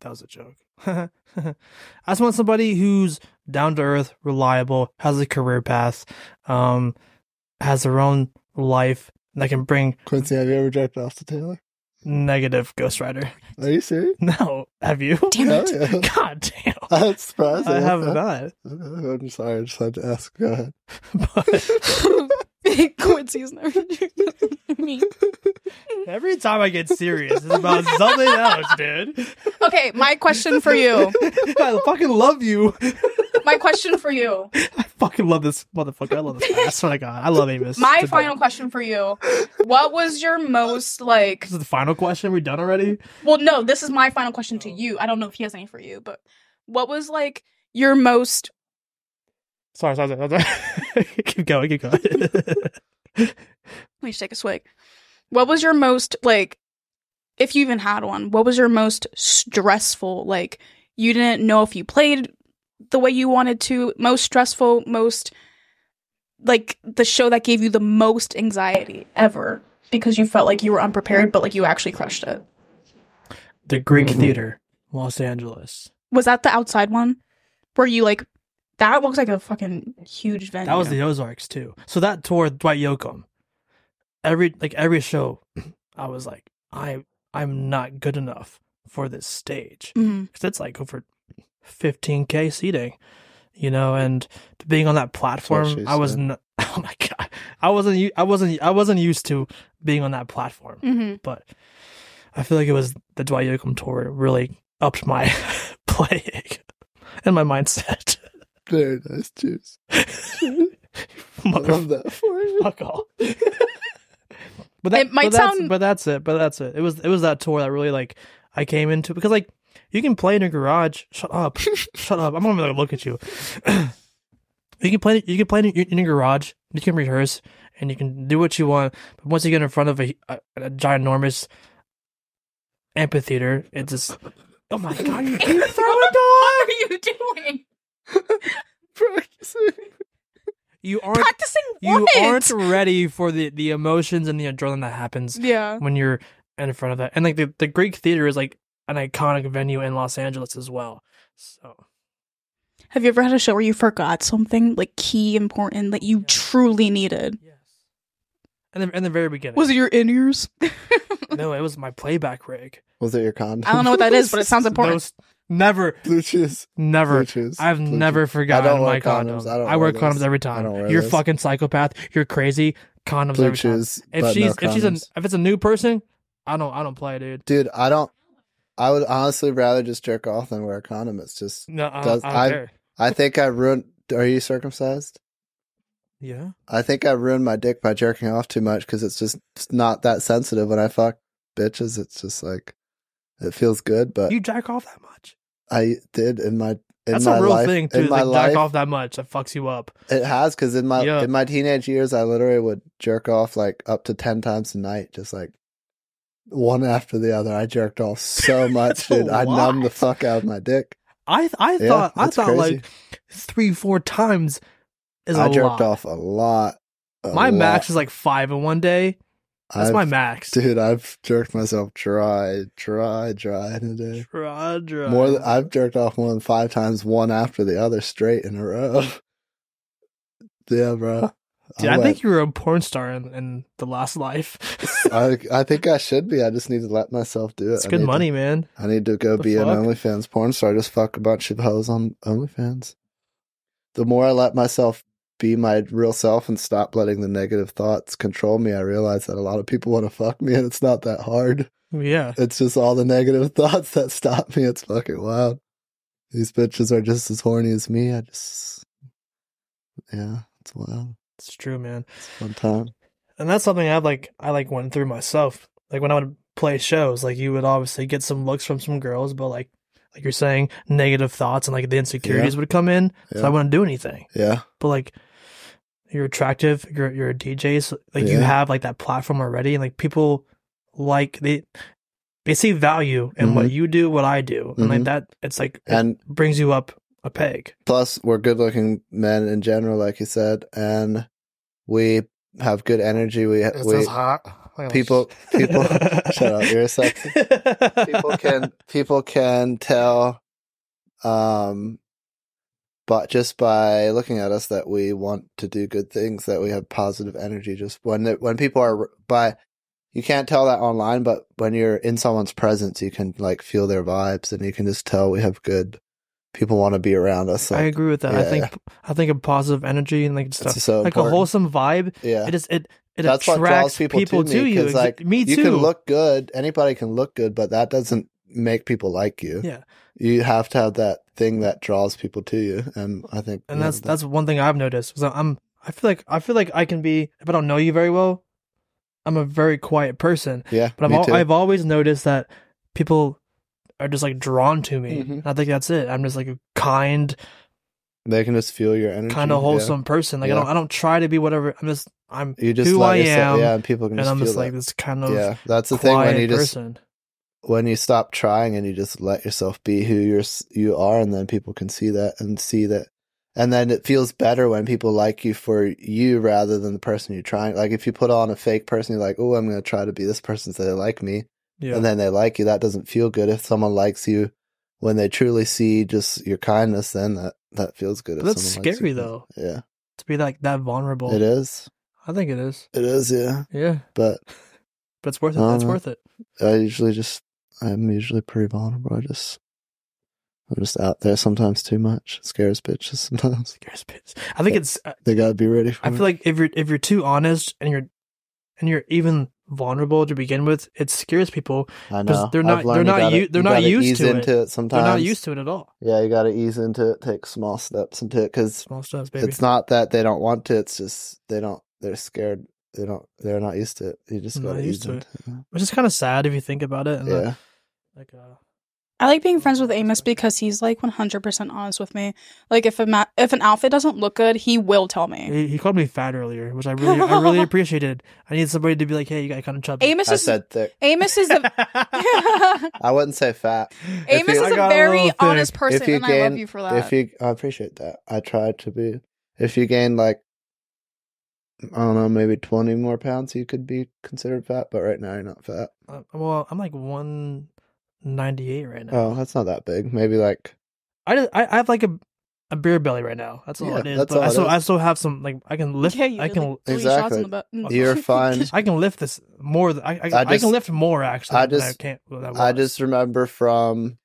Speaker 2: That was a joke. I just want somebody who's down to earth, reliable, has a career path, um, has their own life, and that can bring
Speaker 1: Quincy, have you ever jerked off to Taylor?
Speaker 2: negative Ghost Rider.
Speaker 1: Are you serious?
Speaker 2: No, have you?
Speaker 3: Damn
Speaker 1: Oh,
Speaker 3: it.
Speaker 1: yeah.
Speaker 2: God damn.
Speaker 1: That's surprising.
Speaker 2: I have
Speaker 1: Okay.
Speaker 2: not.
Speaker 1: Okay, I'm sorry. I just had to ask. Go ahead.
Speaker 2: But
Speaker 3: Quincy's never me.
Speaker 2: every time I get serious, it's about something else, dude.
Speaker 3: Okay, my question for you.
Speaker 2: I fucking love you.
Speaker 3: My question for you.
Speaker 2: I fucking love this motherfucker. I love this guy. I swear to God, I love Amos.
Speaker 3: My
Speaker 2: To-
Speaker 3: final question for you. What was your most like
Speaker 2: This is the final question. We're done already.
Speaker 3: Well, no, this is my final question to you. I don't know if he has any for you, but what was like your most
Speaker 2: Sorry, sorry, sorry. sorry. keep going, keep going.
Speaker 3: let me just take a swig. What was your most like if you even had one, what was your most stressful? Like you didn't know if you played the way you wanted to, most stressful, most like the show that gave you the most anxiety ever because you felt like you were unprepared, but like you actually crushed it.
Speaker 2: the Greek Theater, Los Angeles.
Speaker 3: Was that the outside one? Where you like that looks like a fucking huge venue.
Speaker 2: That was the Ozarks too. So that tour, Dwight Yoakam. Every like every show, I was like, I I'm not good enough for this stage.
Speaker 3: Mhm.
Speaker 2: because it's like over 15k seating, you know, and to being on that platform,
Speaker 1: she
Speaker 2: I was
Speaker 1: said.
Speaker 2: n- oh my god, I wasn't u- I wasn't I wasn't used to being on that platform,
Speaker 3: Mhm.
Speaker 2: but I feel like it was the Dwight Yoakam tour really upped my playing and my mindset.
Speaker 1: Very nice. Cheers. I
Speaker 2: Mother-
Speaker 1: love that for you.
Speaker 2: fuck off. but that,
Speaker 3: It
Speaker 2: but
Speaker 3: might
Speaker 2: that's,
Speaker 3: sound-
Speaker 2: but that's it. But that's it. It was it was that tour that really like I came into because like you can play in a garage. Shut up, shut up. I'm gonna like, look at you. you can play. You can play in, your- in your garage. You can rehearse and you can do what you want. But once you get in front of a, a, a ginormous amphitheater, it just oh my god, you keep throwing dog.
Speaker 3: What are you doing?
Speaker 1: Practicing.
Speaker 2: You aren't
Speaker 3: Practicing
Speaker 2: you
Speaker 3: what?
Speaker 2: aren't ready for the the emotions and the adrenaline that happens
Speaker 3: Yeah.
Speaker 2: when you're in front of that. And like the, the Greek Theater is like an iconic venue in Los Angeles as well. So
Speaker 3: Have you ever had a show where you forgot something like key important that you truly needed?
Speaker 2: yes, and the, in the very beginning,
Speaker 3: Was it your in ears?
Speaker 2: no, it was my playback rig.
Speaker 1: Was it your condom?
Speaker 3: I don't know what that is, but it sounds important.
Speaker 2: Those- never,
Speaker 1: Blue cheese.
Speaker 2: never.
Speaker 1: Blue cheese.
Speaker 2: I've
Speaker 1: Blue
Speaker 2: never forgotten
Speaker 1: I don't
Speaker 2: my
Speaker 1: wear
Speaker 2: condoms.
Speaker 1: condoms. I don't
Speaker 2: I wear
Speaker 1: wear
Speaker 2: condoms
Speaker 1: those.
Speaker 2: every
Speaker 1: I
Speaker 2: time.
Speaker 1: don't wear
Speaker 2: You're
Speaker 1: those.
Speaker 2: fucking psychopath. You're crazy. Condoms
Speaker 1: cheese. Blue
Speaker 2: every time. If
Speaker 1: cheese.
Speaker 2: she's
Speaker 1: but no
Speaker 2: if she's an
Speaker 1: condoms.
Speaker 2: if it's a new person, I don't I don't play, dude.
Speaker 1: dude, I don't. I would honestly rather just jerk off than wear a condom. It's just.
Speaker 2: No, I,
Speaker 1: Does-
Speaker 2: don't- I don't
Speaker 1: I-
Speaker 2: care.
Speaker 1: I think I ruined. Are you circumcised?
Speaker 2: Yeah.
Speaker 1: I think I ruined my dick by jerking off too much because it's just it's not that sensitive when I fuck bitches. It's just like it feels good, but
Speaker 2: You jack off that much?
Speaker 1: I did in my in
Speaker 2: That's
Speaker 1: my
Speaker 2: a real
Speaker 1: life.
Speaker 2: thing too.
Speaker 1: in
Speaker 2: is,
Speaker 1: my
Speaker 2: Like
Speaker 1: life,
Speaker 2: jack off that much that fucks you up.
Speaker 1: It has because in my
Speaker 2: Yeah.
Speaker 1: in my teenage years, I literally would jerk off like up to ten times a night, just like one after the other. I jerked off so much,
Speaker 2: That's a
Speaker 1: dude. I numbed the
Speaker 2: lot.
Speaker 1: fuck out of my dick.
Speaker 2: I th- I
Speaker 1: Yeah,
Speaker 2: thought I
Speaker 1: that's
Speaker 2: thought
Speaker 1: crazy.
Speaker 2: like three four times is a
Speaker 1: I jerked
Speaker 2: lot.
Speaker 1: off a lot. a
Speaker 2: My
Speaker 1: lot.
Speaker 2: max is like five in one day. That's
Speaker 1: I've-
Speaker 2: my max.
Speaker 1: Dude, I've jerked myself dry, dry, dry in a day.
Speaker 2: Dry, dry.
Speaker 1: More than, I've jerked off more than five times, one after the other, straight in a row. yeah, bro.
Speaker 2: Dude,
Speaker 1: I,
Speaker 2: I,
Speaker 1: went-
Speaker 2: think you were a porn star in, in the last life.
Speaker 1: I, I think I should be. I just need to let myself do it.
Speaker 2: it's
Speaker 1: I
Speaker 2: good
Speaker 1: need to-
Speaker 2: money, man.
Speaker 1: I need to go
Speaker 2: The
Speaker 1: be
Speaker 2: fuck?
Speaker 1: an OnlyFans porn star. Just fuck a bunch of hoes on OnlyFans. The more I let myself be my real self and stop letting the negative thoughts control me, I realize that a lot of people want to fuck me, and it's not that hard.
Speaker 2: Yeah.
Speaker 1: It's just all the negative thoughts that stop me. It's fucking wild. These bitches are just as horny as me. I just, yeah, it's wild.
Speaker 2: It's true, man.
Speaker 1: It's a fun time.
Speaker 2: And that's something I like I like went through myself. Like when I would play shows, like you would obviously get some looks from some girls, but like like you're saying, negative thoughts and like the insecurities would come in. So
Speaker 1: Yeah.
Speaker 2: I wouldn't do anything.
Speaker 1: Yeah,
Speaker 2: But like you're attractive, you're you're a DJ, so like you
Speaker 1: Yeah.
Speaker 2: have like that platform already and like people like they they see value in what you do, what I do. And like
Speaker 1: Mhm.
Speaker 2: that it's like it
Speaker 1: Mm-hmm. and
Speaker 2: brings you up a peg.
Speaker 1: plus we're good-looking men in general, like you said, and we have good energy. We
Speaker 4: It
Speaker 1: we
Speaker 4: says hot. Look at this.
Speaker 1: people people shut up. You're sexy. People can people can tell, um, but just by looking at us that we want to do good things, that we have positive energy. Just when the, when people are by, you can't tell that online, but when you're in someone's presence, you can like feel their vibes, and you can just tell we have good. People want to be around us.
Speaker 2: I
Speaker 1: Like,
Speaker 2: agree with that. I
Speaker 1: yeah.
Speaker 2: think I think a positive energy and like stuff,
Speaker 1: it's so
Speaker 2: like a
Speaker 1: important.
Speaker 2: wholesome vibe.
Speaker 1: yeah.
Speaker 2: It is it it
Speaker 1: That's what
Speaker 2: attracts
Speaker 1: draws
Speaker 2: people,
Speaker 1: people
Speaker 2: to,
Speaker 1: to me,
Speaker 2: you.
Speaker 1: 'cause,
Speaker 2: Exa-
Speaker 1: like,
Speaker 2: me too.
Speaker 1: you can look good. Anybody can look good, but that doesn't make people like you.
Speaker 2: Yeah.
Speaker 1: You have to have that thing that draws people to you. And I think
Speaker 2: and
Speaker 1: yeah,
Speaker 2: that's
Speaker 1: that-
Speaker 2: that's one thing I've noticed. Because I'm I feel like I feel like I can be if I don't know you very well, I'm a very quiet person.
Speaker 1: yeah.
Speaker 2: But I've
Speaker 1: me
Speaker 2: al-
Speaker 1: too.
Speaker 2: I've always noticed that people are just like drawn to me.
Speaker 1: Mhm.
Speaker 2: And I think that's it. I'm just like a kind,
Speaker 1: they can just feel your energy.
Speaker 2: kind of
Speaker 1: yeah.
Speaker 2: wholesome person. Like I
Speaker 1: Yeah.
Speaker 2: don't I don't try to be whatever. I'm just I'm
Speaker 1: You just
Speaker 2: who
Speaker 1: let
Speaker 2: I
Speaker 1: yourself-
Speaker 2: am,
Speaker 1: Yeah, and people can
Speaker 2: and
Speaker 1: just
Speaker 2: I'm
Speaker 1: feel
Speaker 2: just like
Speaker 1: that.
Speaker 2: this kind of
Speaker 1: yeah, that's the
Speaker 2: quiet
Speaker 1: thing when you just
Speaker 2: person.
Speaker 1: when you stop trying and you just let yourself be who you're s- you are and then people can see that and see that and then it feels better when people like you for you rather than the person you're trying like if you put on a fake person you're like oh i'm going to try to be this person so they like me
Speaker 2: yeah.
Speaker 1: and then they like you that doesn't feel good if someone likes you when they truly see just your kindness then that that feels good
Speaker 2: But
Speaker 1: if
Speaker 2: that's
Speaker 1: someone likes
Speaker 2: scary,
Speaker 1: you.
Speaker 2: though.
Speaker 1: yeah
Speaker 2: to be like that vulnerable.
Speaker 1: it is
Speaker 2: I think it is.
Speaker 1: it is yeah
Speaker 2: Yeah,
Speaker 1: but
Speaker 2: but it's worth it.
Speaker 1: I don't
Speaker 2: It's
Speaker 1: know.
Speaker 2: worth it.
Speaker 1: I usually just I'm usually pretty vulnerable. I just I'm just out there sometimes too much. It scares bitches sometimes.
Speaker 2: Scares piss. I think it's. I
Speaker 1: They gotta be ready for
Speaker 2: I
Speaker 1: it.
Speaker 2: feel like if you're if you're too honest and you're and you're even vulnerable to begin with, it scares people.
Speaker 1: I
Speaker 2: 'cause
Speaker 1: know
Speaker 2: they're
Speaker 1: I've
Speaker 2: not-
Speaker 1: learned
Speaker 2: they're not
Speaker 1: you gotta-
Speaker 2: u- they're
Speaker 1: you
Speaker 2: not
Speaker 1: gotta
Speaker 2: used
Speaker 1: ease
Speaker 2: to it.
Speaker 1: into it. Sometimes
Speaker 2: They're not used to it at all.
Speaker 1: Yeah, you gotta ease into it. Take small steps into it because
Speaker 2: Small steps, baby.
Speaker 1: it's not that they don't want to. It's just they don't. They're scared. They don't. They're not used to it. You just
Speaker 2: Not
Speaker 1: gotta
Speaker 2: used
Speaker 1: ease
Speaker 2: to it.
Speaker 1: into it.
Speaker 2: Which is kind of sad if you think about it. And
Speaker 1: Yeah.
Speaker 2: uh, like, uh,
Speaker 3: I like being friends with Amos because he's like 100% honest with me. Like if a ma- if an outfit doesn't look good, he will tell me.
Speaker 1: Mm,
Speaker 2: he, he called me fat earlier, which I really I really appreciated. I need somebody to be like, hey, you got kind of chubby.
Speaker 3: Amos
Speaker 1: I
Speaker 3: is
Speaker 1: said thick.
Speaker 3: Amos is a
Speaker 1: I wouldn't say fat.
Speaker 3: Amos is
Speaker 1: you-
Speaker 2: I
Speaker 3: a
Speaker 2: got a little
Speaker 3: very
Speaker 2: thin.
Speaker 3: honest person,
Speaker 1: you
Speaker 3: and I love
Speaker 1: gain-
Speaker 3: you for that.
Speaker 1: If you, I appreciate that. I try to be. If you gain like, I don't know, maybe twenty more pounds, you could be considered fat. But right now, you're not fat.
Speaker 2: Uh, well, I'm like one ninety eight right now.
Speaker 1: Oh, that's not that big. Maybe like,
Speaker 2: I just, I, I have like a a beer belly right now. That's all
Speaker 1: Yeah,
Speaker 2: it is.
Speaker 1: that's
Speaker 2: But
Speaker 1: all
Speaker 2: I
Speaker 1: it
Speaker 2: still
Speaker 1: is.
Speaker 2: I still have some like I can lift.
Speaker 3: Yeah, you
Speaker 2: I
Speaker 3: did,
Speaker 2: can
Speaker 3: like, three shots in
Speaker 1: Exactly.
Speaker 3: the butt. Mm.
Speaker 1: You're fine.
Speaker 2: I can lift this more. Than, I I, I,
Speaker 1: I just-
Speaker 2: can lift more actually.
Speaker 1: I
Speaker 2: than I
Speaker 1: just-
Speaker 2: can't. than
Speaker 1: I
Speaker 2: was.
Speaker 1: just remember from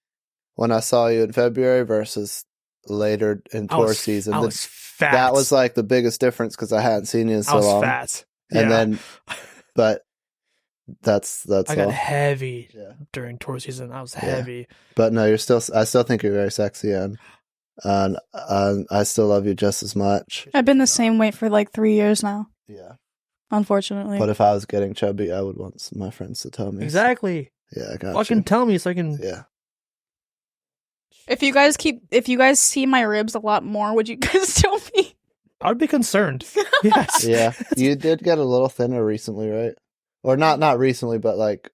Speaker 1: when I saw you in February versus later in
Speaker 2: I
Speaker 1: tour
Speaker 2: was-
Speaker 1: season.
Speaker 2: I
Speaker 1: The-
Speaker 2: was fat.
Speaker 1: that was like the biggest difference because I hadn't seen you in so
Speaker 2: I was
Speaker 1: long.
Speaker 2: fat.
Speaker 1: And
Speaker 2: Yeah.
Speaker 1: then, but that's that's
Speaker 2: I got
Speaker 1: all.
Speaker 2: heavy
Speaker 1: yeah.
Speaker 2: during tour season. I was
Speaker 1: Yeah.
Speaker 2: heavy.
Speaker 1: But no, you're still. I still think you're very sexy, and and, and I still love you just as much.
Speaker 3: I've been the same weight for like three years now,
Speaker 1: Yeah.
Speaker 3: unfortunately.
Speaker 1: But if I was getting chubby, I would want some of my friends to tell me.
Speaker 2: Exactly.
Speaker 1: Yeah, I got
Speaker 2: Fucking
Speaker 1: you.
Speaker 2: tell me so I can.
Speaker 1: yeah.
Speaker 3: if you guys keep, if you guys see my ribs a lot more, would you guys tell me?
Speaker 2: I'd be concerned. Yes.
Speaker 1: Yeah. you did get a little thinner recently, right? Or not not recently, but like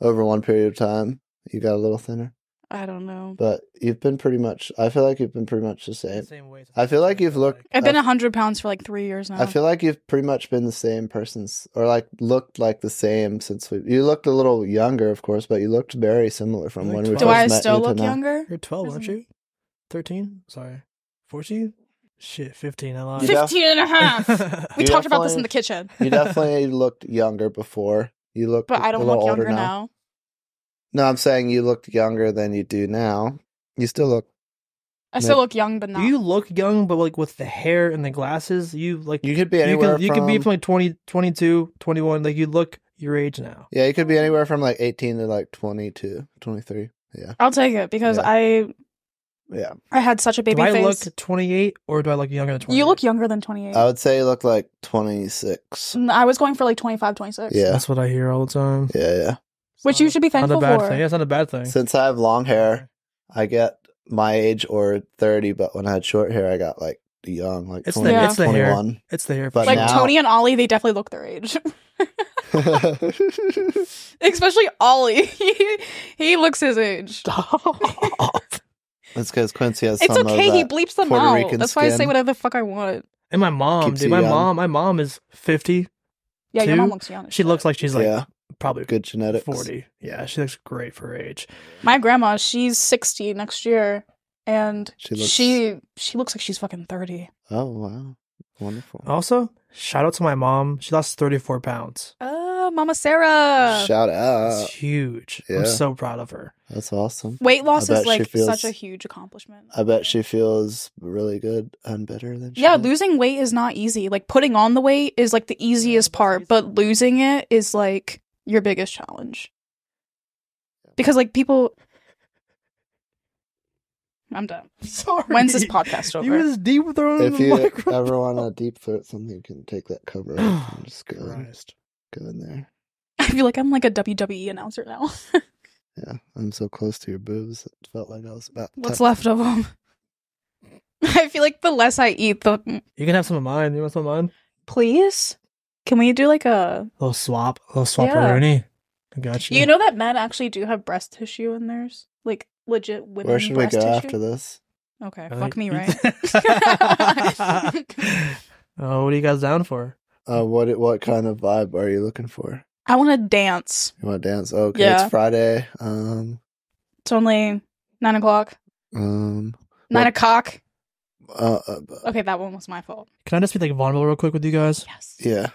Speaker 1: over one period of time, you got a little thinner.
Speaker 3: I don't know.
Speaker 1: But you've been pretty much. I feel like you've been pretty much the
Speaker 2: the
Speaker 1: same.
Speaker 2: same way. since
Speaker 1: I feel like
Speaker 2: started,
Speaker 1: you've looked.
Speaker 3: I've been
Speaker 1: I-
Speaker 3: a hundred pounds for like three years now.
Speaker 1: I feel like you've pretty much been the same person, s- or like looked like the same since we. You looked a little younger, of course, but you looked very similar from
Speaker 2: I
Speaker 1: when
Speaker 2: think
Speaker 1: we first
Speaker 3: Do
Speaker 2: I've
Speaker 3: I
Speaker 1: met
Speaker 3: still
Speaker 1: you to
Speaker 3: look
Speaker 1: now.
Speaker 3: younger?
Speaker 2: You're 12, aren't
Speaker 3: Isn't-
Speaker 2: you? 13? Sorry. 14? Shit, 15. I lied.
Speaker 1: You def-
Speaker 3: 15 and a half. we
Speaker 1: You
Speaker 3: talked about this
Speaker 1: definitely-
Speaker 3: in the kitchen,
Speaker 1: You definitely looked younger before. You looked,
Speaker 3: but I
Speaker 1: a
Speaker 3: don't
Speaker 1: little
Speaker 3: look
Speaker 1: older
Speaker 3: younger now.
Speaker 1: now. No, I'm saying you looked younger than you do now. You still look.
Speaker 3: I still
Speaker 1: Maybe-
Speaker 3: look young, but not.
Speaker 2: You look young, but like with the hair and the glasses, you like
Speaker 1: You could be
Speaker 2: you can
Speaker 1: anywhere.
Speaker 2: you
Speaker 1: from,
Speaker 2: can be from like 20, 22, 21. Like you look your age now.
Speaker 1: Yeah, you could be anywhere from like 18 to like 22, 23. Yeah,
Speaker 3: I'll take it because
Speaker 1: Yeah.
Speaker 3: I
Speaker 1: yeah.
Speaker 3: I had such a baby
Speaker 2: do I
Speaker 3: face.
Speaker 2: look twenty eight or do I look younger than twenty?
Speaker 3: you look younger than 28.
Speaker 1: I would say you look like 26.
Speaker 3: Mm, I was going for like 25, 26.
Speaker 1: Yeah.
Speaker 2: That's what I hear all the time.
Speaker 1: Yeah, yeah.
Speaker 3: Which you should be
Speaker 2: Not a
Speaker 3: thankful
Speaker 2: bad
Speaker 3: for.
Speaker 2: thing. That's not a bad thing.
Speaker 1: Since I have long hair, I get my age or 30, but when I had short hair, I got like young, like
Speaker 2: It's the-
Speaker 1: 20,
Speaker 3: it's
Speaker 2: the hair.
Speaker 1: 21.
Speaker 2: It's the hair.
Speaker 1: But
Speaker 3: Like
Speaker 1: now-
Speaker 3: Tony and Ollie, they definitely look their age. Especially Ollie. he, he looks his age.
Speaker 1: it's because Quincy has
Speaker 3: It's
Speaker 1: some of
Speaker 3: okay. He
Speaker 1: that.
Speaker 3: bleeps them
Speaker 1: Puerto
Speaker 3: out.
Speaker 1: Rican
Speaker 3: That's why I say
Speaker 1: skin.
Speaker 3: whatever the fuck I want.
Speaker 2: and my mom,
Speaker 1: Keeps
Speaker 2: dude.
Speaker 1: you
Speaker 2: My
Speaker 1: young.
Speaker 2: mom. My mom is fifty.
Speaker 3: Yeah, your
Speaker 2: Two?
Speaker 3: mom looks young. as
Speaker 2: She
Speaker 3: shit.
Speaker 2: looks like she's like
Speaker 1: yeah,
Speaker 2: probably
Speaker 1: good genetics.
Speaker 2: forty. Yeah, she looks great for her age.
Speaker 3: My grandma, she's 60 next year, and
Speaker 1: She
Speaker 3: she
Speaker 1: looks-
Speaker 3: she, looks like she's fucking 30.
Speaker 1: Oh, wow. Wonderful.
Speaker 2: Also, shout out to my mom. She lost thirty four pounds.
Speaker 1: Oh,
Speaker 3: Uh, Mama
Speaker 2: Oh.
Speaker 3: Sarah.
Speaker 1: Shout out.
Speaker 2: It's huge.
Speaker 1: Uh, yeah.
Speaker 2: I'm so proud of her.
Speaker 1: That's awesome.
Speaker 3: Weight loss
Speaker 1: I bet
Speaker 3: is
Speaker 1: she
Speaker 3: like
Speaker 1: feels-
Speaker 3: such a huge accomplishment.
Speaker 1: I bet she feels really good and better than she
Speaker 3: Yeah,
Speaker 1: did.
Speaker 3: losing weight is not easy. Like putting on the weight is like the easiest part, but losing it is like your biggest challenge. Because like people I'm done.
Speaker 2: Sorry.
Speaker 3: When's this podcast
Speaker 2: You were
Speaker 3: over?
Speaker 2: just deep throwing
Speaker 1: If
Speaker 2: the
Speaker 1: you
Speaker 2: microphone.
Speaker 1: ever want to deep throat something, you can take that cover off and just go, in-
Speaker 2: Christ.
Speaker 1: go in there.
Speaker 3: I feel like I'm like a WWE announcer now.
Speaker 1: Yeah, I'm so close to your boobs. It felt like I was about to
Speaker 3: What's left
Speaker 1: touch-
Speaker 3: of them? I feel like the less I eat, the
Speaker 2: You can have some of mine. You want some of mine?
Speaker 3: please. Can we do like a?
Speaker 2: A little swap. A little swapperoni. I got you.
Speaker 3: You know that men actually do have breast tissue in theirs, like legit women.
Speaker 1: Where should we
Speaker 3: breast
Speaker 1: go
Speaker 3: tissue?
Speaker 1: after this?
Speaker 3: Okay,
Speaker 2: I
Speaker 3: fuck
Speaker 2: think-
Speaker 3: me, right?
Speaker 2: oh, what are you guys down for?
Speaker 1: Uh, what what kind of vibe are you looking for?
Speaker 3: I want to dance.
Speaker 1: You want to dance? Okay,
Speaker 3: Yeah.
Speaker 1: it's Friday. Um,
Speaker 3: It's only nine o'clock.
Speaker 1: um,
Speaker 3: Nine
Speaker 1: What?
Speaker 3: o'clock.
Speaker 1: uh, uh, uh,
Speaker 3: Okay, that one was my fault.
Speaker 2: Can I just be like vulnerable real quick with you guys?
Speaker 3: Yes.
Speaker 1: yeah,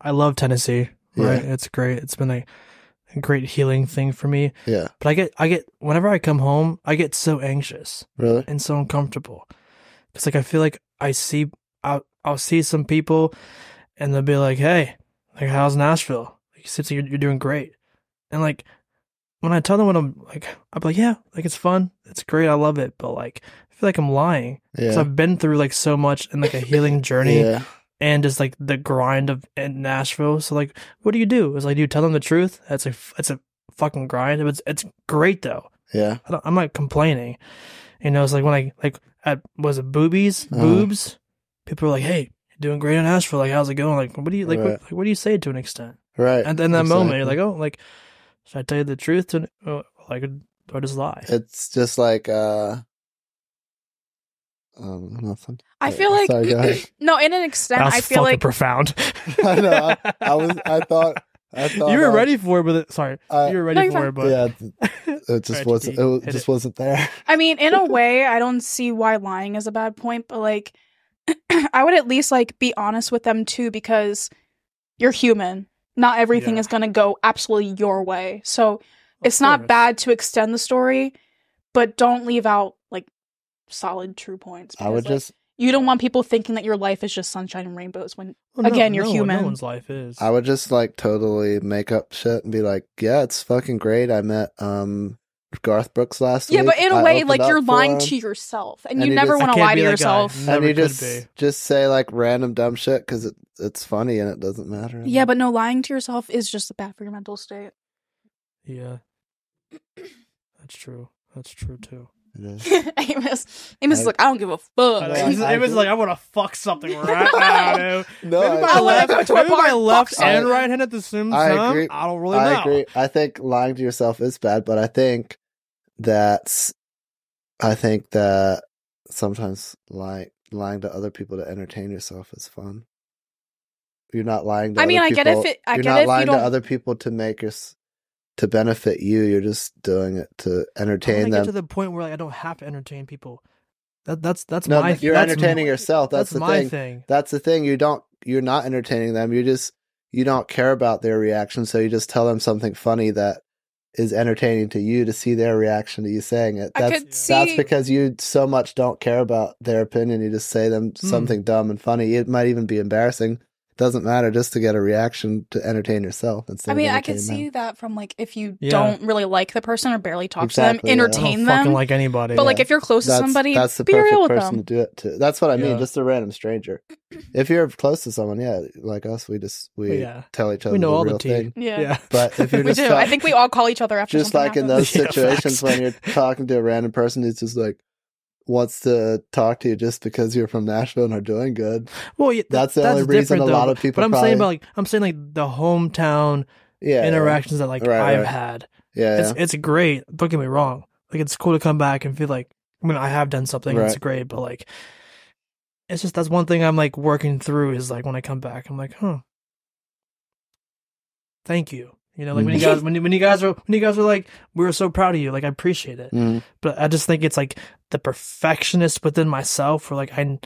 Speaker 2: I love Tennessee.
Speaker 1: Yeah.
Speaker 2: Right? It's great. It's been like a great healing thing for me.
Speaker 1: yeah,
Speaker 2: But I get I get whenever I come home, I get so anxious.
Speaker 1: really?
Speaker 2: and so uncomfortable. It's like I feel like I see I'll, I'll see some people, and they'll be like, "Hey, like how's Nashville? Like, seems like you're, you're doing great." And like when I tell them what I'm like, I'm like, "Yeah, like it's fun, it's great, I love it," but like I feel like I'm lying because
Speaker 1: Yeah,
Speaker 2: I've been through like so much and like a healing journey
Speaker 1: yeah,
Speaker 2: and just like the grind of in Nashville. So like, what do you do? It's like, do you tell them the truth? That's a it's a fucking grind. It's it's great though.
Speaker 1: yeah.
Speaker 2: I don't, I'm not complaining. You know, it's like when I like at was it boobies,
Speaker 1: Uh-huh.
Speaker 2: boobs. People were like, "Hey, you're doing great in Nashville. Like, how's it going? Like, what do you like?
Speaker 1: Right.
Speaker 2: What, like, what do you say to an extent?"
Speaker 1: Right.
Speaker 2: And then that moment, you're
Speaker 1: exactly.
Speaker 2: like, "Oh, like, should I tell you the truth? To, uh, like, do I just lie?"
Speaker 1: It's just like uh um nothing.
Speaker 3: I
Speaker 1: Yeah,
Speaker 3: feel like
Speaker 1: sorry, go ahead.
Speaker 3: no, in an extent,
Speaker 2: That was
Speaker 3: I feel
Speaker 2: fucking
Speaker 3: like
Speaker 2: profound.
Speaker 1: I know, I- I was- I thought- I thought
Speaker 2: you were
Speaker 1: I-
Speaker 2: ready for it, but it- sorry,
Speaker 1: I-
Speaker 2: you were
Speaker 3: No,
Speaker 2: ready
Speaker 3: you're
Speaker 2: for it, but
Speaker 1: yeah, it just
Speaker 2: Alright,
Speaker 1: wasn't. It
Speaker 2: Jackie,
Speaker 1: wa-
Speaker 2: hit it.
Speaker 1: just wasn't there.
Speaker 3: I mean, in a way, I don't see why lying is a bad point, but like, I would at least like be honest with them too, because you're human. Not everything
Speaker 2: Yeah.
Speaker 3: is gonna go absolutely your way, so
Speaker 2: Of
Speaker 3: it's not
Speaker 2: course.
Speaker 3: bad to extend the story, but don't leave out like solid true points.
Speaker 1: I would
Speaker 3: because, like,
Speaker 1: just.
Speaker 3: you don't want people thinking that your life is just sunshine and rainbows when
Speaker 2: Well, no-
Speaker 3: again, you're
Speaker 2: no one-
Speaker 3: human.
Speaker 2: No one's life is.
Speaker 1: I would just like totally make up shit and be like, yeah, it's fucking great. I met um Garth Brooks last
Speaker 3: yeah
Speaker 1: week.
Speaker 3: but in a
Speaker 1: I
Speaker 3: way
Speaker 1: opened
Speaker 3: like
Speaker 1: up
Speaker 3: you're
Speaker 1: for
Speaker 3: lying
Speaker 1: him."
Speaker 3: to yourself and,
Speaker 1: And
Speaker 3: you
Speaker 1: you
Speaker 3: never
Speaker 1: just- I
Speaker 3: want to
Speaker 2: can't
Speaker 3: lie
Speaker 2: be
Speaker 3: to
Speaker 2: that guy.
Speaker 3: yourself
Speaker 2: No.
Speaker 1: And
Speaker 2: Never
Speaker 1: you
Speaker 2: could
Speaker 1: just
Speaker 2: be.
Speaker 1: just say like random dumb shit because it it's funny and it doesn't matter. anymore.
Speaker 3: yeah but no lying to yourself is just bad for your mental state
Speaker 2: yeah, that's true. That's true too.
Speaker 1: It is.
Speaker 3: amos amos is
Speaker 1: I-
Speaker 3: like i don't give a fuck
Speaker 1: I-
Speaker 2: It was
Speaker 1: I do.
Speaker 2: like, I want to fuck something right now. dude.
Speaker 1: No,
Speaker 2: maybe
Speaker 1: I,
Speaker 2: my
Speaker 3: I wanna
Speaker 2: left,
Speaker 3: go to a
Speaker 2: maybe
Speaker 3: bar
Speaker 2: my
Speaker 3: and fuck
Speaker 2: left
Speaker 3: someone.
Speaker 2: and right hand at the same
Speaker 1: I
Speaker 2: time.
Speaker 1: agree.
Speaker 2: I don't really know.
Speaker 1: I agree. I think lying to yourself is bad, but I think that's I think that sometimes lying lying to other people to entertain yourself is fun. You're not lying to.
Speaker 3: I mean,
Speaker 1: other
Speaker 3: I get
Speaker 1: people-
Speaker 3: if it. I
Speaker 1: you're
Speaker 3: get
Speaker 1: not
Speaker 3: if you
Speaker 1: lying
Speaker 3: don't.
Speaker 1: to other people to make us to benefit you. You're just doing it to
Speaker 2: I wanna
Speaker 1: entertain
Speaker 2: get
Speaker 1: them.
Speaker 2: to the point where like, I don't have to entertain people. That that's that's
Speaker 1: no,
Speaker 2: my
Speaker 1: you're
Speaker 2: that's
Speaker 1: entertaining
Speaker 2: my-
Speaker 1: yourself. That's, the
Speaker 2: my
Speaker 1: thing.
Speaker 2: thing.
Speaker 1: That's the thing. You don't. You're not entertaining them. You just you don't care about their reaction. So you just tell them something funny that is entertaining to you to see their reaction to you saying it.
Speaker 3: I
Speaker 1: That's
Speaker 3: could see.
Speaker 1: that's because you so much don't care about their opinion. You just say them
Speaker 3: Hmm.
Speaker 1: something dumb and funny. It might even be embarrassing. Doesn't matter just to get a reaction to entertain yourself. Instead
Speaker 3: I mean,
Speaker 1: of
Speaker 3: I could
Speaker 1: entertain them.
Speaker 3: see that from like if you
Speaker 2: Yeah.
Speaker 3: don't really like the person or barely talk
Speaker 1: Exactly, yeah.
Speaker 3: to
Speaker 1: I
Speaker 3: them,
Speaker 1: don't
Speaker 2: I don't
Speaker 3: entertain
Speaker 2: fucking
Speaker 3: them.
Speaker 2: like anybody.
Speaker 3: but like
Speaker 1: yeah.
Speaker 3: if you're close to somebody,
Speaker 1: that's the
Speaker 3: be
Speaker 1: perfect
Speaker 3: real with
Speaker 1: person
Speaker 3: them.
Speaker 1: to do it to. That's what I mean.
Speaker 2: Yeah.
Speaker 1: Just a random stranger. If you're close to someone, yeah, like us, we just we
Speaker 2: Yeah.
Speaker 1: tell each other
Speaker 2: we know
Speaker 1: the
Speaker 2: all
Speaker 1: real
Speaker 2: the tea.
Speaker 1: thing.
Speaker 3: Yeah.
Speaker 1: But if you're
Speaker 3: We
Speaker 1: just
Speaker 3: do.
Speaker 1: talk-
Speaker 3: I think we all call each other after
Speaker 1: just
Speaker 3: something
Speaker 1: like in
Speaker 3: happens.
Speaker 1: those
Speaker 2: Yeah,
Speaker 1: situations
Speaker 2: facts.
Speaker 1: when you're talking to a random person who's just like wants to talk to you just because you're from Nashville and are doing good.
Speaker 2: well, yeah,
Speaker 1: That's the only reason
Speaker 2: different,
Speaker 1: a
Speaker 2: though,
Speaker 1: lot of people
Speaker 2: But I'm
Speaker 1: probably,
Speaker 2: saying about like I'm saying like the hometown
Speaker 1: yeah,
Speaker 2: interactions that like
Speaker 1: Right,
Speaker 2: I've
Speaker 1: right.
Speaker 2: had.
Speaker 1: Yeah,
Speaker 2: It's it's great. Don't get me wrong. Like it's cool to come back and feel like I mean I have done something. It's
Speaker 1: Right.
Speaker 2: great, but like it's just that's one thing I'm like working through is like when I come back, I'm like, huh. Thank you. You know, like when you
Speaker 1: Mm-hmm.
Speaker 3: Mhm.
Speaker 2: guys when you, when you guys were when you guys were like, we were so proud of you. Like I appreciate it.
Speaker 1: yeah. Mm.
Speaker 2: but I just think it's like the perfectionist within myself where like I n-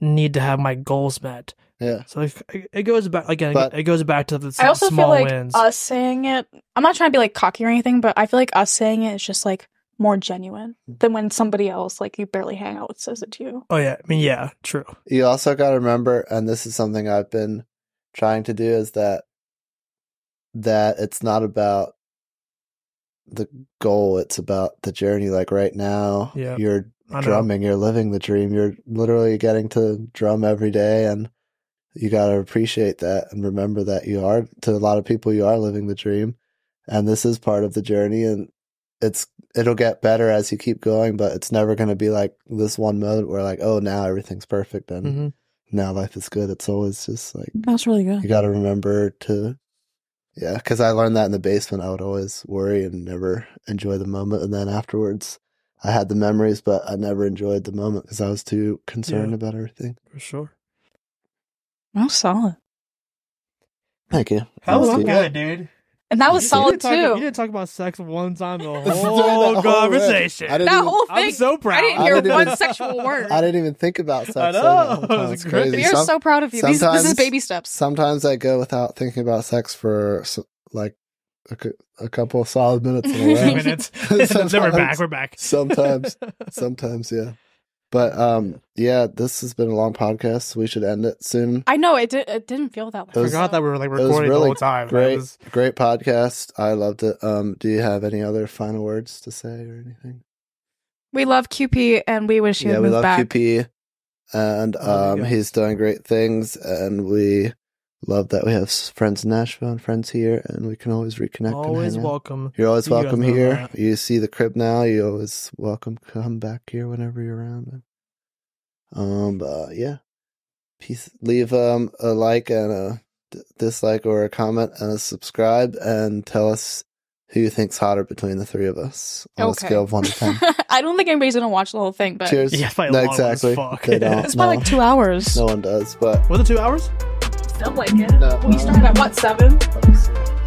Speaker 2: need to have my goals met.
Speaker 1: yeah.
Speaker 2: So like it- it goes back again.
Speaker 1: But-
Speaker 2: it goes back to the s-
Speaker 3: I also feel
Speaker 2: small
Speaker 3: like
Speaker 2: wins.
Speaker 3: us saying it. I'm not trying to be like cocky or anything, but I feel like us saying it is just like more genuine than when somebody else, like you barely hang out with, says it to you.
Speaker 2: oh yeah, I mean yeah, true.
Speaker 1: You also got to remember, and this is something I've been trying to do, is that that it's not about the goal; it's about the journey. Like right now,
Speaker 2: Yeah.
Speaker 1: you're
Speaker 2: I know.
Speaker 1: drumming you're living the dream you're literally getting to drum every day and you got to appreciate that and remember that you are to a lot of people you are living the dream and this is part of the journey and it's it'll get better as you keep going but it's never going to be like this one moment where like oh now everything's perfect and
Speaker 2: Mhm.
Speaker 1: now life is good it's always just like
Speaker 3: That's really good.
Speaker 1: you got to remember to yeah because i learned that in the basement i would always worry and never enjoy the moment and then afterwards i had the memories but i never enjoyed the moment because i was too concerned
Speaker 2: Yeah.
Speaker 1: about everything
Speaker 2: for sure.
Speaker 3: That was solid.
Speaker 1: thank you
Speaker 2: That was
Speaker 1: Thank you.
Speaker 2: good, dude.
Speaker 3: And that
Speaker 2: You
Speaker 3: was
Speaker 2: didn't
Speaker 3: solid
Speaker 2: talk- you
Speaker 3: too.
Speaker 2: didn't talk about sex one time the
Speaker 1: During the
Speaker 2: whole
Speaker 1: whole
Speaker 2: conversation.
Speaker 1: rest. I didn't-
Speaker 3: That whole
Speaker 2: I'm
Speaker 3: thing.
Speaker 2: so proud.
Speaker 3: I didn't
Speaker 1: I
Speaker 3: hear
Speaker 1: didn't
Speaker 3: one
Speaker 1: even-
Speaker 3: sexual word.
Speaker 1: i didn't even think about sex
Speaker 2: I
Speaker 1: so that
Speaker 2: know,
Speaker 1: whole time.
Speaker 2: it was
Speaker 1: It's
Speaker 2: great.
Speaker 1: crazy
Speaker 3: You're
Speaker 1: Some-
Speaker 3: so proud of you. These, this is
Speaker 1: sometimes-
Speaker 3: baby steps.
Speaker 1: sometimes i go without thinking about sex for s- like a, cou- a couple of solid minutes in a
Speaker 2: Two
Speaker 1: row.
Speaker 2: minutes. then we're back. We're back.
Speaker 1: Sometimes. sometimes yeah but um yeah this has been a long podcast we should end it soon
Speaker 3: I know it. Did, it didn't feel that.
Speaker 2: I
Speaker 1: It
Speaker 3: long.
Speaker 1: was-
Speaker 2: forgot that we were like
Speaker 1: was
Speaker 2: recording the
Speaker 1: really
Speaker 2: whole time. That
Speaker 1: great
Speaker 2: was-
Speaker 1: great podcast i loved it um do you have any other final words to say or anything
Speaker 3: we love QP and we wish you
Speaker 1: yeah
Speaker 3: would
Speaker 1: we
Speaker 3: move
Speaker 1: love
Speaker 3: back.
Speaker 1: qp and
Speaker 2: Oh,
Speaker 1: um
Speaker 2: yeah.
Speaker 1: he's doing great things and we love that we have s- friends in nashville and friends here and we can always reconnect and
Speaker 2: always
Speaker 1: hang out.
Speaker 2: welcome.
Speaker 1: you're always
Speaker 2: You guys
Speaker 1: welcome
Speaker 2: know
Speaker 1: here
Speaker 2: that.
Speaker 1: you see the crib now you always welcome come back here whenever you're around um but yeah peace leave um a like and a d- dislike or a comment and a subscribe and tell us who you think's hotter between the three of us on a
Speaker 3: Okay.
Speaker 1: scale of one to ten
Speaker 3: I don't think anybody's gonna watch the whole thing, but
Speaker 1: cheers
Speaker 2: Yeah, probably
Speaker 1: no,
Speaker 2: a long one as
Speaker 1: exactly
Speaker 2: fuck.
Speaker 1: they don't
Speaker 3: it's
Speaker 1: no,
Speaker 3: probably like two hours.
Speaker 1: no one does but
Speaker 2: Was it two hours?
Speaker 3: Still like it.
Speaker 1: No,
Speaker 3: we started at what seven?
Speaker 1: let's see.